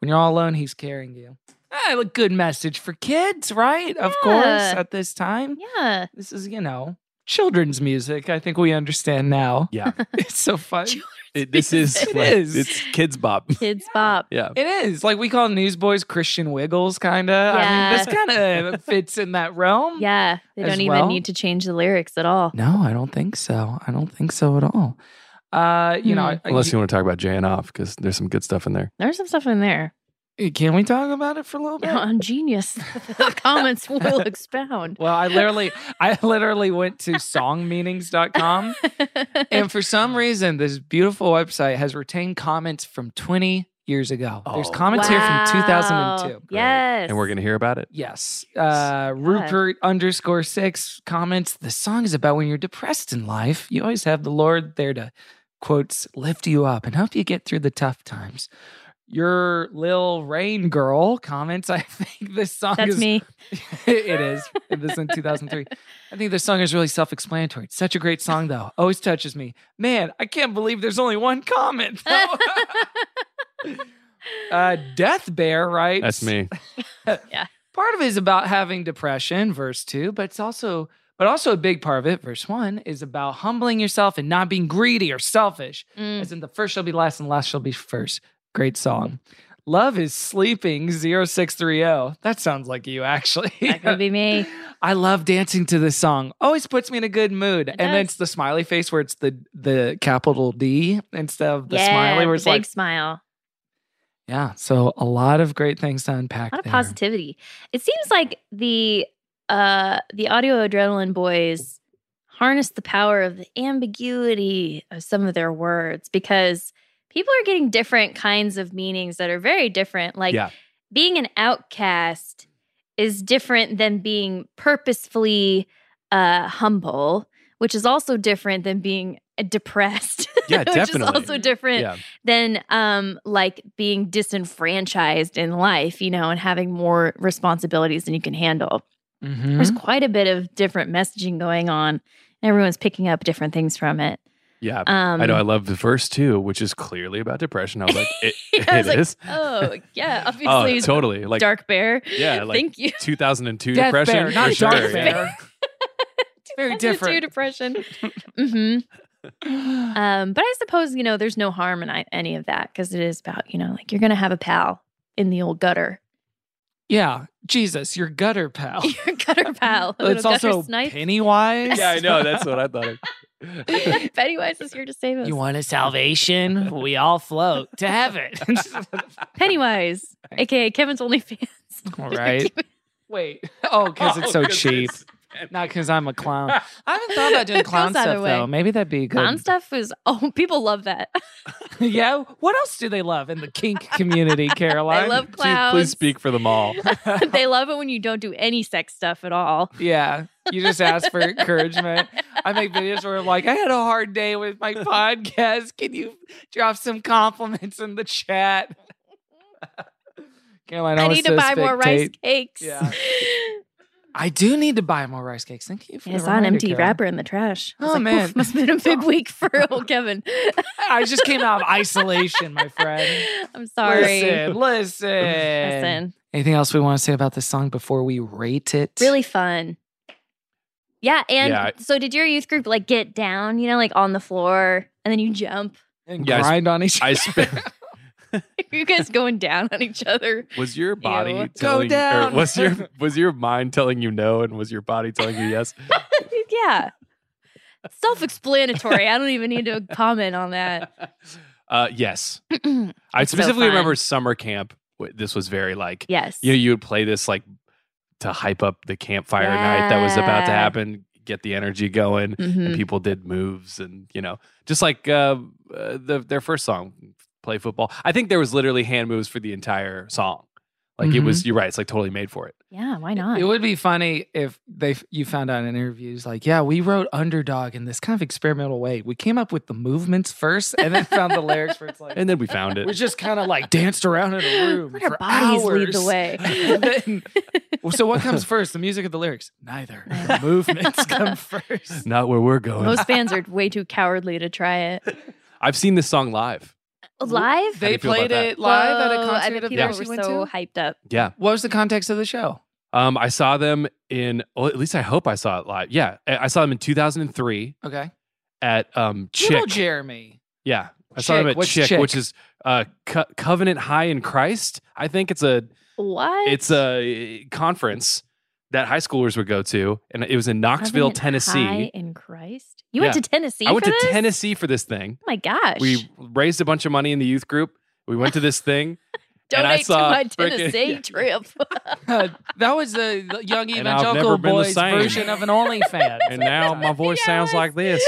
[SPEAKER 6] When you're all alone, he's carrying you. Ah, a good message for kids, right? Of course,
[SPEAKER 3] Yeah.
[SPEAKER 6] at this time.
[SPEAKER 3] Yeah.
[SPEAKER 6] This is, you know, children's music. I think we understand now.
[SPEAKER 8] Yeah,
[SPEAKER 6] It's so fun.
[SPEAKER 8] It- this is
[SPEAKER 6] It
[SPEAKER 8] like,
[SPEAKER 6] is.
[SPEAKER 8] it's kids bop.
[SPEAKER 3] Kids Bop.
[SPEAKER 8] Yeah,
[SPEAKER 6] It is. Like we call newsboys Christian wiggles, kind of. I mean, this kind of fits in that realm.
[SPEAKER 3] Yeah. They
[SPEAKER 6] As
[SPEAKER 3] don't even
[SPEAKER 6] well.
[SPEAKER 3] need to change the lyrics at all.
[SPEAKER 6] No, I don't think so. I don't think so at all. Uh, you know,
[SPEAKER 3] Hmm.
[SPEAKER 6] I- I-
[SPEAKER 8] unless you want to talk about Jay and off because there's some good stuff in there.
[SPEAKER 3] There's some stuff in there.
[SPEAKER 6] can we talk about it for a little bit?
[SPEAKER 3] On Genius, the comments will expound.
[SPEAKER 6] Well, I literally I literally went to songmeanings.com and for some reason this beautiful website has retained comments from 20 years ago. There's
[SPEAKER 8] Oh.
[SPEAKER 6] comments here from
[SPEAKER 3] Wow.
[SPEAKER 6] 2002.
[SPEAKER 3] Yes.
[SPEAKER 8] and we're gonna hear about it.
[SPEAKER 6] Yes. Uh, Rupert underscore six comments. The song is about when you're depressed in life. You always have the Lord there to quotes lift you up and help you get through the tough times. Your Lil Rain girl comments. I think this song
[SPEAKER 3] That's
[SPEAKER 6] is
[SPEAKER 3] me.
[SPEAKER 6] it is. It was in 2003. I think this song is really self explanatory. It's such a great song, though. Always touches me. Man, I can't believe there's only one comment. though. uh, Death Bear writes
[SPEAKER 8] That's me.
[SPEAKER 6] part of it is about having depression verse 2 but it's also but also a big part of it verse 1 is about humbling yourself and not being greedy or selfish
[SPEAKER 3] Mm.
[SPEAKER 6] as in the first shall be last and last shall be first great song love is sleeping 0630 that sounds like you actually
[SPEAKER 3] That could be me.
[SPEAKER 6] I love dancing to this song. Always puts me in a good mood. and then
[SPEAKER 3] does.
[SPEAKER 6] it's the smiley face where it's the the capital D instead of the
[SPEAKER 3] yeah,
[SPEAKER 6] smiley
[SPEAKER 3] the
[SPEAKER 6] where it's
[SPEAKER 3] big
[SPEAKER 6] like
[SPEAKER 3] smile.
[SPEAKER 6] yeah. So a lot of great things to unpack.
[SPEAKER 3] A lot of
[SPEAKER 6] there.
[SPEAKER 3] positivity. It seems like the uh the audio adrenaline boys harness the power of the ambiguity of some of their words because people are getting different kinds of meanings that are very different. Like
[SPEAKER 8] Yeah.
[SPEAKER 3] being an outcast is different than being purposefully uh humble, which is also different than being uh, depressed.
[SPEAKER 8] Yeah,
[SPEAKER 3] Which
[SPEAKER 8] definitely.
[SPEAKER 3] is also different
[SPEAKER 8] Yeah,
[SPEAKER 3] than um like being disenfranchised in life, you know, and having more responsibilities than you can handle.
[SPEAKER 6] Mhm.
[SPEAKER 8] Mm-hmm.
[SPEAKER 3] There's quite a bit of different messaging going on. and Everyone's picking up different things from it.
[SPEAKER 8] yeah.
[SPEAKER 3] Um,
[SPEAKER 8] I know. I love the verse too, which is clearly about depression. I was like, it, it
[SPEAKER 3] I was like,
[SPEAKER 8] is.
[SPEAKER 3] oh yeah,
[SPEAKER 8] Oh,
[SPEAKER 3] obviously
[SPEAKER 8] totally. Like
[SPEAKER 3] dark bear.
[SPEAKER 8] yeah, like
[SPEAKER 3] Thank you.
[SPEAKER 8] 2002
[SPEAKER 6] Death
[SPEAKER 8] depression.
[SPEAKER 6] Bear, not
[SPEAKER 8] for sure,
[SPEAKER 6] Dark
[SPEAKER 8] yeah.
[SPEAKER 6] Bear. It's very
[SPEAKER 3] That's a
[SPEAKER 6] different.
[SPEAKER 3] Two depression. hmm Um, but I suppose you know there's no harm in I- any of that because it is about you know like you're gonna have a pal in the old gutter,
[SPEAKER 6] Yeah, Jesus, your gutter pal.
[SPEAKER 3] your gutter pal. a
[SPEAKER 6] it's
[SPEAKER 3] little gutter
[SPEAKER 6] also
[SPEAKER 3] snipe.
[SPEAKER 6] Pennywise.
[SPEAKER 8] Yeah, I know. That's what I thought. Of.
[SPEAKER 3] Pennywise is here to save us.
[SPEAKER 6] You want a salvation? we all float to heaven.
[SPEAKER 3] Pennywise, aka Kevin's OnlyFans.
[SPEAKER 6] all right. Wait. Oh, because it's so cheap. Not because I'm a clown. I haven't thought about doing
[SPEAKER 3] It
[SPEAKER 6] clown
[SPEAKER 3] goes either
[SPEAKER 6] stuff though.
[SPEAKER 3] way.
[SPEAKER 6] Maybe that'd be good.
[SPEAKER 3] Clown stuff is oh, people love that.
[SPEAKER 6] yeah. What else do they love in the kink community, Caroline?
[SPEAKER 3] They love
[SPEAKER 8] Dude,
[SPEAKER 3] clowns.
[SPEAKER 8] please speak for them all.
[SPEAKER 3] they love it when you don't do any sex stuff at all.
[SPEAKER 6] Yeah. You just ask for encouragement. I make videos where I'm like, I had a hard day with my podcast. Can you drop some compliments in the chat? Caroline,
[SPEAKER 3] I
[SPEAKER 6] always
[SPEAKER 3] need to
[SPEAKER 6] says
[SPEAKER 3] buy more rice
[SPEAKER 6] spectate.
[SPEAKER 3] cakes.
[SPEAKER 6] Yeah. I do need to buy more rice cakes. Thank you for
[SPEAKER 3] I
[SPEAKER 6] the
[SPEAKER 3] saw an
[SPEAKER 6] reminder,
[SPEAKER 3] empty
[SPEAKER 6] Caroline.
[SPEAKER 3] wrapper in the trash. I was
[SPEAKER 6] Oh,
[SPEAKER 3] like,
[SPEAKER 6] man.
[SPEAKER 3] "Oof, must have been a big week for old Kevin.
[SPEAKER 6] I just came out of isolation, my friend.
[SPEAKER 3] I'm sorry.
[SPEAKER 6] Listen, listen.
[SPEAKER 3] Listen,
[SPEAKER 6] Anything else we want to say about this song before we rate it?
[SPEAKER 3] really fun. Yeah, and
[SPEAKER 8] Yeah, I-
[SPEAKER 3] so did your youth group like get down, you know, like on the floor, and then you jump.
[SPEAKER 6] And
[SPEAKER 8] Yeah, I sp-
[SPEAKER 6] grind on each
[SPEAKER 8] I spent.
[SPEAKER 3] you guys going down on each other.
[SPEAKER 8] Was your body
[SPEAKER 3] Ew. Go
[SPEAKER 8] telling?
[SPEAKER 6] down.
[SPEAKER 8] Or was your was your mind telling you no, and was your body telling you yes?
[SPEAKER 3] yeah. Self-explanatory. I don't even need to comment on that.
[SPEAKER 8] Uh, yes. I
[SPEAKER 3] It's so
[SPEAKER 8] specifically
[SPEAKER 3] fun.
[SPEAKER 8] remember summer camp. wh- This was very like
[SPEAKER 3] Yes.
[SPEAKER 8] you know you would play this like to hype up the campfire night that was about to
[SPEAKER 3] Yeah.
[SPEAKER 8] happen, get the energy going,
[SPEAKER 3] Mhm.
[SPEAKER 8] and people did moves and you know just like uh, uh, the, their first song play football. I think there was literally hand moves for the entire song. Like it
[SPEAKER 3] Mm-hmm.
[SPEAKER 8] was, you're right. It's like totally made for it.
[SPEAKER 3] Yeah, why not?
[SPEAKER 6] It would be funny if they you found out in interviews like, yeah, we wrote Underdog in this kind of experimental way. We came up with the movements first, and then found the lyrics for it's like
[SPEAKER 8] And then we found
[SPEAKER 6] we
[SPEAKER 8] it.
[SPEAKER 6] just kind of like danced around in a room.
[SPEAKER 3] Let our
[SPEAKER 6] for
[SPEAKER 3] bodies lead the
[SPEAKER 6] hours.
[SPEAKER 3] way.
[SPEAKER 6] And then- well, so what comes first, the music or the lyrics? Neither. The movements come first.
[SPEAKER 8] Not where we're going.
[SPEAKER 3] Most fans are way too cowardly to try it.
[SPEAKER 8] I've seen this song live.
[SPEAKER 3] Live?
[SPEAKER 8] do
[SPEAKER 6] They
[SPEAKER 8] you feel about
[SPEAKER 6] played
[SPEAKER 8] that?
[SPEAKER 6] it live at
[SPEAKER 3] Whoa,
[SPEAKER 6] a
[SPEAKER 3] I
[SPEAKER 6] concert
[SPEAKER 3] bet
[SPEAKER 6] of
[SPEAKER 3] people
[SPEAKER 6] theirs
[SPEAKER 3] were
[SPEAKER 6] you went
[SPEAKER 3] so
[SPEAKER 6] to.
[SPEAKER 3] hyped up.
[SPEAKER 8] Yeah.
[SPEAKER 6] What was the context of the show?
[SPEAKER 8] Um, I saw them in, well, at least I hope I saw it live. Yeah. I I saw them in 2003
[SPEAKER 6] Okay.
[SPEAKER 8] at um, Chick.
[SPEAKER 6] Little Jeremy.
[SPEAKER 8] Yeah. I saw them
[SPEAKER 6] Chick.
[SPEAKER 8] at
[SPEAKER 6] What's
[SPEAKER 8] Chick,
[SPEAKER 6] Chick?
[SPEAKER 8] which is uh, Co- Covenant High in Christ. I think it's a
[SPEAKER 3] What?
[SPEAKER 8] it's uh, a conference that high schoolers would go to, and it was in Knoxville,
[SPEAKER 3] Covenant
[SPEAKER 8] Tennessee.
[SPEAKER 3] High in Christ. You
[SPEAKER 8] Yeah.
[SPEAKER 3] went to Tennessee.
[SPEAKER 8] I went
[SPEAKER 3] for
[SPEAKER 8] to
[SPEAKER 3] this?
[SPEAKER 8] Tennessee for this thing.
[SPEAKER 3] Oh my gosh.
[SPEAKER 8] We raised a bunch of money in the youth group. We went to this thing.
[SPEAKER 3] Donate
[SPEAKER 8] and I saw
[SPEAKER 3] to my
[SPEAKER 8] frickin-
[SPEAKER 3] Tennessee
[SPEAKER 8] Yeah.
[SPEAKER 3] trip.
[SPEAKER 6] Uh, that was the young
[SPEAKER 8] And I've never
[SPEAKER 6] evangelical
[SPEAKER 8] been the
[SPEAKER 6] boys
[SPEAKER 8] same.
[SPEAKER 6] version of an OnlyFans.
[SPEAKER 8] And now my voice
[SPEAKER 3] Yeah,
[SPEAKER 8] sounds
[SPEAKER 3] I
[SPEAKER 8] like this.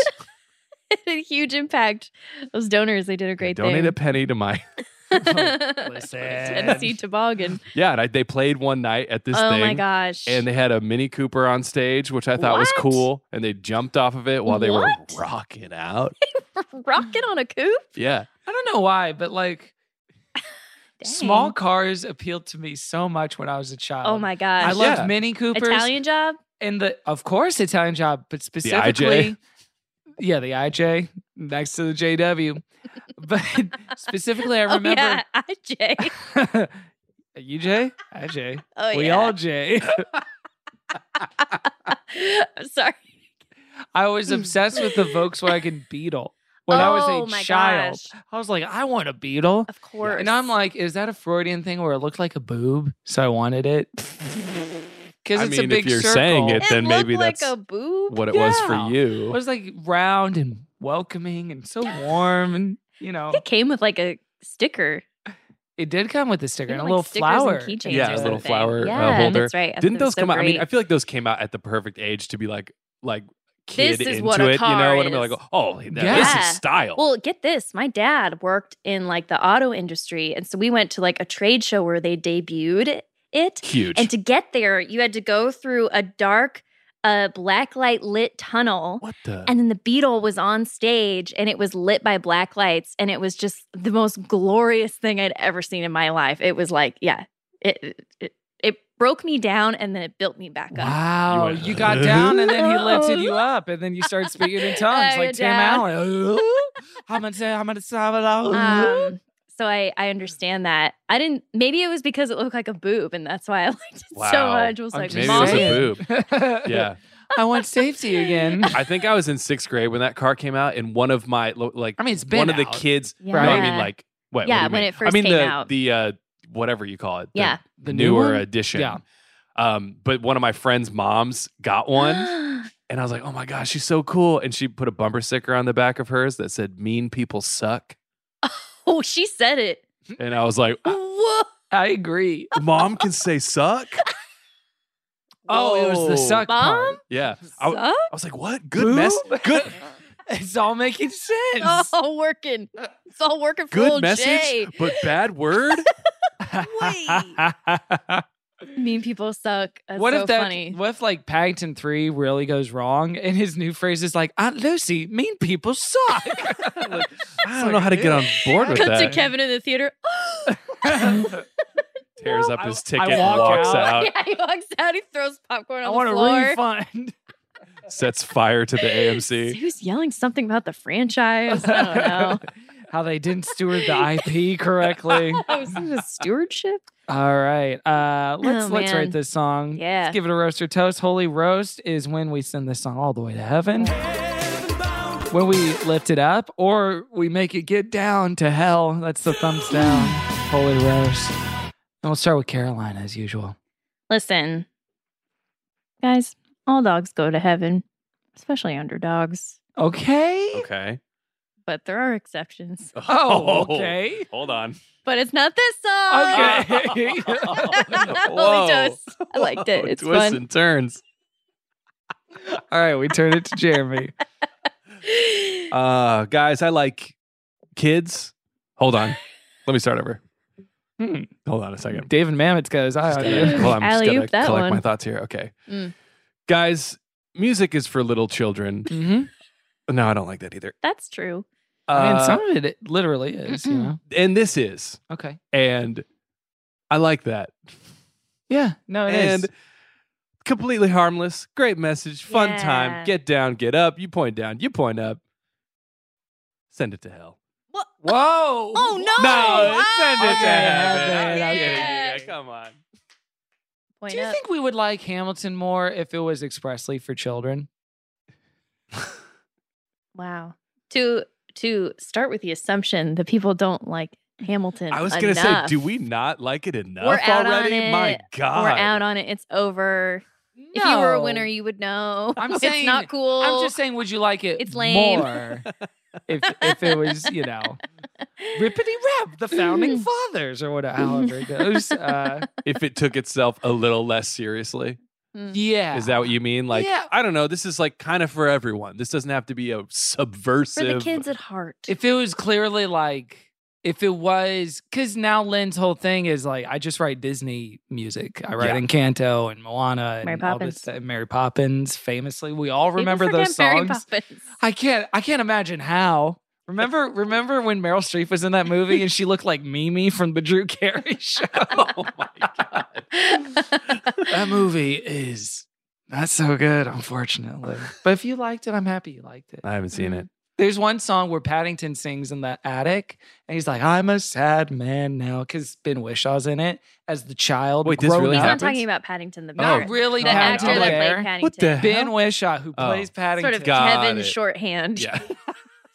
[SPEAKER 3] a huge impact. Those donors, they did a great
[SPEAKER 8] Donate a
[SPEAKER 3] thing.
[SPEAKER 8] penny to my
[SPEAKER 6] Listen.
[SPEAKER 3] Tennessee toboggan.
[SPEAKER 8] yeah. And I, they played one night at this
[SPEAKER 3] oh
[SPEAKER 8] thing.
[SPEAKER 3] my gosh.
[SPEAKER 8] And they had a Mini Cooper on stage, which I thought was
[SPEAKER 3] What?
[SPEAKER 8] cool. And they jumped off of it while they
[SPEAKER 3] What?
[SPEAKER 8] were rocking out.
[SPEAKER 3] Rocket on a coupe?
[SPEAKER 8] Yeah.
[SPEAKER 6] I don't know why, but like
[SPEAKER 3] Dang.
[SPEAKER 6] small cars appealed to me so much when I was a child.
[SPEAKER 3] Oh my
[SPEAKER 6] I
[SPEAKER 3] gosh.
[SPEAKER 8] love
[SPEAKER 6] loved
[SPEAKER 8] Yeah.
[SPEAKER 6] Mini Coopers
[SPEAKER 3] Italian job?
[SPEAKER 6] and the of course Italian job, but
[SPEAKER 8] IJ.
[SPEAKER 6] specifically Yeah, the IJ next to the JW. But specifically I remember
[SPEAKER 3] Oh, yeah. IJ.
[SPEAKER 6] UJ? IJ.
[SPEAKER 3] Oh,
[SPEAKER 6] we
[SPEAKER 3] yeah.
[SPEAKER 6] all J.
[SPEAKER 3] I'm sorry.
[SPEAKER 6] I was obsessed with the Volkswagen Beetle when I
[SPEAKER 3] Oh,
[SPEAKER 6] was a
[SPEAKER 3] my
[SPEAKER 6] child.
[SPEAKER 3] gosh.
[SPEAKER 6] I was like, I want a Beetle.
[SPEAKER 3] Of course.
[SPEAKER 6] And I'm like, is that a Freudian thing where it looked like a boob? So I wanted it. Because
[SPEAKER 8] I
[SPEAKER 6] it's
[SPEAKER 8] mean,
[SPEAKER 6] a
[SPEAKER 8] if
[SPEAKER 6] big
[SPEAKER 8] you're
[SPEAKER 6] circle.
[SPEAKER 8] saying it,
[SPEAKER 3] it
[SPEAKER 8] then maybe
[SPEAKER 3] looked like
[SPEAKER 8] that's
[SPEAKER 3] a boob.
[SPEAKER 8] What it was
[SPEAKER 6] Yeah.
[SPEAKER 8] for you.
[SPEAKER 6] It was like round and welcoming and so warm. And, you know,
[SPEAKER 3] it came with like a sticker.
[SPEAKER 6] it did come with a sticker
[SPEAKER 3] Even,
[SPEAKER 6] and a
[SPEAKER 3] like,
[SPEAKER 6] little
[SPEAKER 3] stickers and
[SPEAKER 6] flower.
[SPEAKER 3] keychains
[SPEAKER 8] Yeah,
[SPEAKER 3] or
[SPEAKER 8] a little
[SPEAKER 3] something.
[SPEAKER 8] flower, uh,
[SPEAKER 3] yeah,
[SPEAKER 8] holder.
[SPEAKER 3] That's right.
[SPEAKER 8] Didn't
[SPEAKER 3] That's
[SPEAKER 8] those
[SPEAKER 3] so
[SPEAKER 8] come out? I mean,
[SPEAKER 3] great.
[SPEAKER 8] I feel like those came out at the perfect age to be like, like
[SPEAKER 3] This
[SPEAKER 8] kid
[SPEAKER 3] is
[SPEAKER 8] into
[SPEAKER 3] what a
[SPEAKER 8] it. you
[SPEAKER 3] car
[SPEAKER 8] know what I mean?
[SPEAKER 3] is.
[SPEAKER 8] Like, oh, that-
[SPEAKER 6] Yeah.
[SPEAKER 8] this is style.
[SPEAKER 3] Well, get this. My dad worked in like the auto industry. And so we went to like a trade show where they debuted it.
[SPEAKER 8] Huge.
[SPEAKER 3] And to get there, you had to go through a dark, uh, black light lit tunnel.
[SPEAKER 8] what the?
[SPEAKER 3] And then the Beetle was on stage and it was lit by black lights. And it was just the most glorious thing I'd ever seen in my life. It was like, yeah, it, it, it broke me down and then it built me back up.
[SPEAKER 6] Wow.
[SPEAKER 8] You went,
[SPEAKER 6] You got down and then he lifted you up and then you started speaking in tongues
[SPEAKER 3] Oh,
[SPEAKER 6] like Tim
[SPEAKER 3] yeah.
[SPEAKER 6] Allen. I'm gonna say I'm gonna say
[SPEAKER 3] Um, so I I understand that. I didn't. Maybe it was because it looked like a boob, and that's why I liked it so
[SPEAKER 8] Wow. Um,
[SPEAKER 3] much. I was
[SPEAKER 6] I'm
[SPEAKER 3] like,
[SPEAKER 8] Maybe
[SPEAKER 6] just
[SPEAKER 8] it was
[SPEAKER 3] mommy,
[SPEAKER 6] saying.
[SPEAKER 8] a boob. Yeah.
[SPEAKER 6] I want safety again.
[SPEAKER 8] I think I was in sixth grade when that car came out, and one of my lo- like,
[SPEAKER 6] I mean, it's been
[SPEAKER 8] one of the
[SPEAKER 6] out.
[SPEAKER 8] kids.
[SPEAKER 3] Yeah.
[SPEAKER 8] No, I mean,
[SPEAKER 3] Yeah.
[SPEAKER 8] like, what? what do
[SPEAKER 3] Yeah,
[SPEAKER 8] you
[SPEAKER 3] when
[SPEAKER 8] mean?
[SPEAKER 3] it first
[SPEAKER 8] I mean,
[SPEAKER 3] came
[SPEAKER 8] the
[SPEAKER 3] out.
[SPEAKER 8] the uh, whatever you call it. the
[SPEAKER 3] yeah,
[SPEAKER 6] The new
[SPEAKER 8] newer
[SPEAKER 6] one?
[SPEAKER 8] edition.
[SPEAKER 6] Yeah.
[SPEAKER 8] Um, but one of my friend's moms got one, and I was like, "Oh my gosh, she's so cool!" And she put a bumper sticker on the back of hers that said "Mean people suck,"
[SPEAKER 3] oh, she said it.
[SPEAKER 8] and I was like,
[SPEAKER 3] Whoa.
[SPEAKER 6] I agree.
[SPEAKER 8] "Mom can say suck."
[SPEAKER 6] Oh, it was the
[SPEAKER 8] Whoa.
[SPEAKER 6] suck
[SPEAKER 3] Mom?
[SPEAKER 6] part.
[SPEAKER 8] Oh, Yeah, I, I
[SPEAKER 3] Suck?
[SPEAKER 8] was like, "What? Good mess,
[SPEAKER 6] Boob?
[SPEAKER 8] good,
[SPEAKER 6] It's all making sense.
[SPEAKER 3] It's all working. It's all working for
[SPEAKER 8] good
[SPEAKER 3] old
[SPEAKER 8] message,
[SPEAKER 3] Jay.
[SPEAKER 8] but bad word."
[SPEAKER 3] Mean people suck. That's
[SPEAKER 6] what
[SPEAKER 3] so
[SPEAKER 6] if that?
[SPEAKER 3] funny.
[SPEAKER 6] What if like Paddington Three really goes wrong, and his new phrase is like Aunt Lucy, mean people suck. Like,
[SPEAKER 8] I don't know how to get on board with
[SPEAKER 3] Cut to
[SPEAKER 8] that.
[SPEAKER 3] Kevin in the theater.
[SPEAKER 8] Tears up
[SPEAKER 6] I-
[SPEAKER 8] his
[SPEAKER 6] I
[SPEAKER 8] ticket and
[SPEAKER 6] walk
[SPEAKER 8] walks
[SPEAKER 6] out.
[SPEAKER 8] out.
[SPEAKER 3] yeah, he walks out. He throws popcorn
[SPEAKER 6] I
[SPEAKER 3] on
[SPEAKER 6] want
[SPEAKER 3] the
[SPEAKER 6] a
[SPEAKER 3] floor.
[SPEAKER 6] refund.
[SPEAKER 8] Sets fire to the AMC.
[SPEAKER 3] He was yelling something about the franchise. I don't know.
[SPEAKER 6] how they didn't steward the IP correctly.
[SPEAKER 3] Oh, is this a stewardship?
[SPEAKER 6] All right. Uh let's
[SPEAKER 3] Oh,
[SPEAKER 6] let's rate
[SPEAKER 3] man.
[SPEAKER 6] this song.
[SPEAKER 3] Yeah.
[SPEAKER 6] Let's give it a roast or toast. Holy roast is when we send this song all the way to heaven. When we lift it up or we make it get down to hell. That's the thumbs down. Holy roast. And we'll start with Caroline as usual.
[SPEAKER 3] Listen, guys, all dogs go to heaven, especially underdogs,
[SPEAKER 6] Okay.
[SPEAKER 8] Okay.
[SPEAKER 3] but there are exceptions.
[SPEAKER 6] Oh, okay.
[SPEAKER 8] Hold on. Oh,
[SPEAKER 3] But it's not this song.
[SPEAKER 6] Okay.
[SPEAKER 8] Whoa.
[SPEAKER 3] Holy toast. I liked it.
[SPEAKER 8] Whoa,
[SPEAKER 3] It's
[SPEAKER 8] Oh, Twists
[SPEAKER 3] fun.
[SPEAKER 8] and turns.
[SPEAKER 6] all right, we turn it to Jeremy.
[SPEAKER 8] Uh, guys, I like kids. Hold on. Let me start over.
[SPEAKER 6] Hmm.
[SPEAKER 8] Hold on a second.
[SPEAKER 6] David Mamet's goes,
[SPEAKER 8] Just
[SPEAKER 6] I
[SPEAKER 8] gotta- Hold on. I'm just
[SPEAKER 3] Alley-oop
[SPEAKER 8] gonna
[SPEAKER 3] that
[SPEAKER 8] collect my
[SPEAKER 3] one.
[SPEAKER 8] thoughts here. Okay,
[SPEAKER 3] Mm.
[SPEAKER 8] guys, music is for little children.
[SPEAKER 6] hmm
[SPEAKER 8] No, I don't like that either.
[SPEAKER 3] That's true.
[SPEAKER 6] I mean,
[SPEAKER 8] Uh,
[SPEAKER 6] some of it literally is,
[SPEAKER 3] Mm-hmm.
[SPEAKER 6] you know.
[SPEAKER 8] and this is,
[SPEAKER 6] Okay.
[SPEAKER 8] and I like that.
[SPEAKER 6] Yeah. No, it is.
[SPEAKER 8] and completely harmless. Great message. Fun
[SPEAKER 3] Yeah.
[SPEAKER 8] time. Get down, get up. You point down, you point up. Send it to hell.
[SPEAKER 6] Whoa.
[SPEAKER 3] Oh, no. Oh,
[SPEAKER 8] no, send it
[SPEAKER 6] okay,
[SPEAKER 8] to heaven.
[SPEAKER 6] heaven,
[SPEAKER 8] I'm kidding you.
[SPEAKER 3] okay.
[SPEAKER 8] Yeah, come on.
[SPEAKER 3] Point
[SPEAKER 6] Do you
[SPEAKER 3] up.
[SPEAKER 6] think we would like Hamilton more if it was expressly for children?
[SPEAKER 3] wow. To to start with the assumption that people don't like Hamilton.
[SPEAKER 8] I was
[SPEAKER 3] going to
[SPEAKER 8] say, do we not like it enough
[SPEAKER 3] We're out on
[SPEAKER 8] already? My
[SPEAKER 3] it.
[SPEAKER 8] God.
[SPEAKER 3] We're out on it. It's over. If you were a winner,
[SPEAKER 6] No.
[SPEAKER 3] you would know.
[SPEAKER 6] I'm
[SPEAKER 3] it's
[SPEAKER 6] saying-
[SPEAKER 3] not cool.
[SPEAKER 6] I'm just saying, would you like it
[SPEAKER 3] It's lame.
[SPEAKER 6] more if, if it was, you know, rippity rap, the founding fathers or whatever, however it goes? Uh,
[SPEAKER 8] if it took itself a little less seriously.
[SPEAKER 6] yeah.
[SPEAKER 8] Is that what you mean? Like,
[SPEAKER 6] Yeah.
[SPEAKER 8] I don't know. This is like kind of for everyone. This doesn't have to be a
[SPEAKER 3] for the
[SPEAKER 8] subversive.
[SPEAKER 3] kids at heart.
[SPEAKER 6] If it was clearly like, if it was, because now Lynn's whole thing is like, I just write Disney music. I write
[SPEAKER 8] Yeah.
[SPEAKER 6] Encanto and Moana
[SPEAKER 3] Mary
[SPEAKER 6] and all
[SPEAKER 3] Poppins.
[SPEAKER 6] this stuff. Mary Poppins, famously. We all
[SPEAKER 3] People
[SPEAKER 6] remember those
[SPEAKER 3] forget Mary
[SPEAKER 6] songs.
[SPEAKER 3] Poppins.
[SPEAKER 6] I can't. I can't imagine how. Remember, remember when Meryl Streep was in that movie and she looked like Mimi from the Drew Carey show. oh my god, that movie is not so good, unfortunately. But if you liked it, I'm happy you liked it.
[SPEAKER 8] I haven't seen it.
[SPEAKER 6] There's one song where Paddington sings in the attic, and he's like, "I'm a sad man now," because Ben Wishaw's in it as the child.
[SPEAKER 8] Wait, this
[SPEAKER 6] grown
[SPEAKER 8] really
[SPEAKER 3] He's
[SPEAKER 6] up.
[SPEAKER 3] not
[SPEAKER 8] happened?
[SPEAKER 3] talking about Paddington the
[SPEAKER 6] Not
[SPEAKER 3] bear.
[SPEAKER 6] really.
[SPEAKER 3] the
[SPEAKER 8] Oh,
[SPEAKER 3] actor
[SPEAKER 6] Paddington
[SPEAKER 8] no.
[SPEAKER 3] that
[SPEAKER 6] Bear.
[SPEAKER 3] played Paddington.
[SPEAKER 8] What the
[SPEAKER 6] Ben
[SPEAKER 8] hell?
[SPEAKER 6] Wishaw, who
[SPEAKER 8] Oh.
[SPEAKER 6] plays Paddington,
[SPEAKER 3] Sort of
[SPEAKER 8] Got
[SPEAKER 3] Kevin
[SPEAKER 8] it.
[SPEAKER 3] shorthand.
[SPEAKER 8] Yeah.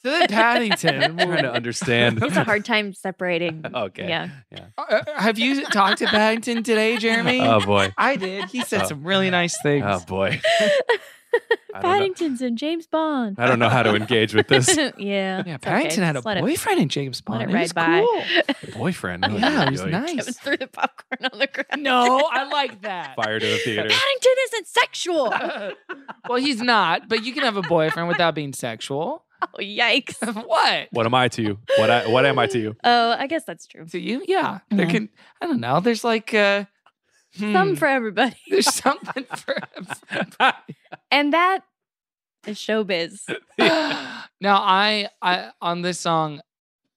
[SPEAKER 6] So then Paddington.
[SPEAKER 8] I'm trying to understand.
[SPEAKER 3] He has a hard time separating.
[SPEAKER 8] Okay.
[SPEAKER 3] Yeah.
[SPEAKER 6] Uh, have you talked to Paddington today, Jeremy?
[SPEAKER 8] Oh boy.
[SPEAKER 6] I did. He said
[SPEAKER 8] Oh.
[SPEAKER 6] some really nice things.
[SPEAKER 8] Oh boy. I don't, know,
[SPEAKER 3] Paddington's in James Bond.
[SPEAKER 8] I don't know how to engage with this
[SPEAKER 3] yeah.
[SPEAKER 6] yeah,
[SPEAKER 3] it's
[SPEAKER 6] Paddington
[SPEAKER 3] okay.
[SPEAKER 6] had a
[SPEAKER 3] Just let it-
[SPEAKER 6] boyfriend in James
[SPEAKER 3] let
[SPEAKER 6] Bond.
[SPEAKER 3] it
[SPEAKER 6] It,
[SPEAKER 3] ride
[SPEAKER 6] was
[SPEAKER 3] by.
[SPEAKER 6] cool.
[SPEAKER 8] boyfriend. Oh,
[SPEAKER 6] Yeah, it was
[SPEAKER 8] yoy.
[SPEAKER 6] nice.
[SPEAKER 3] threw the popcorn on the ground.
[SPEAKER 6] No, I like that.
[SPEAKER 8] Fire to the theater.
[SPEAKER 3] Paddington isn't sexual. oh,
[SPEAKER 6] well, he's not, but you can have a boyfriend without being sexual.
[SPEAKER 3] Oh, yikes.
[SPEAKER 6] what?
[SPEAKER 8] What am I to you? What I what am I to you?
[SPEAKER 3] Oh, I guess that's true.
[SPEAKER 6] To you? Yeah. There
[SPEAKER 3] Yeah.
[SPEAKER 6] can I don't know. There's like uh hmm,
[SPEAKER 3] Mm-hmm. Some for everybody.
[SPEAKER 6] there's something for
[SPEAKER 3] And that is showbiz.
[SPEAKER 6] now I I on this song,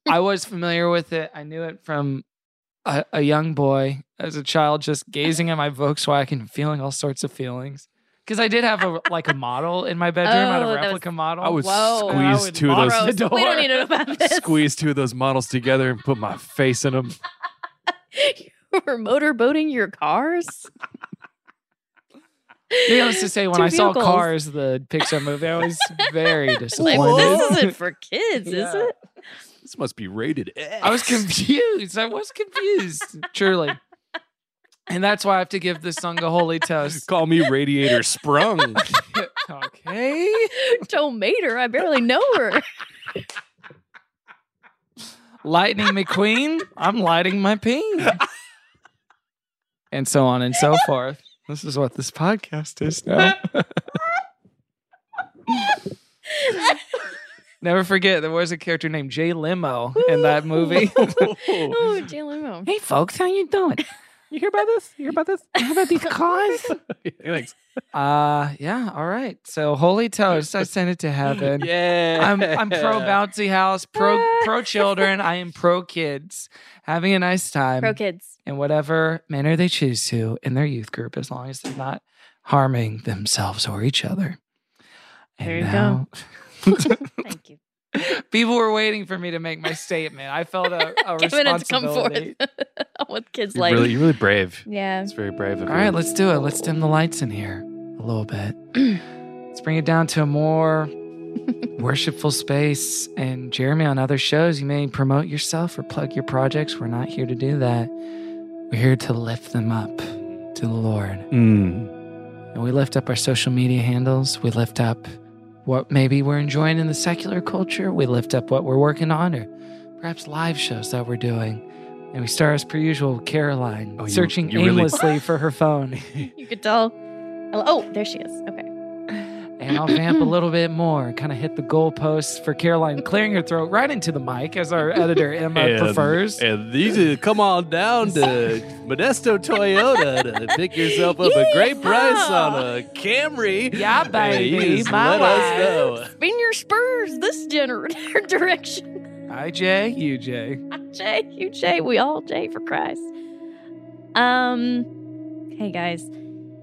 [SPEAKER 6] I was familiar with it. I knew it from a, a young boy as a child, just gazing at my Volkswagen and feeling all sorts of feelings. Because I did have a like a model in my bedroom, I had
[SPEAKER 3] Oh,
[SPEAKER 6] a
[SPEAKER 3] that was-
[SPEAKER 6] replica model.
[SPEAKER 8] I would
[SPEAKER 3] Whoa.
[SPEAKER 6] And I
[SPEAKER 8] squeeze
[SPEAKER 6] would
[SPEAKER 8] two of
[SPEAKER 6] borrow
[SPEAKER 8] those
[SPEAKER 3] Gross.
[SPEAKER 6] the
[SPEAKER 3] We don't
[SPEAKER 6] door.
[SPEAKER 3] need to know about this.
[SPEAKER 8] squeeze two of those models together and put my face in them.
[SPEAKER 3] you were motorboating your cars?
[SPEAKER 6] Needless to say, when
[SPEAKER 3] Two
[SPEAKER 6] I saw
[SPEAKER 3] vehicles.
[SPEAKER 6] Cars, the Pixar movie, I was very
[SPEAKER 3] Like,
[SPEAKER 6] disappointed.
[SPEAKER 3] this isn't for kids, is
[SPEAKER 6] Yeah.
[SPEAKER 3] it?
[SPEAKER 8] This must be rated X.
[SPEAKER 6] I was confused. I was confused, truly. And that's why I have to give this song a holy toast.
[SPEAKER 8] Call me radiator sprung.
[SPEAKER 6] okay.
[SPEAKER 3] Told Mater, I barely know her.
[SPEAKER 6] Lightning McQueen, I'm lighting my peen. and so on and so forth. This is what this podcast is now. Never forget, there was a character named Jay Limo in that movie.
[SPEAKER 3] oh, Jalen Moore.
[SPEAKER 6] hey, folks, how you doing? You hear about this? You hear about this? You hear about these cars?
[SPEAKER 8] Thanks.
[SPEAKER 6] Uh, yeah. All right. So, holy toast, I sent it to heaven.
[SPEAKER 8] Yeah.
[SPEAKER 6] I'm I'm pro bouncy house, pro pro children. I am pro kids having a nice time
[SPEAKER 3] Pro kids.
[SPEAKER 6] in whatever manner they choose to in their youth group, as long as they're not harming themselves or each other.
[SPEAKER 3] There you
[SPEAKER 6] go.
[SPEAKER 3] Thank you.
[SPEAKER 6] People were waiting for me to make my statement. I felt a, a
[SPEAKER 3] Kevin had to come
[SPEAKER 6] responsibility.
[SPEAKER 3] forth with kids
[SPEAKER 8] You're
[SPEAKER 3] like
[SPEAKER 8] really, you're really brave.
[SPEAKER 3] Yeah.
[SPEAKER 8] It's very brave
[SPEAKER 6] All
[SPEAKER 8] of you.
[SPEAKER 6] right, let's do it. Let's dim the lights in here a little bit. let's bring it down to a more worshipful space. And Jeremy, on other shows, you may promote yourself or plug your projects. We're not here to do that. We're here to lift them up to the Lord.
[SPEAKER 8] Mm.
[SPEAKER 6] And we lift up our social media handles. We lift up what maybe we're enjoying in the secular culture. We lift up what we're working on or perhaps live shows that we're doing. And we start as per usual with Caroline
[SPEAKER 8] Oh, you-
[SPEAKER 6] searching
[SPEAKER 8] you really-
[SPEAKER 6] aimlessly for her phone.
[SPEAKER 3] You could tell. Oh, there she is. Okay.
[SPEAKER 6] and I'll vamp a little bit more, kind of hit the goalposts for Caroline clearing her throat right into the mic, as our editor Emma
[SPEAKER 8] And-
[SPEAKER 6] prefers.
[SPEAKER 8] And these are, come on down to Modesto Toyota to pick yourself up a great price on a Camry.
[SPEAKER 6] Yeah,
[SPEAKER 8] And you
[SPEAKER 6] baby,
[SPEAKER 8] just
[SPEAKER 6] my
[SPEAKER 8] let
[SPEAKER 6] wife.
[SPEAKER 8] us know.
[SPEAKER 3] Spin your spurs this gener- direction.
[SPEAKER 6] I J U J.
[SPEAKER 3] Jay, you Jay, we all Jay for Christ. Um, hey guys,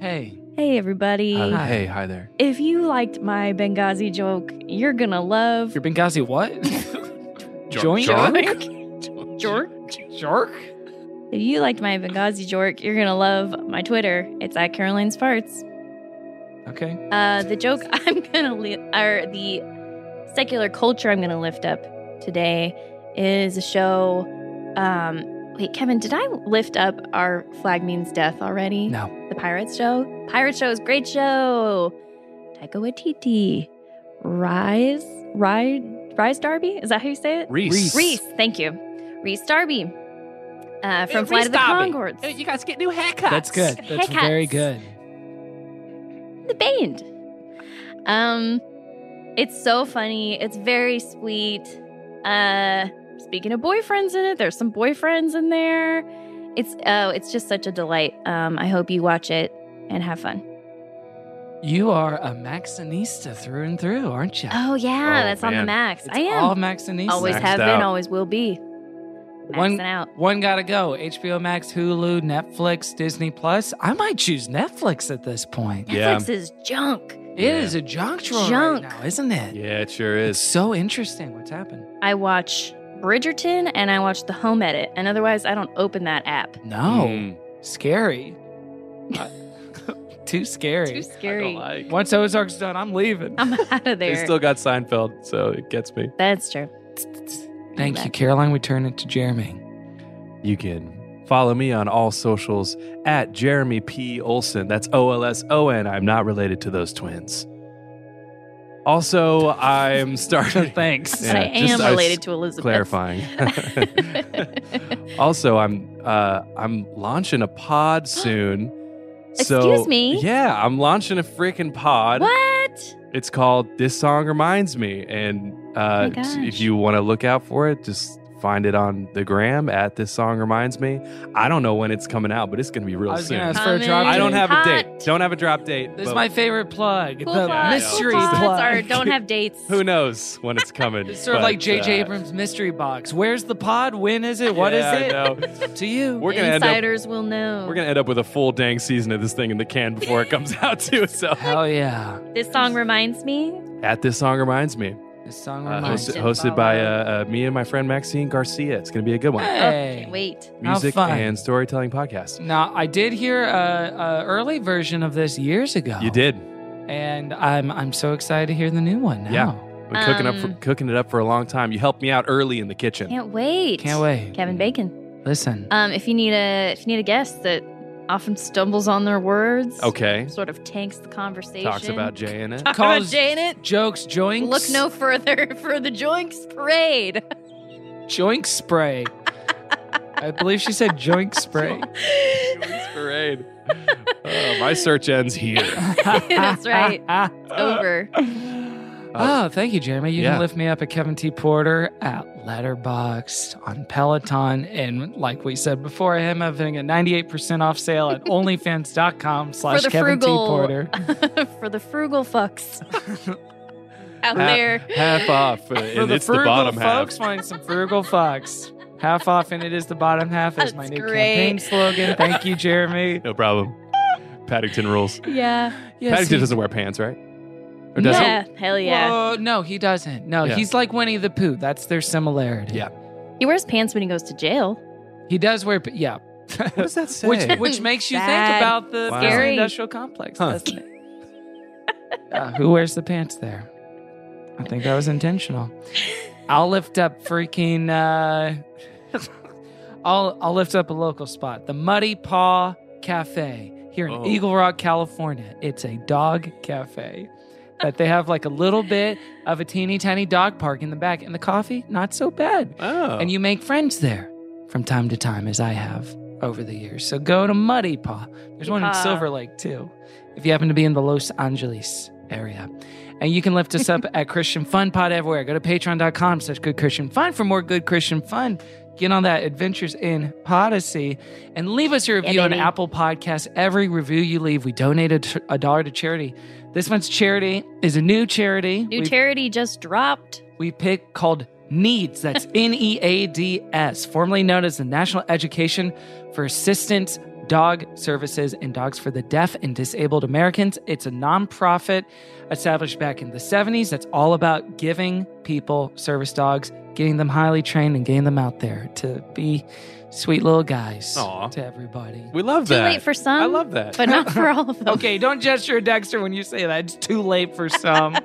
[SPEAKER 6] Hey,
[SPEAKER 3] hey everybody.
[SPEAKER 8] Hi- hey, hi there.
[SPEAKER 3] If you liked my Benghazi joke, you're gonna love
[SPEAKER 6] your Benghazi what?
[SPEAKER 8] Jork.
[SPEAKER 6] Joink?
[SPEAKER 3] Jork.
[SPEAKER 6] Jork?
[SPEAKER 3] If you liked my Benghazi jork, you're gonna love my Twitter. It's at Caroline's Farts.
[SPEAKER 6] Okay.
[SPEAKER 3] Uh, the joke I'm gonna li- or the secular culture I'm gonna lift up today is a show. Um, wait, Kevin, did I lift up our flag means death already?
[SPEAKER 6] No.
[SPEAKER 3] The Pirates Show. Pirates Show is a great show. Taika Waititi, Rise, Rise, Rise Darby. Is that how you say it?
[SPEAKER 8] Reese.
[SPEAKER 3] Reese, thank you. Reese Darby uh, from Flight of the Concords.
[SPEAKER 8] You guys get new haircuts.
[SPEAKER 6] That's good. That's
[SPEAKER 3] Haircuts.
[SPEAKER 6] very good.
[SPEAKER 3] The band. Um, it's so funny. It's very sweet. Uh, speaking of boyfriends in it, there's some boyfriends in there. It's oh, it's just such a delight. Um, I hope you watch it and have fun.
[SPEAKER 6] You are a Maxinista through and through, aren't you?
[SPEAKER 3] Oh yeah,
[SPEAKER 8] Oh,
[SPEAKER 3] that's on the
[SPEAKER 8] man.
[SPEAKER 3] max.
[SPEAKER 6] It's
[SPEAKER 3] I am.
[SPEAKER 6] all Maxinista.
[SPEAKER 3] always
[SPEAKER 8] Maxed
[SPEAKER 3] have been,
[SPEAKER 8] out.
[SPEAKER 3] always will be. Maxing
[SPEAKER 6] One-
[SPEAKER 3] out.
[SPEAKER 6] One gotta go. HBO Max, Hulu, Netflix, Disney Plus. I might choose Netflix at this point.
[SPEAKER 8] Yeah.
[SPEAKER 3] Netflix is junk.
[SPEAKER 6] It is a juncture right
[SPEAKER 3] Junk.
[SPEAKER 6] now, isn't it?
[SPEAKER 8] Yeah, it sure
[SPEAKER 6] It's
[SPEAKER 8] is.
[SPEAKER 6] so interesting what's happened.
[SPEAKER 3] I watch Bridgerton and I watch The Home Edit, and otherwise I don't open that app.
[SPEAKER 6] No,
[SPEAKER 8] Mm,
[SPEAKER 6] scary. Uh, too
[SPEAKER 3] Too
[SPEAKER 6] scary.
[SPEAKER 8] I don't
[SPEAKER 3] scary.
[SPEAKER 8] like.
[SPEAKER 6] Once Ozark's done, I'm leaving.
[SPEAKER 3] I'm out of
[SPEAKER 8] They
[SPEAKER 3] there.
[SPEAKER 8] still got Seinfeld, so it gets me.
[SPEAKER 3] That's true.
[SPEAKER 6] Thank you, Caroline. We turn it to Jeremy.
[SPEAKER 8] You can follow me on all socials at Jeremy P. Olson. That's O L S O N. I'm not related to those twins. Also, I'm starting.
[SPEAKER 6] Thanks.
[SPEAKER 8] Yeah,
[SPEAKER 3] but I
[SPEAKER 8] just-
[SPEAKER 3] am
[SPEAKER 8] I was
[SPEAKER 3] related to Elizabeth.
[SPEAKER 8] clarifying. also, I'm uh, I'm launching a pod soon.
[SPEAKER 3] Excuse me?
[SPEAKER 8] Yeah, I'm launching a freaking pod.
[SPEAKER 3] what?
[SPEAKER 8] It's called "This Song Reminds Me," and
[SPEAKER 3] Oh my
[SPEAKER 8] uh,
[SPEAKER 3] gosh.
[SPEAKER 8] if you want to look out for it, just find it on the gram at "This Song Reminds Me." I don't know when it's coming out, but it's going to be real
[SPEAKER 6] I was
[SPEAKER 8] soon.
[SPEAKER 6] gonna ask for a
[SPEAKER 3] Coming.
[SPEAKER 6] drop.
[SPEAKER 8] I don't have
[SPEAKER 3] Hot.
[SPEAKER 8] a date. Don't have a drop date.
[SPEAKER 6] This is
[SPEAKER 8] but
[SPEAKER 6] my favorite plug.
[SPEAKER 3] Cool
[SPEAKER 6] the
[SPEAKER 3] pods.
[SPEAKER 6] mystery
[SPEAKER 3] cool pods
[SPEAKER 6] plug.
[SPEAKER 3] Are, don't have dates.
[SPEAKER 8] Who knows when it's coming?
[SPEAKER 6] It's sort of
[SPEAKER 8] but,
[SPEAKER 6] like J.J.
[SPEAKER 8] uh,
[SPEAKER 6] Abrams' mystery box. Where's the pod? When is it? What is
[SPEAKER 8] yeah, I
[SPEAKER 6] it?
[SPEAKER 8] know.
[SPEAKER 6] To you.
[SPEAKER 8] We're gonna end up
[SPEAKER 3] Insiders will know.
[SPEAKER 8] We're gonna end up with a full dang season of this thing in the can before it comes out too. So
[SPEAKER 6] Hell yeah.
[SPEAKER 3] this song reminds me.
[SPEAKER 8] at this song reminds me,
[SPEAKER 6] This song
[SPEAKER 8] uh,
[SPEAKER 6] reminds
[SPEAKER 8] hosted,
[SPEAKER 6] me.
[SPEAKER 8] hosted by uh, uh, me and my friend Maxine Garcia. It's gonna be a good one.
[SPEAKER 3] Okay,
[SPEAKER 6] Hey.
[SPEAKER 3] wait.
[SPEAKER 8] Music
[SPEAKER 6] fun.
[SPEAKER 8] and storytelling podcast.
[SPEAKER 6] Now, I did hear a, a early version of this years ago.
[SPEAKER 8] You did.
[SPEAKER 6] and I'm I'm so excited to hear the new one. Now.
[SPEAKER 8] Yeah. Been cooking up, for,
[SPEAKER 3] Um,
[SPEAKER 8] cooking it up for a long time. You helped me out early in the kitchen.
[SPEAKER 3] Can't wait.
[SPEAKER 6] can't wait.
[SPEAKER 3] Kevin Bacon.
[SPEAKER 6] Listen,
[SPEAKER 3] Um, if you need a if you need a guest that often stumbles on their words,
[SPEAKER 8] Okay.
[SPEAKER 3] sort of tanks the conversation.
[SPEAKER 8] Talks about Jay in it.
[SPEAKER 3] Talk about
[SPEAKER 6] Calls-
[SPEAKER 3] Jay in it.
[SPEAKER 6] jokes, joinks,
[SPEAKER 3] Look no further for the Joinks Parade.
[SPEAKER 6] joink spray. I believe she said joink spray.
[SPEAKER 8] It's parade. Uh, my search ends here. Uh,
[SPEAKER 3] That's right. It's over.
[SPEAKER 6] Oh, thank you, Jeremy. You
[SPEAKER 8] Uh, Yeah.
[SPEAKER 6] can lift me up at Kevin T. Porter at Letterboxd on Peloton. And like we said before, I am having a 98% off sale at onlyfans.com slash
[SPEAKER 3] the
[SPEAKER 6] Kevin T.
[SPEAKER 3] frugal.
[SPEAKER 6] Porter.
[SPEAKER 3] for the frugal fucks out
[SPEAKER 8] Ha-
[SPEAKER 3] there.
[SPEAKER 8] half off,
[SPEAKER 6] For
[SPEAKER 8] uh, and
[SPEAKER 6] the
[SPEAKER 8] it's the
[SPEAKER 6] frugal
[SPEAKER 8] bottom
[SPEAKER 6] folks,
[SPEAKER 8] half.
[SPEAKER 6] find some frugal fox. Half off, and it is the bottom half is my
[SPEAKER 3] That's
[SPEAKER 6] new
[SPEAKER 3] great.
[SPEAKER 6] campaign slogan. Thank you, Jeremy.
[SPEAKER 8] No problem. Paddington rules.
[SPEAKER 3] Yeah.
[SPEAKER 6] Yes,
[SPEAKER 8] Paddington
[SPEAKER 6] he-
[SPEAKER 8] doesn't wear pants, right? Or does he?
[SPEAKER 3] Yeah. Hell yeah.
[SPEAKER 6] Whoa, no, he doesn't. No,
[SPEAKER 8] Yeah.
[SPEAKER 6] he's like Winnie the Pooh. That's their similarity.
[SPEAKER 8] Yeah.
[SPEAKER 3] He wears pants when he goes to jail.
[SPEAKER 6] He does wear, p- yeah.
[SPEAKER 8] What does that say?
[SPEAKER 6] which which makes you think
[SPEAKER 3] Bad.
[SPEAKER 6] about the
[SPEAKER 8] Wow.
[SPEAKER 6] prison
[SPEAKER 3] Scary.
[SPEAKER 6] industrial complex,
[SPEAKER 8] Huh.
[SPEAKER 6] doesn't it? Uh, who wears the pants there? I think that was intentional. I'll lift up freaking. Uh, I'll I'll lift up a local spot, the Muddy Paw Cafe here in
[SPEAKER 8] Oh.
[SPEAKER 6] Eagle Rock, California. It's a dog cafe that they have like a little bit of a teeny tiny dog park in the back, and the coffee not so bad
[SPEAKER 8] oh.
[SPEAKER 6] and you make friends there from time to time, as I have over the years. So go to Muddy Paw. There's one in
[SPEAKER 3] Yeehaw.
[SPEAKER 6] Silver Lake too, if you happen to be in the Los Angeles area. And you can lift us up at Christian Fun Pod everywhere. Go to patreon.com slash good Christian Fun for more good Christian fun. Get on that Adventures in Podyssey and leave us a review on
[SPEAKER 3] baby.
[SPEAKER 6] Apple Podcasts. Every review you leave, we donate a, tr- a dollar to charity. This month's charity is a new charity.
[SPEAKER 3] New
[SPEAKER 6] We've-
[SPEAKER 3] charity just dropped.
[SPEAKER 6] we pick called NEADS. That's N E A D S, formerly known as the National Education for Assistance Dog Services and Dogs for the Deaf and Disabled Americans. It's a nonprofit established back in the 70s that's all about giving people service dogs, getting them highly trained, and getting them out there to be sweet little guys
[SPEAKER 8] Aw.
[SPEAKER 6] to everybody.
[SPEAKER 8] We love
[SPEAKER 3] Too
[SPEAKER 8] that.
[SPEAKER 3] late for some.
[SPEAKER 8] I love that.
[SPEAKER 3] But not for all of them.
[SPEAKER 6] Okay, don't gesture at Dexter when you say that. It's too late for some.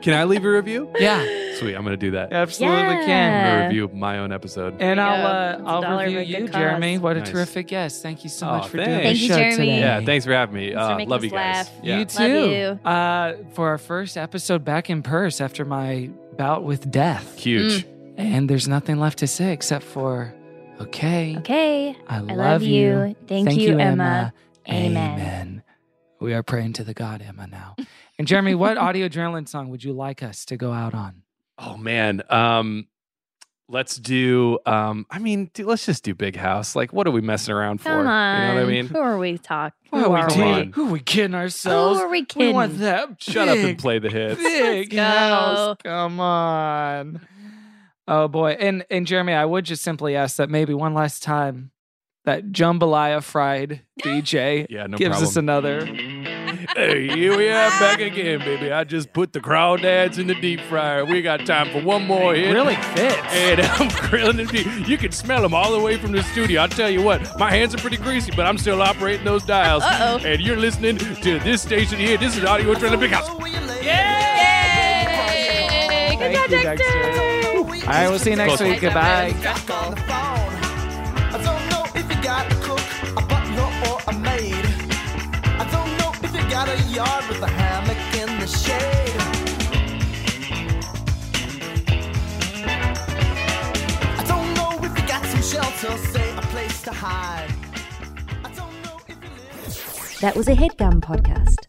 [SPEAKER 8] Can I leave a review?
[SPEAKER 6] yeah,
[SPEAKER 8] Sweet. I'm going to do that.
[SPEAKER 6] absolutely can.
[SPEAKER 8] I'm gonna
[SPEAKER 3] Yeah.
[SPEAKER 8] review of my own episode.
[SPEAKER 6] And I'll
[SPEAKER 3] Yeah,
[SPEAKER 6] uh,
[SPEAKER 3] it's a
[SPEAKER 6] I'll
[SPEAKER 3] dollar
[SPEAKER 6] review
[SPEAKER 3] of a good
[SPEAKER 6] you,
[SPEAKER 3] cause.
[SPEAKER 6] Jeremy. What a
[SPEAKER 8] Nice.
[SPEAKER 6] terrific guest! Thank you so
[SPEAKER 8] Aw,
[SPEAKER 6] much for doing
[SPEAKER 8] thanks.
[SPEAKER 6] the
[SPEAKER 3] Thank you,
[SPEAKER 6] show
[SPEAKER 3] Jeremy.
[SPEAKER 6] today.
[SPEAKER 8] yeah, thanks for having me.
[SPEAKER 3] Thanks for
[SPEAKER 8] Uh,
[SPEAKER 3] making
[SPEAKER 8] love
[SPEAKER 3] us
[SPEAKER 8] you guys.
[SPEAKER 3] laugh.
[SPEAKER 8] Yeah.
[SPEAKER 6] You
[SPEAKER 3] Love
[SPEAKER 6] too.
[SPEAKER 3] you.
[SPEAKER 6] Uh, for our first episode back in purse after my bout with death,
[SPEAKER 8] Huge.
[SPEAKER 3] Mm.
[SPEAKER 6] and there's nothing left to say except for, okay,
[SPEAKER 3] Okay.
[SPEAKER 6] I, love
[SPEAKER 3] love you. Thank you, Emma.
[SPEAKER 6] Amen.
[SPEAKER 3] Amen.
[SPEAKER 6] We are praying to the God Emma now. And Jeremy, what audio adrenaline song would you like us to go out on?
[SPEAKER 8] Oh man. Um let's do um I mean, dude, let's just do Big House. Like what are we messing around for?
[SPEAKER 3] Come on.
[SPEAKER 8] You know what I mean?
[SPEAKER 3] Who are we talking?
[SPEAKER 6] Who are
[SPEAKER 8] doing?
[SPEAKER 6] we? Who are we kidding ourselves?
[SPEAKER 3] Who are we
[SPEAKER 6] we
[SPEAKER 3] kidding?
[SPEAKER 6] want that.
[SPEAKER 8] Shut up
[SPEAKER 6] big
[SPEAKER 8] and play the hits.
[SPEAKER 6] big
[SPEAKER 3] go.
[SPEAKER 6] house. Come on. Oh boy. And and Jeremy, I would just simply ask that maybe one last time that jambalaya fried DJ
[SPEAKER 8] Yeah, no
[SPEAKER 6] gives
[SPEAKER 8] problem.
[SPEAKER 6] us another.
[SPEAKER 8] hey, here we are back again, baby. I just put the crawdads in the deep fryer. We got time for one more hit.
[SPEAKER 6] really fits.
[SPEAKER 8] And I'm grilling them deep. You can smell them all the way from the studio. I'll tell you what, my hands are pretty greasy, but I'm still operating those dials. Uh-oh. And you're listening to this station here. This is Audio Adrenaline Big House.
[SPEAKER 3] Yay! Good
[SPEAKER 6] Thank
[SPEAKER 3] job,
[SPEAKER 6] you,
[SPEAKER 3] Dexter.
[SPEAKER 6] Dexter. All right, we'll see you next
[SPEAKER 8] Close
[SPEAKER 6] week.
[SPEAKER 8] one.
[SPEAKER 6] Goodbye.
[SPEAKER 7] back on the phone. I don't know if you got a cook, a butler, or a maid. I don't know if you got a yard with a hammock in the shade. I don't know if you got some shelter, say a place to hide. I don't know if you live.
[SPEAKER 10] That was a headgum podcast.